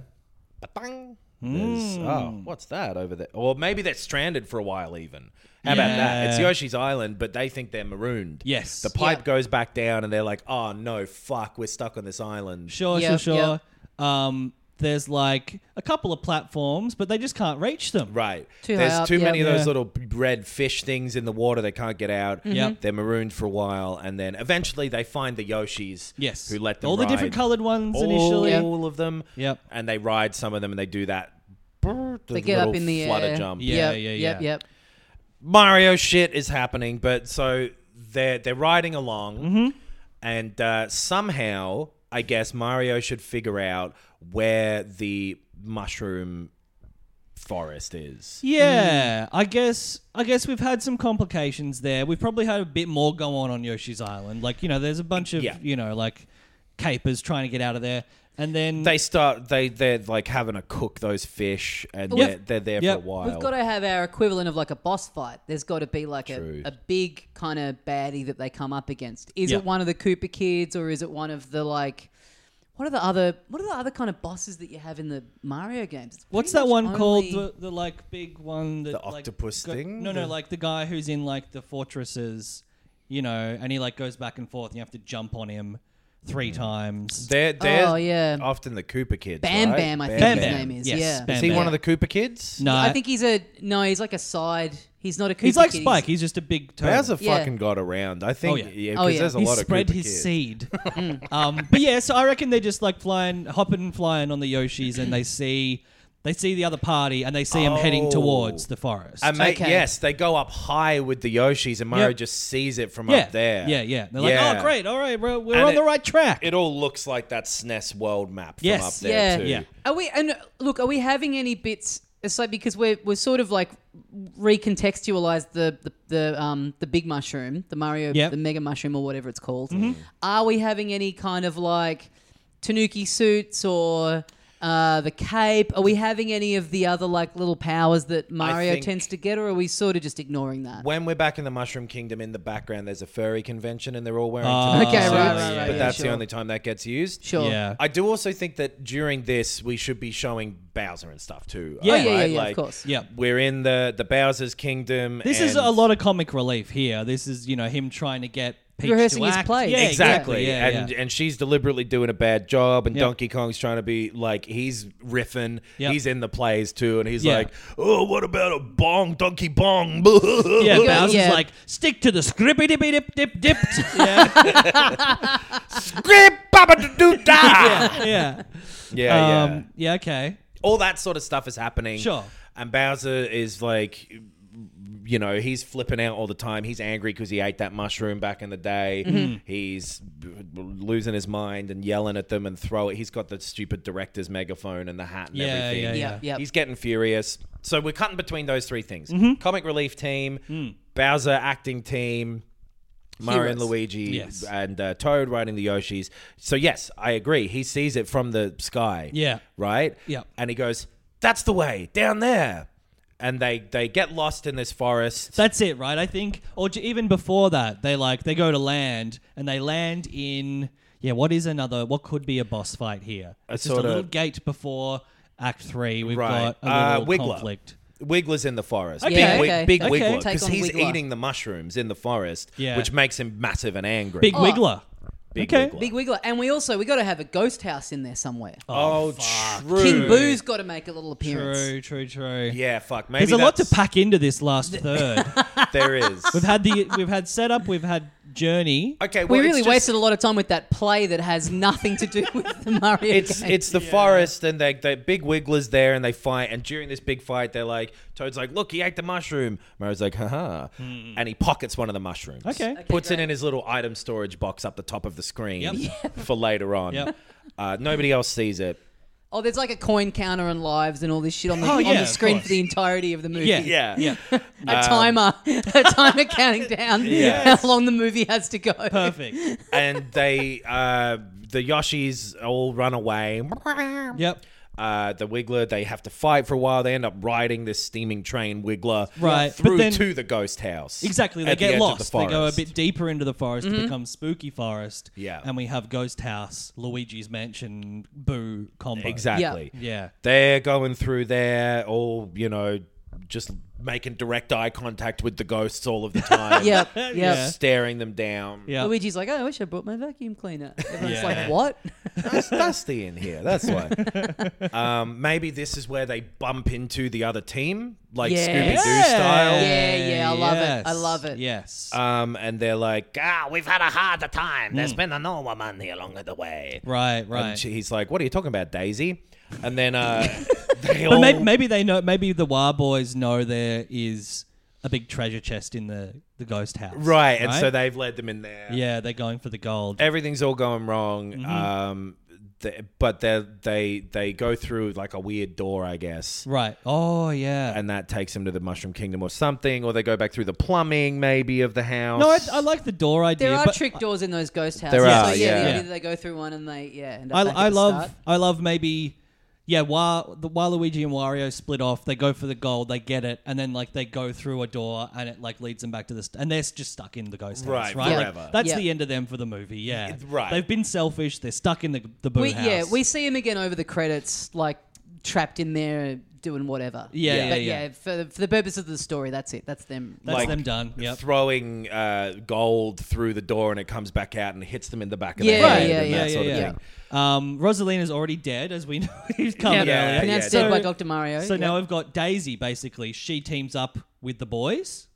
Speaker 4: Ba-dang. There's-
Speaker 3: Hmm.
Speaker 4: Oh, what's that over there? Or maybe they're stranded for a while. Even how about that? It's
Speaker 3: Yeah.
Speaker 4: Yoshi's Island, but they think they're marooned.
Speaker 3: Yes.
Speaker 4: the pipe
Speaker 2: Yeah.
Speaker 4: goes back down, and they're like, "Oh no, fuck, we're stuck on this island."
Speaker 3: Sure,
Speaker 2: Yep,
Speaker 3: sure, sure. Um, there's like a couple of platforms, but they just can't reach them.
Speaker 4: Right.
Speaker 2: Too
Speaker 4: There's
Speaker 2: high up,
Speaker 4: too
Speaker 2: yeah. Mm-hmm.
Speaker 4: many of those
Speaker 3: Yeah.
Speaker 4: little red fish things in the water they can't get out.
Speaker 3: Yep.
Speaker 4: They're marooned for a while, and then eventually they find the Yoshis.
Speaker 3: Yes.
Speaker 4: Who let them
Speaker 3: all the different
Speaker 4: ride.
Speaker 3: coloured ones
Speaker 4: all,
Speaker 3: initially.
Speaker 4: all of them.
Speaker 3: Yep.
Speaker 4: And they ride some of them and they do that.
Speaker 2: They get up in the
Speaker 4: flutter
Speaker 2: air.
Speaker 4: jump.
Speaker 3: Yeah,
Speaker 2: Yep,
Speaker 3: yeah,
Speaker 2: Yep.
Speaker 3: yeah.
Speaker 2: Yep.
Speaker 4: Mario shit is happening, but so they're they're riding along,
Speaker 3: Mm-hmm.
Speaker 4: and uh, somehow I guess Mario should figure out where the mushroom forest is.
Speaker 3: Yeah, I guess I guess we've had some complications there. We've probably had a bit more go on on Yoshi's Island. Like you know, there's a bunch of
Speaker 4: Yeah.
Speaker 3: you know like capers trying to get out of there, and then
Speaker 4: They start they they're like having to cook those fish, and
Speaker 3: Yep.
Speaker 4: they're, they're there
Speaker 3: Yep.
Speaker 4: for a while.
Speaker 2: We've got to have our equivalent of like a boss fight. There's got to be like
Speaker 4: True.
Speaker 2: a, a big kind of baddie that they come up against. Is
Speaker 3: Yeah.
Speaker 2: it one of the Cooper kids or is it one of the like? What are the other? What are the other kind of bosses that you have in the Mario games? It's
Speaker 3: what's
Speaker 2: pretty
Speaker 3: that
Speaker 2: much
Speaker 3: one called?
Speaker 2: only-
Speaker 3: The, the like big one that
Speaker 4: The
Speaker 3: like,
Speaker 4: octopus
Speaker 3: go-
Speaker 4: thing?
Speaker 3: No,
Speaker 4: The-
Speaker 3: no, like the guy who's in like the fortresses, you know, and he like goes back and forth. and You have to jump on him three times.
Speaker 4: Mm. they're they're
Speaker 2: Oh, yeah.
Speaker 4: often the Cooper kids.
Speaker 2: Bam
Speaker 4: right?
Speaker 2: Bam, I think
Speaker 3: Bam
Speaker 2: his
Speaker 3: Bam.
Speaker 2: name is.
Speaker 3: Yes,
Speaker 2: yeah.
Speaker 3: Bam
Speaker 4: Is he
Speaker 3: Bam.
Speaker 4: one of the Cooper kids?
Speaker 3: no,
Speaker 2: I think he's a no. He's like a side. He's not a. Cooper
Speaker 3: he's like
Speaker 2: kid,
Speaker 3: Spike. He's just a big turtle.
Speaker 4: Bowser
Speaker 2: Yeah.
Speaker 4: fucking got around. I think.
Speaker 3: Oh, yeah.
Speaker 4: yeah,
Speaker 2: Oh,
Speaker 4: 'cause
Speaker 2: yeah.
Speaker 4: there's a
Speaker 3: he
Speaker 4: lot of
Speaker 3: spread
Speaker 4: Koopa
Speaker 3: his
Speaker 4: kids.
Speaker 3: seed.
Speaker 2: Mm.
Speaker 3: um, but yeah, so I reckon they're just like flying, hopping and flying on the Yoshis, and they see they see the other party, and they see him heading
Speaker 4: Oh.
Speaker 3: towards the forest.
Speaker 4: And mate,
Speaker 2: Okay.
Speaker 4: yes, they go up high with the Yoshis, and Mario
Speaker 3: Yep.
Speaker 4: just sees it from
Speaker 3: yeah,
Speaker 4: up there.
Speaker 3: yeah, yeah. They're like,
Speaker 4: Yeah.
Speaker 3: oh great, all right, we're, we're
Speaker 4: And
Speaker 3: on the
Speaker 4: it-
Speaker 3: right track.
Speaker 4: It all looks like that SNES world map from
Speaker 3: Yes.
Speaker 4: up there
Speaker 2: yeah.
Speaker 4: too.
Speaker 3: Yeah.
Speaker 2: Are we and uh, look? Are we having any bits? It's like because we're we're sort of like recontextualized the the the, um, the big mushroom, the Mario,
Speaker 3: Yep. Mm-hmm.
Speaker 2: the mega mushroom or whatever it's called. Are we having any kind of like Tanuki suits or? Uh, the cape. Are we having any of the other like little powers that Mario
Speaker 4: think-
Speaker 2: tends to get, or are we sort of just ignoring that?
Speaker 4: When we're back in the Mushroom Kingdom, in the background, there's a furry convention, and they're all wearing.
Speaker 3: Ah.
Speaker 4: Tanuki
Speaker 2: Okay, right,
Speaker 4: suits,
Speaker 2: right, right, right,
Speaker 4: But
Speaker 2: yeah,
Speaker 4: that's the
Speaker 2: sure.
Speaker 4: only time that gets used.
Speaker 2: sure.
Speaker 3: Yeah.
Speaker 4: I do also think that during this we should be showing Bowser and stuff too.
Speaker 3: Yeah.
Speaker 2: Oh,
Speaker 4: right?
Speaker 2: yeah, yeah, yeah,
Speaker 4: Like,
Speaker 2: of course.
Speaker 3: Yeah.
Speaker 4: We're in the the Bowser's kingdom.
Speaker 3: This is
Speaker 4: and-
Speaker 3: a lot of comic relief here. This is you know him trying to get Peach
Speaker 2: Rehearsing
Speaker 3: to
Speaker 2: his
Speaker 3: act.
Speaker 2: plays.
Speaker 3: Yeah,
Speaker 4: exactly.
Speaker 3: Yeah,
Speaker 4: and
Speaker 3: yeah.
Speaker 4: and she's deliberately doing a bad job, and
Speaker 3: Yeah.
Speaker 4: Donkey Kong's trying to be like he's riffing.
Speaker 3: Yep.
Speaker 4: He's in the plays too, and he's
Speaker 3: Yeah.
Speaker 4: like, "Oh, what about a bong, Donkey Bong?"
Speaker 3: Yeah,
Speaker 2: Yeah,
Speaker 3: Bowser's
Speaker 2: yeah.
Speaker 3: like, stick to the scribbity dip dip dip dipped. yeah,
Speaker 4: Grip, baba da doo da.
Speaker 3: yeah, yeah.
Speaker 4: Yeah, yeah.
Speaker 3: Um, yeah, okay.
Speaker 4: all that sort of stuff is happening.
Speaker 3: Sure.
Speaker 4: And Bowser is like, you know, he's flipping out all the time. He's angry because he ate that mushroom back in the day.
Speaker 3: Mm-hmm.
Speaker 4: He's b- b- losing his mind and yelling at them and throw it. He's got the stupid director's megaphone and the hat and
Speaker 3: Yeah,
Speaker 4: everything.
Speaker 3: yeah,
Speaker 2: Yeah, yeah. yeah.
Speaker 4: He's getting furious. So we're cutting between those three things:
Speaker 3: Mm-hmm.
Speaker 4: comic relief team,
Speaker 3: Mm.
Speaker 4: Bowser acting team. Mario and
Speaker 2: Heroes.
Speaker 4: Luigi
Speaker 3: Yes.
Speaker 4: and uh, Toad riding the Yoshis. So yes, I agree. He sees it from the sky
Speaker 3: Yeah.
Speaker 4: right?
Speaker 3: Yep.
Speaker 4: And he goes, "That's the way down there." And they they get lost in this forest.
Speaker 3: That's it, right? I think, or j- even before that, they like they go to land and they land in yeah. What is another? What could be a boss fight here? It's just a
Speaker 4: sorta-
Speaker 3: little gate before Act Three. We've
Speaker 4: right.
Speaker 3: got a
Speaker 4: uh,
Speaker 3: little
Speaker 4: Wiggler.
Speaker 3: conflict.
Speaker 4: Wiggler's in the forest.
Speaker 3: Okay.
Speaker 4: Big, Wig-
Speaker 2: Okay.
Speaker 4: big
Speaker 3: Okay.
Speaker 4: Wiggler
Speaker 2: Take
Speaker 4: because
Speaker 2: on
Speaker 4: he's
Speaker 2: Wiggler.
Speaker 4: eating the mushrooms in the forest,
Speaker 3: Yeah.
Speaker 4: which makes him massive and angry.
Speaker 3: Big Wiggler.
Speaker 4: Big
Speaker 3: okay.
Speaker 4: Wiggler.
Speaker 2: Big Wiggler. And we also, we got to have a ghost house in there somewhere.
Speaker 4: oh, true.
Speaker 2: King Boo's got to make a little appearance.
Speaker 3: True, true, true.
Speaker 4: Yeah, fuck. Maybe
Speaker 3: There's a lot to
Speaker 4: that's-
Speaker 3: pack into this last third.
Speaker 4: There is.
Speaker 3: we've had the we've had setup. We've had journey.
Speaker 4: okay,
Speaker 2: We
Speaker 4: well, it's
Speaker 2: really
Speaker 4: just-
Speaker 2: wasted a lot of time with that play that has nothing to do with the Mario
Speaker 4: It's
Speaker 2: game.
Speaker 4: it's the forest, and they, they big Wiggler's there, and they fight. And during this big fight, they're like, Toad's like, "Look, he ate the mushroom." Mario's like, "Haha," and he pockets one of the mushrooms.
Speaker 3: Okay. Hmm. Okay,
Speaker 4: puts it in his little item storage box up the top of the screen
Speaker 3: Yep.
Speaker 4: for later on.
Speaker 3: Yep.
Speaker 4: Uh, nobody else sees it.
Speaker 2: oh, there's like a coin counter and lives and all this shit on the,
Speaker 3: Oh, yeah,
Speaker 2: on the
Speaker 3: of
Speaker 2: screen for
Speaker 3: course.
Speaker 2: the entirety of the movie.
Speaker 3: Yeah, Um,
Speaker 4: Yeah.
Speaker 3: yeah.
Speaker 2: A timer, a timer counting down how long the movie has to go.
Speaker 3: Perfect.
Speaker 4: and they uh, the Yoshis all run away.
Speaker 3: Yep.
Speaker 4: Uh, the Wiggler, they have to fight for a while. They end up riding this steaming train Wiggler
Speaker 3: Right, but
Speaker 4: through
Speaker 3: then-
Speaker 4: to the ghost house.
Speaker 3: Exactly. They
Speaker 4: at the
Speaker 3: get
Speaker 4: edge of
Speaker 3: lost.
Speaker 4: the
Speaker 3: they go a
Speaker 4: forest.
Speaker 3: bit deeper into the forest.
Speaker 2: Mm-hmm.
Speaker 3: It becomes spooky forest.
Speaker 4: Yeah.
Speaker 3: And we have ghost house, Luigi's mansion, Boo combo.
Speaker 4: Exactly.
Speaker 3: Yeah.
Speaker 4: They're going through there, all, you know, just making direct eye contact with the ghosts all of the time.
Speaker 2: Yep, yep.
Speaker 3: Yeah.
Speaker 4: Staring them down.
Speaker 3: Yeah.
Speaker 2: Luigi's like, oh, I wish I brought my vacuum cleaner. Everyone's
Speaker 3: Yeah.
Speaker 2: like, what?
Speaker 4: It's dusty in here. That's why. um, maybe this is where they bump into the other team, like
Speaker 2: Yes.
Speaker 4: Scooby Doo style.
Speaker 2: Yeah, yeah, I love it. I
Speaker 3: Yes.
Speaker 2: love it.
Speaker 3: Yes.
Speaker 4: Um, and they're like,
Speaker 5: Ah, we've had a harder time. There's been an old woman here along the way.
Speaker 3: right, Mm. right.
Speaker 4: and she- he's like, what are you talking about, Daisy? And then uh, they
Speaker 3: but
Speaker 4: all.
Speaker 3: maybe, maybe they know. Maybe the Wah boys know there is a big treasure chest in the the ghost house.
Speaker 4: right. And so they've led them in there.
Speaker 3: Yeah, they're going for the gold.
Speaker 4: everything's all going wrong.
Speaker 3: Mm-hmm.
Speaker 4: Um, th- but they they they go through like a weird door, I guess,
Speaker 3: Right. Oh yeah.
Speaker 4: and that takes them to the Mushroom Kingdom or something, or they go back through the plumbing maybe of the house.
Speaker 3: no, I, I like the door idea.
Speaker 2: There are
Speaker 3: but
Speaker 2: trick doors in those ghost houses.
Speaker 4: There are,
Speaker 2: so, yeah,
Speaker 4: yeah.
Speaker 2: the
Speaker 3: Yeah.
Speaker 2: idea that they go through one and they, yeah. End up
Speaker 3: I,
Speaker 2: back at
Speaker 3: I
Speaker 2: the
Speaker 3: love
Speaker 2: start.
Speaker 3: I love maybe yeah while the while Luigi and Wario split off they go for the gold they get it and then like they go through a door and it like leads them back to the st- and they're just stuck in the ghost house
Speaker 4: Right,
Speaker 3: right Like,
Speaker 4: forever.
Speaker 3: that's
Speaker 2: Yeah.
Speaker 3: the end of them for the movie yeah
Speaker 4: right.
Speaker 3: they've been selfish they're stuck in the the boo
Speaker 2: we,
Speaker 3: house
Speaker 2: Yeah, we see him again over the credits, like trapped in there doing whatever.
Speaker 3: Yeah, yeah,
Speaker 2: but
Speaker 3: yeah.
Speaker 2: for, the, for the purpose of the story, that's it. That's them.
Speaker 3: that's
Speaker 4: like,
Speaker 3: them done yep
Speaker 4: Throwing uh, gold through the door and it comes back out and hits them in the back of
Speaker 2: Yeah,
Speaker 4: the head
Speaker 2: yeah,
Speaker 4: and
Speaker 2: yeah,
Speaker 4: that sort of
Speaker 2: yeah.
Speaker 4: thing.
Speaker 3: um Rosalina's already dead as we know he's coming
Speaker 4: Yeah,
Speaker 3: earlier.
Speaker 2: Pronounced
Speaker 4: yeah,
Speaker 2: dead by
Speaker 3: so-
Speaker 2: Dr. Mario.
Speaker 3: so
Speaker 2: yeah.
Speaker 3: now we've got Daisy basically she teams up with the boys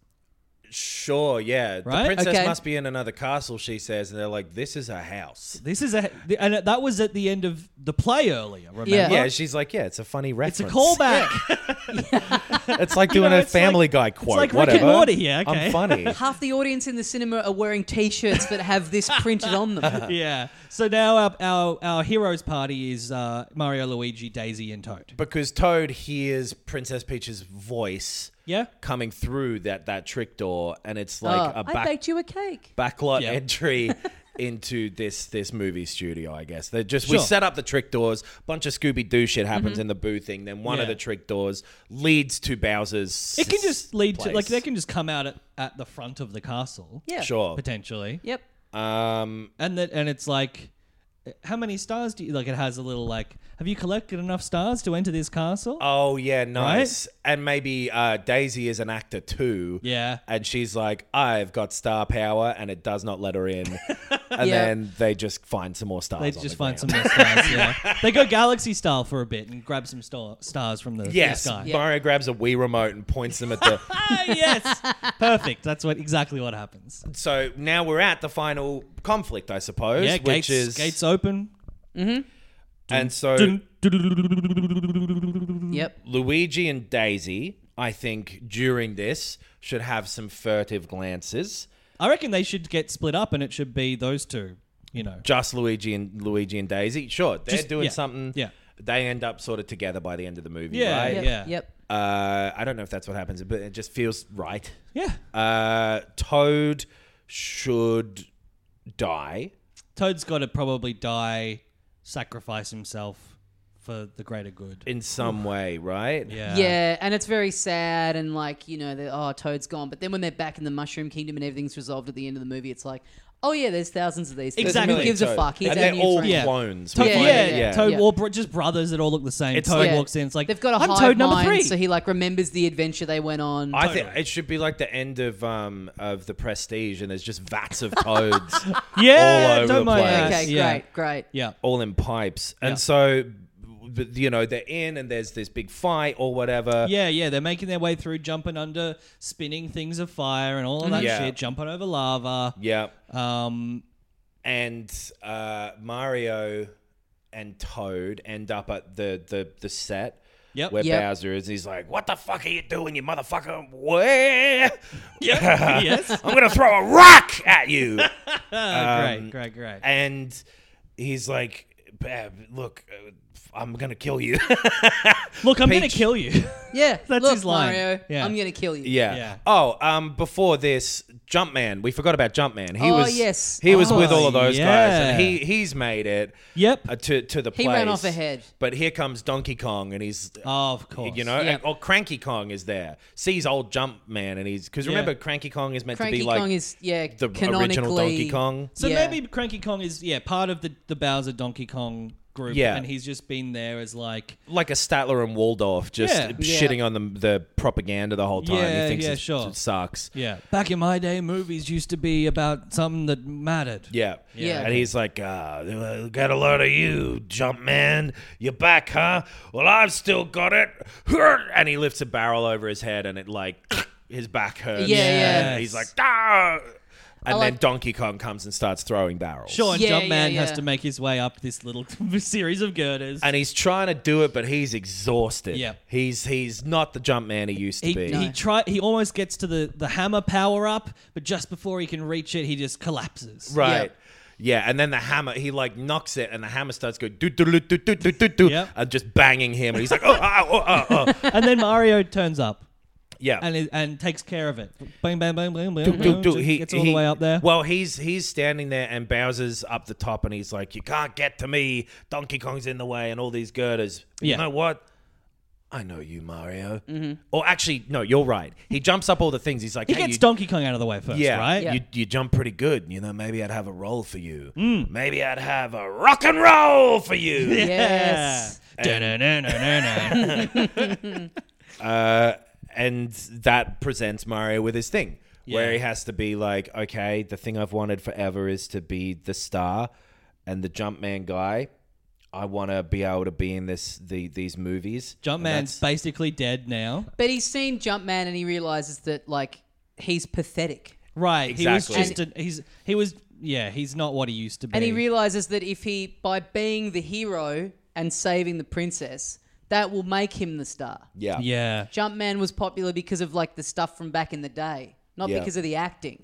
Speaker 4: Sure, yeah.
Speaker 3: Right?
Speaker 4: The princess
Speaker 2: Okay.
Speaker 4: must be in another castle, she says, and they're like, "This is a house."
Speaker 3: this is a and that was at the end of the play earlier remember
Speaker 2: Yeah.
Speaker 4: Yeah, she's like, "Yeah, it's a funny reference.
Speaker 3: It's a callback.
Speaker 4: It's like doing a
Speaker 3: it's like-
Speaker 4: Family Guy quote.
Speaker 3: like Rick and
Speaker 4: whatever.
Speaker 3: Morty here, okay.
Speaker 4: I'm funny.
Speaker 2: Half the audience in the cinema are wearing T-shirts that have this printed on them.
Speaker 3: yeah. So now our our, our heroes party is uh, Mario, Luigi, Daisy, and Toad.
Speaker 4: because Toad hears Princess Peach's voice
Speaker 3: Yeah.
Speaker 4: coming through that that trick door, and it's like
Speaker 2: Oh,
Speaker 4: a
Speaker 2: I
Speaker 4: back
Speaker 2: baked you a cake.
Speaker 4: backlot
Speaker 3: Yeah.
Speaker 4: entry into this this movie studio. I guess they just we
Speaker 3: Sure.
Speaker 4: set up the trick doors. Bunch of Scooby Doo shit happens
Speaker 2: Mm-hmm.
Speaker 4: in the boo thing. Then one of
Speaker 3: Yeah.
Speaker 4: the trick doors leads to Bowser's.
Speaker 3: It can just lead to like
Speaker 4: place.
Speaker 3: they can just come out at, at the front of the castle.
Speaker 2: Yeah.
Speaker 4: sure.
Speaker 3: Potentially.
Speaker 2: Yep.
Speaker 4: Um,
Speaker 3: And that and it's like how many stars
Speaker 4: Uh,
Speaker 3: do you like it has a little like have you collected enough stars to enter this castle?
Speaker 4: oh yeah, nice. and maybe uh, Daisy is an actor too.
Speaker 3: Yeah.
Speaker 4: and she's like, I've got star power, and it does not let her in. and
Speaker 2: Yeah.
Speaker 4: then they just find some more stars.
Speaker 3: They
Speaker 4: on
Speaker 3: just
Speaker 4: the
Speaker 3: find some
Speaker 4: ground.
Speaker 3: more stars. Yeah, they go galaxy style for a bit and grab some star- stars from the,
Speaker 4: Yes,
Speaker 3: the sky.
Speaker 4: Mario grabs a Wii remote and points them at the.
Speaker 3: Ah, yes, perfect. That's what exactly what happens.
Speaker 4: so now we're at the final conflict, I suppose.
Speaker 3: Yeah,
Speaker 4: which
Speaker 3: gates
Speaker 4: is
Speaker 3: gates open.
Speaker 4: and so
Speaker 2: Yep.
Speaker 4: Luigi and Daisy, I think during this should have some furtive glances.
Speaker 3: I reckon they should get split up, and it should be those two. You know,
Speaker 4: Just Luigi and Luigi and Daisy. Sure, they're
Speaker 3: Just-
Speaker 4: doing
Speaker 3: yeah,
Speaker 4: something.
Speaker 3: yeah.
Speaker 4: They end up sort of together by the end of the movie,
Speaker 3: Yeah,
Speaker 4: right?
Speaker 2: Yep.
Speaker 3: Yeah.
Speaker 2: Yep.
Speaker 4: Uh, I don't know if that's what happens, but it just feels right.
Speaker 3: yeah.
Speaker 4: Uh, Toad should die.
Speaker 3: Toad's got to probably die, sacrifice himself for the greater good.
Speaker 4: in some way, right?
Speaker 3: Yeah.
Speaker 2: yeah, and it's very sad, and like you know, the oh Toad's gone. But then when they're back in the Mushroom Kingdom and everything's resolved at the end of the movie, it's like, oh yeah, there's thousands of these. Things.
Speaker 3: Exactly.
Speaker 2: Who gives a fuck? He's
Speaker 4: and
Speaker 2: our
Speaker 4: they're
Speaker 2: new
Speaker 4: all
Speaker 2: friend.
Speaker 3: Yeah.
Speaker 4: clones.
Speaker 3: Toad,
Speaker 4: We
Speaker 3: yeah,
Speaker 4: find-
Speaker 3: yeah,
Speaker 2: yeah.
Speaker 3: Toad
Speaker 2: Yeah.
Speaker 3: or bro- just brothers that all look the same.
Speaker 4: It's
Speaker 3: Toad
Speaker 4: like-
Speaker 3: walks in. It's like
Speaker 2: They've got a
Speaker 3: I'm
Speaker 2: hive
Speaker 3: Toad number
Speaker 2: mind,
Speaker 3: three.
Speaker 2: so he like remembers the adventure they went on.
Speaker 4: I think it should be like the end of um of the Prestige, and there's just vats of toads
Speaker 3: yeah,
Speaker 4: all over
Speaker 3: don't
Speaker 4: the
Speaker 3: mind
Speaker 4: place.
Speaker 3: that.
Speaker 2: okay,
Speaker 3: Yeah.
Speaker 2: great, great.
Speaker 3: Yeah.
Speaker 4: all in pipes, and so but, you know they're in, and there's this big fight or whatever.
Speaker 3: Yeah, yeah, they're making their way through, jumping under, spinning things of fire and all of that
Speaker 4: Yeah.
Speaker 3: shit, jumping over lava.
Speaker 4: Yeah.
Speaker 3: Um,
Speaker 4: and uh, Mario and Toad end up at the the the set.
Speaker 3: Yep.
Speaker 4: Where
Speaker 2: Yep.
Speaker 4: Bowser is, he's like, "What the fuck are you doing, you motherfucker? Where?
Speaker 3: yes.
Speaker 4: I'm gonna throw a rock at you!"
Speaker 3: ah, great, great, great.
Speaker 4: Um, and he's like, "Bab, look, uh, I'm gonna kill you."
Speaker 3: Look, I'm gonna
Speaker 4: Peach-
Speaker 3: kill you.
Speaker 2: Yeah,
Speaker 3: That's
Speaker 2: look,
Speaker 3: his line.
Speaker 2: Mario,
Speaker 3: Yeah.
Speaker 2: I'm gonna kill you.
Speaker 4: yeah.
Speaker 3: Yeah.
Speaker 4: Oh, um, before this, Jumpman. We forgot about Jumpman. He
Speaker 2: Oh,
Speaker 4: was
Speaker 2: yes.
Speaker 4: He was
Speaker 3: Oh,
Speaker 4: with all of those guys, and
Speaker 3: yeah.
Speaker 4: he he's made it.
Speaker 3: Yep.
Speaker 4: Uh, to to the place.
Speaker 2: He ran off ahead.
Speaker 4: But here comes Donkey Kong, and he's.
Speaker 3: oh, of course.
Speaker 4: You know,
Speaker 2: Yeah.
Speaker 4: and- or Cranky Kong is there. Sees old Jumpman, and he's because
Speaker 3: Yeah.
Speaker 4: remember Cranky Kong is meant
Speaker 2: Cranky
Speaker 4: to be like
Speaker 2: Kong is yeah
Speaker 4: the
Speaker 2: canonically
Speaker 4: original Donkey Kong.
Speaker 3: So
Speaker 2: Yeah.
Speaker 3: maybe Cranky Kong is yeah part of the the Bowser Donkey Kong group,
Speaker 4: Yeah.
Speaker 3: and he's just been there as like
Speaker 4: like a Statler and Waldorf just
Speaker 3: Yeah.
Speaker 2: Yeah.
Speaker 4: shitting on the, the propaganda the whole time.
Speaker 3: Yeah,
Speaker 4: he thinks
Speaker 3: yeah,
Speaker 4: it's-
Speaker 3: sure.
Speaker 4: it sucks.
Speaker 3: yeah. Back in my day, movies used to be about something that mattered.
Speaker 4: Yeah.
Speaker 2: Yeah.
Speaker 4: And he's like, uh, got a load of you, jump man. You're back, huh? Well, I've still got it. And he lifts a barrel over his head and it like, his back hurts.
Speaker 2: Yeah, yeah.
Speaker 4: And he's like, ah. And
Speaker 2: I
Speaker 4: then
Speaker 2: like-
Speaker 4: Donkey Kong comes and starts throwing barrels.
Speaker 3: Sure, and
Speaker 2: Yeah,
Speaker 3: Jumpman
Speaker 2: yeah,
Speaker 3: has
Speaker 2: yeah.
Speaker 3: to make his way up this little series of girders.
Speaker 4: And he's trying to do it, but he's exhausted.
Speaker 3: Yeah.
Speaker 4: He's he's not the jump man he used to
Speaker 3: He,
Speaker 4: be.
Speaker 3: he try he almost gets to the, the hammer power up, but just before he can reach it, he just collapses.
Speaker 4: Right. Yeah, and then the hammer, he like knocks it, and the hammer starts going do do do do do do do do,
Speaker 3: Yep.
Speaker 4: and just banging him, and he's like, oh, oh, oh, oh, oh.
Speaker 3: And then Mario turns up
Speaker 4: yeah,
Speaker 3: and is, and takes care of it. Bang bang bang bang bang.
Speaker 4: do, do,
Speaker 3: bang,
Speaker 4: do.
Speaker 3: just
Speaker 4: He
Speaker 3: gets all
Speaker 4: he-
Speaker 3: the way up there.
Speaker 4: Well, he's he's standing there, and Bowser's up the top, and he's like, "You can't get to me. Donkey Kong's in the way, and all these girders." But
Speaker 3: Yeah.
Speaker 4: You know what? I know you, Mario. Or actually, no, you're right. He jumps up all the things. He's like,
Speaker 3: he
Speaker 4: "Hey,
Speaker 3: gets
Speaker 4: you,
Speaker 3: Donkey Kong out of the way first,
Speaker 4: yeah,
Speaker 3: right?
Speaker 4: You, you jump pretty good. You know, maybe I'd have a roll for you.
Speaker 3: Mm.
Speaker 4: Maybe I'd have a rock and roll for you."
Speaker 2: Yes.
Speaker 3: Da-na-na-na-na-na.
Speaker 4: Uh, and that presents Mario with his thing, where
Speaker 3: Yeah.
Speaker 4: he has to be like, okay, the thing I've wanted forever is to be the star and the Jumpman guy. I want to be able to be in this the, these movies. And
Speaker 3: Jumpman's
Speaker 4: that's-
Speaker 3: basically dead now.
Speaker 2: But he's seen Jumpman and he realizes that like he's pathetic.
Speaker 3: Right. He
Speaker 4: Exactly.
Speaker 3: was just an, he's he was yeah, he's not what he used to be.
Speaker 2: And he realizes that if he, by being the hero and saving the princess, that will make him the star.
Speaker 4: yeah,
Speaker 3: Yeah.
Speaker 2: Jumpman was popular because of like the stuff from back in the day, not
Speaker 4: Yeah.
Speaker 2: because of the acting.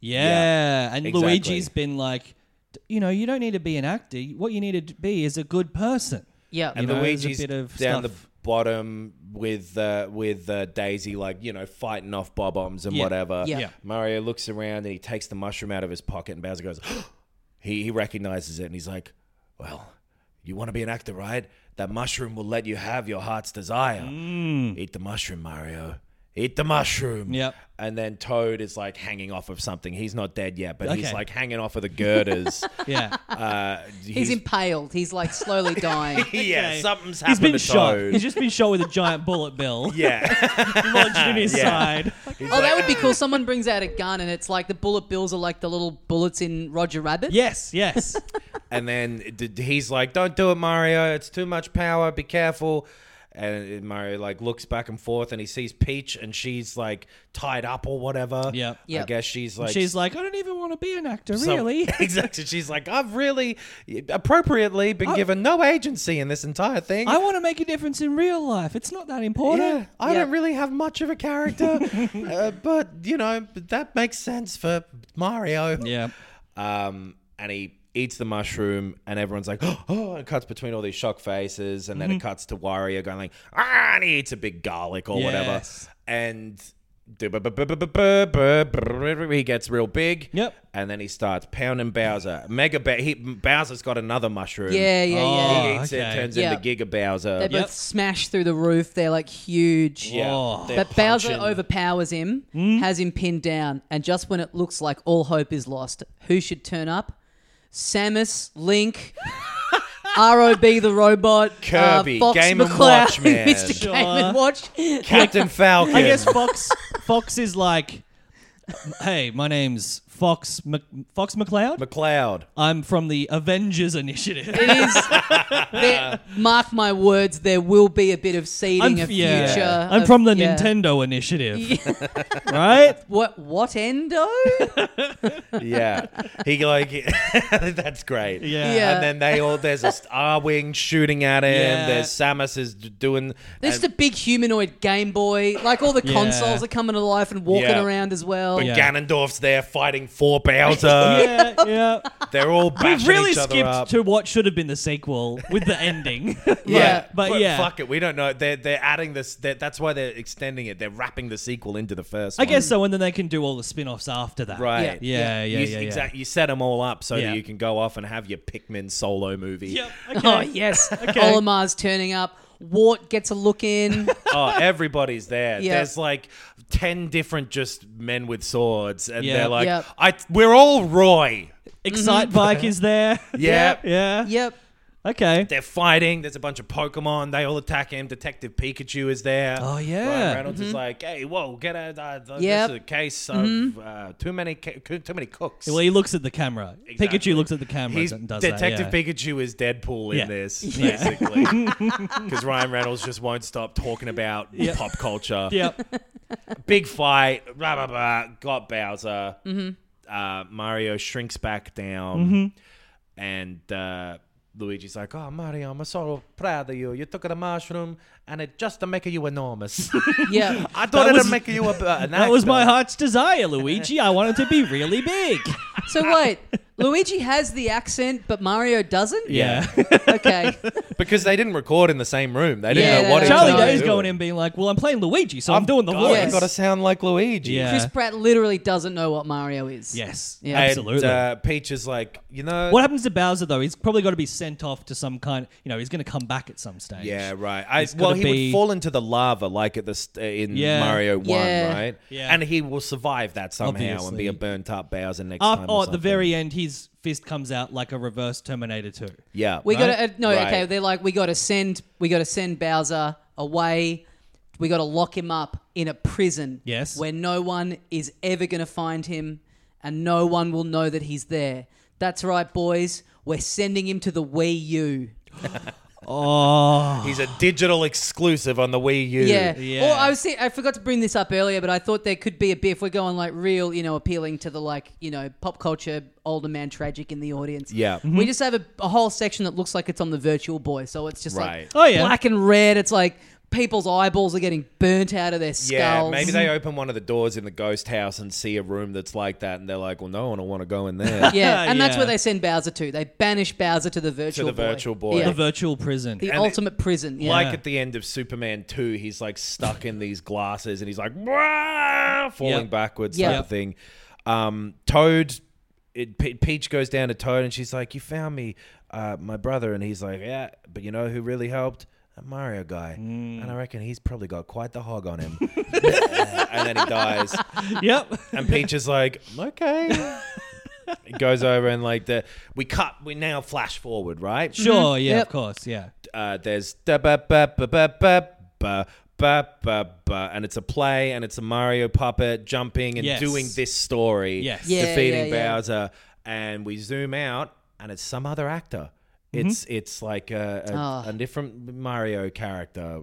Speaker 3: Yeah. And
Speaker 4: exactly.
Speaker 3: Luigi's been like "D- you know, you don't need to be an actor. What you need to d- be is a good person.
Speaker 2: Yeah.
Speaker 4: And
Speaker 3: You know, there's a
Speaker 4: Luigi's
Speaker 3: bit of
Speaker 4: down
Speaker 3: stuff.
Speaker 4: the bottom with uh, with uh, Daisy, like you know, fighting off bob ombs and
Speaker 3: Yeah.
Speaker 4: whatever.
Speaker 2: Yeah. Yeah.
Speaker 4: Mario looks around and he takes the mushroom out of his pocket, and Bowser goes, he he recognizes it, and he's like, "Well, you want to be an actor, right? That mushroom will let you have your heart's desire. Eat the mushroom, Mario. eat the mushroom.
Speaker 3: Mm. Yep.
Speaker 4: And then Toad is like hanging off of something. He's not dead yet, but he's
Speaker 3: Okay.
Speaker 4: like hanging off of the girders.
Speaker 3: Yeah.
Speaker 4: uh,
Speaker 2: He's, impaled. He's like slowly dying.
Speaker 4: yeah,
Speaker 3: Okay.
Speaker 4: something's happened
Speaker 3: He's been
Speaker 4: to
Speaker 3: shot.
Speaker 4: Toad.
Speaker 3: He's just been shot with a giant bullet bill
Speaker 4: yeah.
Speaker 3: lodged in his
Speaker 4: Yeah.
Speaker 3: side.
Speaker 4: He's
Speaker 2: Oh,
Speaker 4: like,
Speaker 2: that would be cool. Someone brings out a gun and it's like the bullet bills are like the little bullets in Roger Rabbit.
Speaker 3: Yes, yes.
Speaker 4: and then d- d- he's like, "Don't do it, Mario. It's too much power. Be careful." And Mario like looks back and forth, and he sees Peach, and she's like tied up or whatever.
Speaker 3: Yep.
Speaker 4: I
Speaker 2: Yep.
Speaker 4: guess she's like
Speaker 3: She's like, I don't even want to be an actor,
Speaker 4: some-
Speaker 3: really.
Speaker 4: exactly. She's like, I've really appropriately been given no agency in this entire thing.
Speaker 3: I want to make a difference in real life. It's not that important.
Speaker 4: yeah, I don't really have much of a character, uh, but you know that makes sense for Mario.
Speaker 3: Yeah.
Speaker 4: Um, and he eats the mushroom, and everyone's like, oh, and it cuts between all these shock faces, and then
Speaker 3: Mm-hmm.
Speaker 4: it cuts to Wario going like, ah, and he eats a big garlic or whatever,
Speaker 3: Yes.
Speaker 4: and he gets real big.
Speaker 3: Yep.
Speaker 4: And then he starts pounding Bowser. Mega ba- he, Bowser's got another mushroom.
Speaker 2: Yeah, yeah, yeah.
Speaker 4: He eats it,
Speaker 3: Oh, okay.
Speaker 4: turns
Speaker 2: Yeah.
Speaker 4: into Giga Bowser.
Speaker 2: They
Speaker 3: Yep.
Speaker 2: both smash through the roof. They're like huge.
Speaker 4: yeah.
Speaker 3: Oh.
Speaker 4: they're
Speaker 2: But Bowser
Speaker 4: punching. Hmm?
Speaker 2: overpowers him, has him pinned down, and just when it looks like all hope is lost, who should turn up? Samus, Link, ROB the robot,
Speaker 4: Kirby,
Speaker 2: uh, Fox
Speaker 4: Game and
Speaker 2: McCloud,
Speaker 4: Watch Man.
Speaker 2: Mr.
Speaker 4: Sure.
Speaker 2: Game and Watch.
Speaker 4: Captain Falcon.
Speaker 3: I guess Fox Fox is like, hey, my name's Fox Mc, Fox McCloud.
Speaker 4: McLeod.
Speaker 3: I'm from the Avengers Initiative.
Speaker 2: It is. there- mark my words, there will be a bit of seeding
Speaker 3: I'm,
Speaker 2: of
Speaker 3: yeah.
Speaker 2: future.
Speaker 3: I'm
Speaker 2: of-
Speaker 3: from the
Speaker 2: yeah.
Speaker 3: Nintendo Initiative. right?
Speaker 2: What what endo?
Speaker 4: Yeah, he like that's great.
Speaker 3: Yeah.
Speaker 2: Yeah.
Speaker 4: and then they all there's a R wing shooting at him.
Speaker 3: Yeah.
Speaker 4: There's Samus is d- doing.
Speaker 2: There's
Speaker 4: and
Speaker 2: the big humanoid Game Boy. Like all the
Speaker 3: Yeah.
Speaker 2: consoles are coming to life and walking
Speaker 4: Yeah.
Speaker 2: around as well.
Speaker 4: but
Speaker 3: Yeah.
Speaker 4: Ganondorf's there fighting for Bowser.
Speaker 3: Yeah, yeah.
Speaker 4: They're all bashing
Speaker 3: We've really
Speaker 4: each other
Speaker 3: skipped
Speaker 4: up.
Speaker 3: to what should have been the sequel with the ending.
Speaker 2: Yeah.
Speaker 3: but, yeah.
Speaker 4: fuck it, we don't know. They're they're adding this. They're, that's why they're extending it. They're wrapping the sequel into the first.
Speaker 3: I
Speaker 4: one.
Speaker 3: guess so, and then they can do all the spin-offs after that.
Speaker 4: Right.
Speaker 3: Yeah, yeah,
Speaker 4: you,
Speaker 3: yeah, yeah.
Speaker 4: Exactly. You set them all up so
Speaker 3: Yeah.
Speaker 4: that you can go off and have your Pikmin solo movie.
Speaker 3: Yep. Okay.
Speaker 2: Oh yes, Olimar's turning up. Wart gets a look in.
Speaker 4: oh, everybody's there.
Speaker 2: Yeah.
Speaker 4: There's like ten different just men with swords, and
Speaker 3: Yeah.
Speaker 4: they're like,
Speaker 2: Yep.
Speaker 4: "I, we're all Roy."
Speaker 3: Excite Bike is there.
Speaker 4: Yeah.
Speaker 3: Yeah.
Speaker 2: Mm-hmm. yep.
Speaker 3: Okay.
Speaker 4: They're fighting. There's a bunch of Pokemon. They all attack him. Detective Pikachu is there.
Speaker 3: Oh, yeah.
Speaker 4: Ryan Reynolds is like, "Hey, whoa, get out! Uh, th-
Speaker 2: Yep.
Speaker 4: This is a case of
Speaker 3: Mm-hmm.
Speaker 4: uh, too many ca- too many cooks."
Speaker 3: Well, he looks at the camera.
Speaker 4: Exactly.
Speaker 3: Pikachu looks at the camera
Speaker 4: He's
Speaker 3: and does
Speaker 4: Detective
Speaker 3: that. yeah.
Speaker 4: Pikachu is Deadpool
Speaker 3: Yeah.
Speaker 4: in this, basically, because Ryan Reynolds just won't stop talking about pop culture.
Speaker 3: Yep.
Speaker 4: Big fight, blah blah blah. Got Bowser.
Speaker 3: Mm-hmm.
Speaker 4: Uh, Mario shrinks back down,
Speaker 3: Mm-hmm.
Speaker 4: and uh, Luigi's like, "Oh, Mario, I'm so proud of you. You took the mushroom, and it just to make you enormous.
Speaker 2: Yep.
Speaker 4: I thought
Speaker 3: was-
Speaker 4: it'd make you a, an
Speaker 3: That was my
Speaker 4: actor."
Speaker 3: heart's desire, Luigi. I wanted to be really big.
Speaker 2: So wait, Luigi has the accent, but Mario doesn't.
Speaker 3: Yeah.
Speaker 2: Okay.
Speaker 4: because they didn't record in the same room. They didn't
Speaker 2: Yeah,
Speaker 4: know what
Speaker 2: they
Speaker 4: it
Speaker 3: Charlie
Speaker 4: was
Speaker 2: don't.
Speaker 3: Day's
Speaker 4: doing.
Speaker 3: going in being like, well, I'm playing Luigi, so I'm, doing the
Speaker 4: God,
Speaker 3: voice.
Speaker 4: You got to sound like Luigi.
Speaker 3: Yeah.
Speaker 2: Chris Pratt literally doesn't know what Mario is.
Speaker 3: Yes.
Speaker 2: Yeah.
Speaker 4: And,
Speaker 3: Absolutely.
Speaker 4: uh, Peach is like, you know,
Speaker 3: what happens to Bowser, though? He's probably got to be sent off to some kind, you know, he's going to come back at some stage.
Speaker 4: Yeah, right. I,
Speaker 3: gotta
Speaker 4: well, he
Speaker 3: be-
Speaker 4: would fall into the lava like at the st- in
Speaker 3: Yeah.
Speaker 4: Mario One,
Speaker 2: Yeah.
Speaker 4: right?
Speaker 3: Yeah.
Speaker 4: and he will survive that somehow and be
Speaker 3: Obviously.
Speaker 4: a burnt up Bowser next
Speaker 3: Up,
Speaker 4: time.
Speaker 3: oh,
Speaker 4: or
Speaker 3: at the
Speaker 4: something.
Speaker 3: very end, his fist comes out like a reverse Terminator 2.
Speaker 4: yeah,
Speaker 2: We
Speaker 4: right?
Speaker 2: gotta uh, no.
Speaker 4: Right.
Speaker 2: Okay. They're like, we gotta send, we gotta send Bowser away. We gotta lock him up in a prison.
Speaker 3: Yes.
Speaker 2: Where no one is ever gonna find him, and no one will know that he's there. That's right, boys. We're sending him to the Wii U.
Speaker 4: He's a digital exclusive on the Wii U.
Speaker 2: Yeah.
Speaker 3: Yeah.
Speaker 2: Or I was see, I forgot to bring this up earlier, but I thought there could be a bit if we're going like real, you know, appealing to the like, you know, pop culture older man tragic in the audience.
Speaker 4: Yeah.
Speaker 3: Mm-hmm.
Speaker 2: We just have a, a whole section that looks like it's on the virtual boy, so it's just
Speaker 4: Right.
Speaker 2: like
Speaker 3: Oh, yeah.
Speaker 2: black and red. It's like people's eyeballs are getting burnt out of their skulls.
Speaker 4: Yeah, maybe they open one of the doors in the ghost house and see a room that's like that, and they're like, "Well, no one will want to go in there."
Speaker 2: Yeah, and that's
Speaker 3: Ah, Yeah.
Speaker 2: where they send Bowser to. They banish Bowser to the virtual
Speaker 4: the virtual boy.
Speaker 2: Yeah.
Speaker 3: The virtual prison.
Speaker 2: The
Speaker 4: And it-
Speaker 2: ultimate prison. Yeah.
Speaker 4: Like at the end of Superman 2, he's like stuck in these glasses and he's like "Wah!" falling
Speaker 3: Yep.
Speaker 4: backwards
Speaker 2: Yeah.
Speaker 4: type of thing. Um, Toad, it, Pe- Peach goes down to Toad and she's like, "You found me, uh, my brother," and he's like, "Yeah, but you know who really helped." a Mario guy, and I
Speaker 3: Mm.
Speaker 4: reckon he's probably got quite the hog on him. and then he dies,
Speaker 3: yep.
Speaker 4: and Peach is like, okay. He goes over and like the we cut we now flash forward right
Speaker 3: Sure, yeah,
Speaker 2: Yep.
Speaker 3: of course, yeah.
Speaker 4: uh, there's da ba ba ba ba ba ba ba ba ba and it's a play and it's a Mario puppet jumping and
Speaker 3: Yes.
Speaker 4: doing this story,
Speaker 3: Yes.
Speaker 2: Yeah,
Speaker 4: defeating
Speaker 2: yeah, yeah.
Speaker 4: Bowser, and we zoom out and it's some other actor. It's it's like a, a,
Speaker 2: Oh.
Speaker 4: a different Mario character,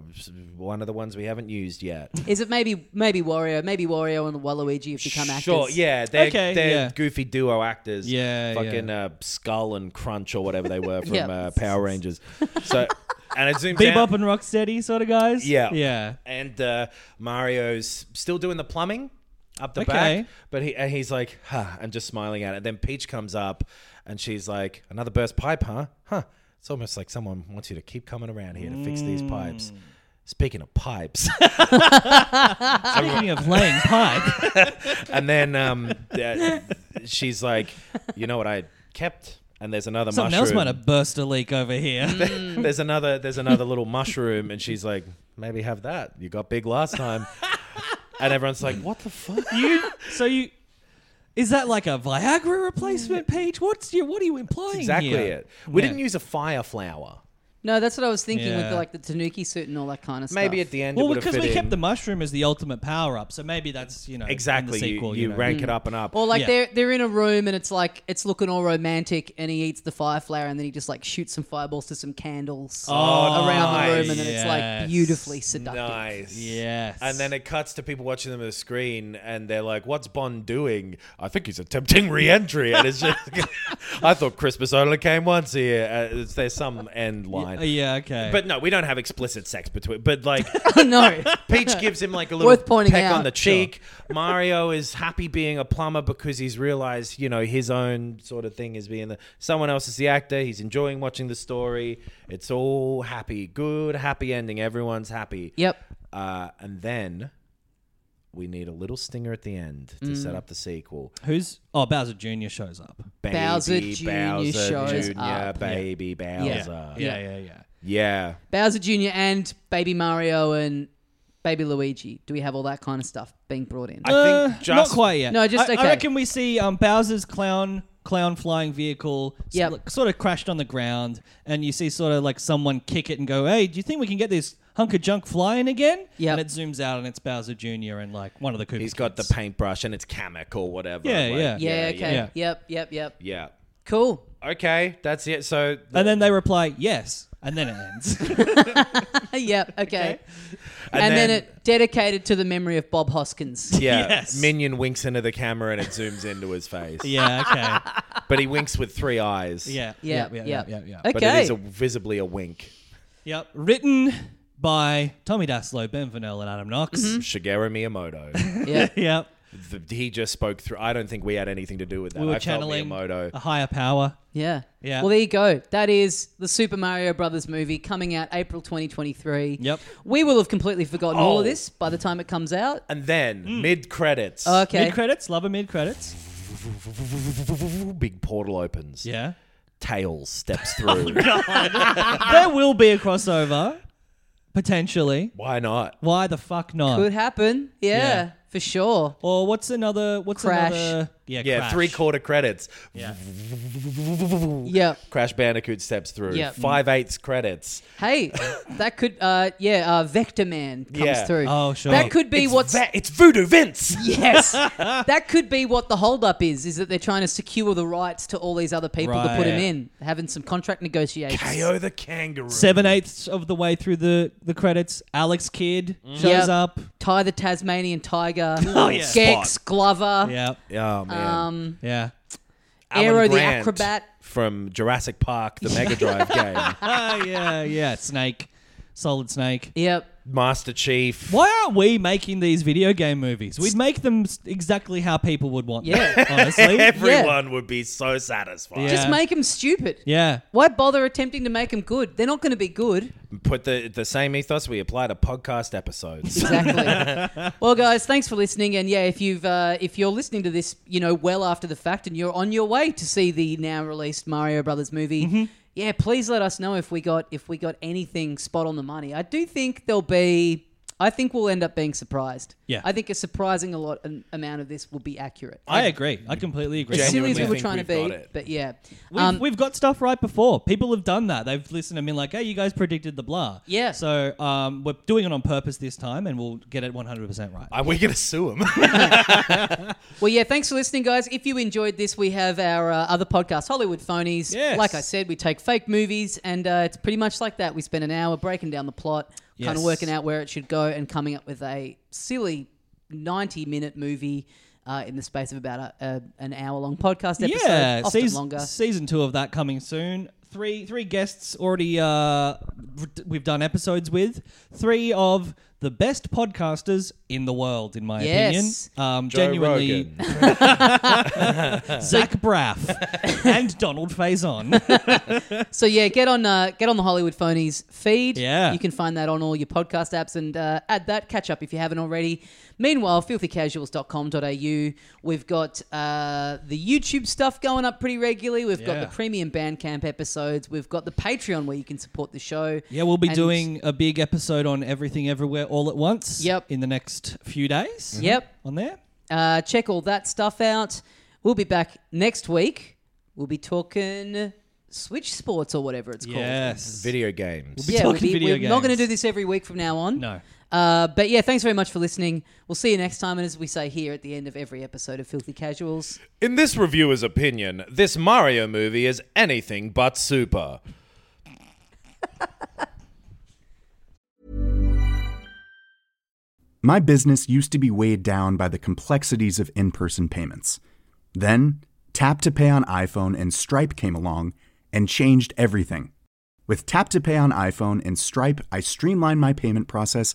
Speaker 4: one of the ones we haven't used yet.
Speaker 2: Is it maybe maybe Wario? Maybe Wario and Waluigi have become actors.
Speaker 4: Sure, yeah, they're,
Speaker 3: Okay,
Speaker 4: they're
Speaker 3: yeah.
Speaker 4: goofy duo actors.
Speaker 3: Yeah,
Speaker 4: fucking Uh, Skull and Crunch or whatever they were from
Speaker 2: Yeah.
Speaker 4: uh, Power Rangers. So, and it zooms out.
Speaker 3: Bebop and Rocksteady sort of guys.
Speaker 4: Yeah.
Speaker 3: Yeah.
Speaker 4: And uh, Mario's still doing the plumbing up the
Speaker 3: Okay.
Speaker 4: back, but he and he's like, huh, and just smiling at it. Then Peach comes up, and she's like, another burst pipe, huh? Huh. It's almost like someone wants you to keep coming around here to fix these
Speaker 3: Mm.
Speaker 4: pipes. Speaking of pipes,
Speaker 3: Speaking of laying pipe.
Speaker 4: and then um, uh, she's like, you know what I kept. And there's another
Speaker 3: Something
Speaker 4: mushroom.
Speaker 3: else might have burst a leak over here.
Speaker 4: there's another there's another little mushroom and she's like maybe have that you got big last time and everyone's like what the fuck
Speaker 3: you so you is that like a Viagra replacement page? What's your what are you implying?
Speaker 4: exactly
Speaker 3: here?
Speaker 4: it we
Speaker 3: Yeah.
Speaker 4: didn't use a fire flower
Speaker 2: No, that's what I was thinking with
Speaker 3: Yeah.
Speaker 2: like the Tanuki suit and all that kind of stuff.
Speaker 4: maybe at the end
Speaker 3: Well,
Speaker 4: it would have
Speaker 3: because we
Speaker 4: fit
Speaker 3: kept
Speaker 4: in.
Speaker 3: the mushroom as the ultimate power up, so maybe that's you know in the
Speaker 4: exactly you-
Speaker 3: sequel,
Speaker 4: you,
Speaker 3: know.
Speaker 4: rank it up and up
Speaker 2: Or like
Speaker 3: Yeah.
Speaker 2: they're they're in a room and it's like it's looking all romantic and he eats the fire flower and then he just like shoots some fireballs to some candles around the room and then it's like
Speaker 3: nice.
Speaker 2: beautifully seductive.
Speaker 4: nice
Speaker 3: Yes.
Speaker 4: and then it cuts to people watching them on the screen, and they're like, "What's Bond doing?" I think he's attempting re-entry, and it's just, I thought Christmas only came once a year. Uh, it's- there's some end line,
Speaker 3: oh, yeah, okay.
Speaker 4: but no, we don't have explicit sex between. But like,
Speaker 2: no.
Speaker 4: Peach gives him like a little
Speaker 2: Worth pointing
Speaker 4: peck
Speaker 2: out.
Speaker 4: on the cheek. Mario is happy being a plumber because he's realized, you know, his own sort of thing is being the someone else is the actor. He's enjoying watching the story. It's all happy, good, happy ending. Everyone's happy.
Speaker 2: Yep.
Speaker 4: Uh, and then we need a little stinger at the end to
Speaker 2: Mm.
Speaker 4: set up the sequel.
Speaker 3: who's oh Bowser Jr. shows up.
Speaker 4: Baby
Speaker 2: Bowser Jr. shows
Speaker 4: Jr.,
Speaker 2: up.
Speaker 4: baby Bowser. Yeah.
Speaker 3: Yeah, yeah, yeah.
Speaker 2: Bowser Jr. and Baby Mario and Baby Luigi. Do we have all that kind of stuff being brought in?
Speaker 4: I
Speaker 3: Uh,
Speaker 4: think just
Speaker 3: not quite yet.
Speaker 2: No, just-
Speaker 3: I,
Speaker 2: okay.
Speaker 3: I reckon we see um, Bowser's clown clown flying vehicle s-
Speaker 2: Yep.
Speaker 3: like, sort of crashed on the ground, and you see sort of like someone kick it and go, "Hey, do you think we can get this hunk of junk flying again?" Yeah.
Speaker 2: Yep.
Speaker 3: And it zooms out, and it's Bowser Jr. and like one of the Koopa.
Speaker 4: He's got the
Speaker 3: kids.
Speaker 4: paintbrush and it's Kamek or whatever.
Speaker 3: Yeah, yeah.
Speaker 2: yeah, okay.
Speaker 3: yeah.
Speaker 2: Yep, yep, yep.
Speaker 4: Yeah.
Speaker 2: Cool.
Speaker 4: Okay, that's it. So
Speaker 3: and then they reply, "Yes," and then it ends.
Speaker 2: yep, okay. And, then, it dedicated to the memory of Bob Hoskins.
Speaker 4: yeah,
Speaker 3: Yes.
Speaker 4: Minion winks into the camera and it zooms into his face.
Speaker 3: yeah, okay,
Speaker 4: But he winks with three eyes.
Speaker 3: yeah,
Speaker 2: Yeah,
Speaker 3: yeah,
Speaker 2: yeah.
Speaker 3: yeah, yeah, yeah.
Speaker 4: But
Speaker 2: Okay.
Speaker 4: it is a, visibly a wink.
Speaker 3: Yep. Written by Tommy Daslow, Ben Vanel, and Adam Knox.
Speaker 2: Mm-hmm.
Speaker 4: Shigeru Miyamoto.
Speaker 2: yeah.
Speaker 3: Yep.
Speaker 4: The- he just spoke through. I don't think we had anything to do with that.
Speaker 3: We were
Speaker 4: I felt
Speaker 3: channeling
Speaker 4: Miyamoto.
Speaker 3: a higher power.
Speaker 2: Yeah.
Speaker 3: Yeah.
Speaker 2: Well, there you go. That is the Super Mario Brothers movie coming out April 2023.
Speaker 3: Yep.
Speaker 2: We will have completely forgotten all
Speaker 4: Oh.
Speaker 2: of this by the time it comes out.
Speaker 4: And then
Speaker 3: Hmm.
Speaker 4: mid credits,
Speaker 2: Okay.
Speaker 3: Mid credits, love a mid credits.
Speaker 4: big portal opens.
Speaker 3: Yeah. Oh,
Speaker 4: Tails steps through.
Speaker 2: Ah.
Speaker 3: there will be a crossover, potentially.
Speaker 4: Why not?
Speaker 3: Why the fuck not?
Speaker 2: Could happen. Yeah,
Speaker 3: Yeah. Oh.
Speaker 2: for sure.
Speaker 3: Or what's another? What's
Speaker 2: Crash.
Speaker 3: another? Yeah,
Speaker 4: Yeah,
Speaker 3: Crash.
Speaker 4: three quarter credits.
Speaker 2: Yep.
Speaker 4: Crash Bandicoot steps through.
Speaker 2: Yep.
Speaker 4: Five eighths credits.
Speaker 2: Hey, that could, uh, yeah, uh, Vector Man comes
Speaker 4: Yeah.
Speaker 2: through.
Speaker 3: Oh, sure.
Speaker 2: That could be
Speaker 4: it's
Speaker 2: what's.
Speaker 4: Va- it's Voodoo Vince.
Speaker 2: Yes, that could be what the holdup is. Is that they're trying to secure the rights to all these other people to put
Speaker 3: Right.
Speaker 2: him in, having some contract negotiations.
Speaker 4: KO the kangaroo.
Speaker 3: Seven eighths of the way through the the credits, Alex Kidd
Speaker 4: Mm.
Speaker 3: shows
Speaker 2: Yep.
Speaker 3: up.
Speaker 2: Ty the Tasmanian Tiger.
Speaker 3: Oh, yeah.
Speaker 2: Gex Glover.
Speaker 3: Yeah,
Speaker 4: Oh man.
Speaker 3: yeah.
Speaker 2: Um,
Speaker 4: Alan
Speaker 2: Aero the
Speaker 4: Grant
Speaker 2: Acrobat.
Speaker 4: from Jurassic Park, the Mega Drive game.
Speaker 3: Ah, yeah, yeah. Snake, Solid Snake.
Speaker 2: Yep.
Speaker 4: Master Chief.
Speaker 3: Why aren't we making these video game movies? We'd make them s- exactly how people would want. them,
Speaker 2: Yeah.
Speaker 3: honestly.
Speaker 4: Everyone would be so satisfied.
Speaker 2: Just
Speaker 3: Yeah.
Speaker 2: make them stupid.
Speaker 3: yeah.
Speaker 2: Why bother attempting to make them good? They're not going to be good.
Speaker 4: Put the the same ethos we apply to podcast episodes.
Speaker 2: Exactly. well, guys, thanks for listening. And yeah, if you've uh, if you're listening to this, you know, well after the fact, and you're on your way to see the now released Mario Brothers movie, yeah, please let us know if we got if we got anything spot on the money. I do think there'll be. I think we'll end up being surprised.
Speaker 3: Yeah.
Speaker 2: I think a surprising a lot an amount of this will be accurate.
Speaker 3: I agree. I completely agree.
Speaker 2: as silly as
Speaker 4: genuinely
Speaker 2: we were trying
Speaker 4: think
Speaker 2: to
Speaker 4: we've got
Speaker 2: be,
Speaker 4: it.
Speaker 2: but yeah, Um,
Speaker 3: We've, we've got stuff right before. People have done that. They've listened and been like, "Hey, you guys predicted the blah."
Speaker 2: Yeah.
Speaker 3: So um, we're doing it on purpose this time, and we'll get it 100 percent right.
Speaker 4: Are we going to sue him?
Speaker 2: Well, yeah, thanks for listening, guys. If you enjoyed this, we have our uh, other podcast, Hollywood Phonies.
Speaker 3: Yes.
Speaker 2: Like I said, we take fake movies, and uh, it's pretty much like that. We spend an hour breaking down the plot, kind
Speaker 3: Yes.
Speaker 2: of working out where it should go, and coming up with a silly 90 minute movie. Uh, in the space of about a, a, an hour-long podcast episode,
Speaker 3: yeah.
Speaker 2: often
Speaker 3: season,
Speaker 2: longer.
Speaker 3: season two of that coming soon. Three three guests already. Uh, r- we've done episodes with three of the best podcasters in the world, in my
Speaker 2: Yes.
Speaker 3: opinion. Um,
Speaker 4: Joe
Speaker 3: genuinely,
Speaker 4: Rogan.
Speaker 3: Zach Braff and Donald Faison.
Speaker 2: So yeah, get on uh, get on the Hollywood Phonies feed.
Speaker 3: Yeah.
Speaker 2: you can find that on all your podcast apps and uh, add that catch up if you haven't already. Meanwhile, filthycasuals.com.au. We've got uh, the YouTube stuff going up pretty regularly. We've got
Speaker 3: Yeah.
Speaker 2: the premium Bandcamp episodes. We've got the Patreon where you can support the show.
Speaker 3: Yeah, we'll be
Speaker 2: And-
Speaker 3: doing a big episode on everything everywhere all at once.
Speaker 2: Yep.
Speaker 3: In the next few days.
Speaker 2: Yep.
Speaker 3: On there.
Speaker 2: Uh, check all that stuff out. We'll be back next week. We'll be talking Switch Sports or whatever it's called.
Speaker 3: Yes.
Speaker 4: Video games.
Speaker 2: Yeah, we'll
Speaker 3: talking
Speaker 2: be-
Speaker 3: video
Speaker 2: we're not
Speaker 3: games.
Speaker 2: going to do this every week from now on.
Speaker 3: No.
Speaker 2: Uh, but yeah, thanks very much for listening. We'll see you next time. And as we say here at the end of every episode of Filthy Casuals,
Speaker 4: In this reviewer's opinion, this Mario movie is anything but super.
Speaker 6: My business used to be weighed down by the complexities of in person payments. Then, Tap to Pay on iPhone and Stripe came along and changed everything. With Tap to Pay on iPhone and Stripe, I streamlined my payment process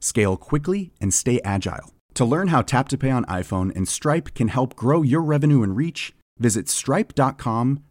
Speaker 6: scale quickly and stay agile. To learn how Tap to Pay on iPhone and Stripe can help grow your revenue and reach, visit stripe.com/tapiphone.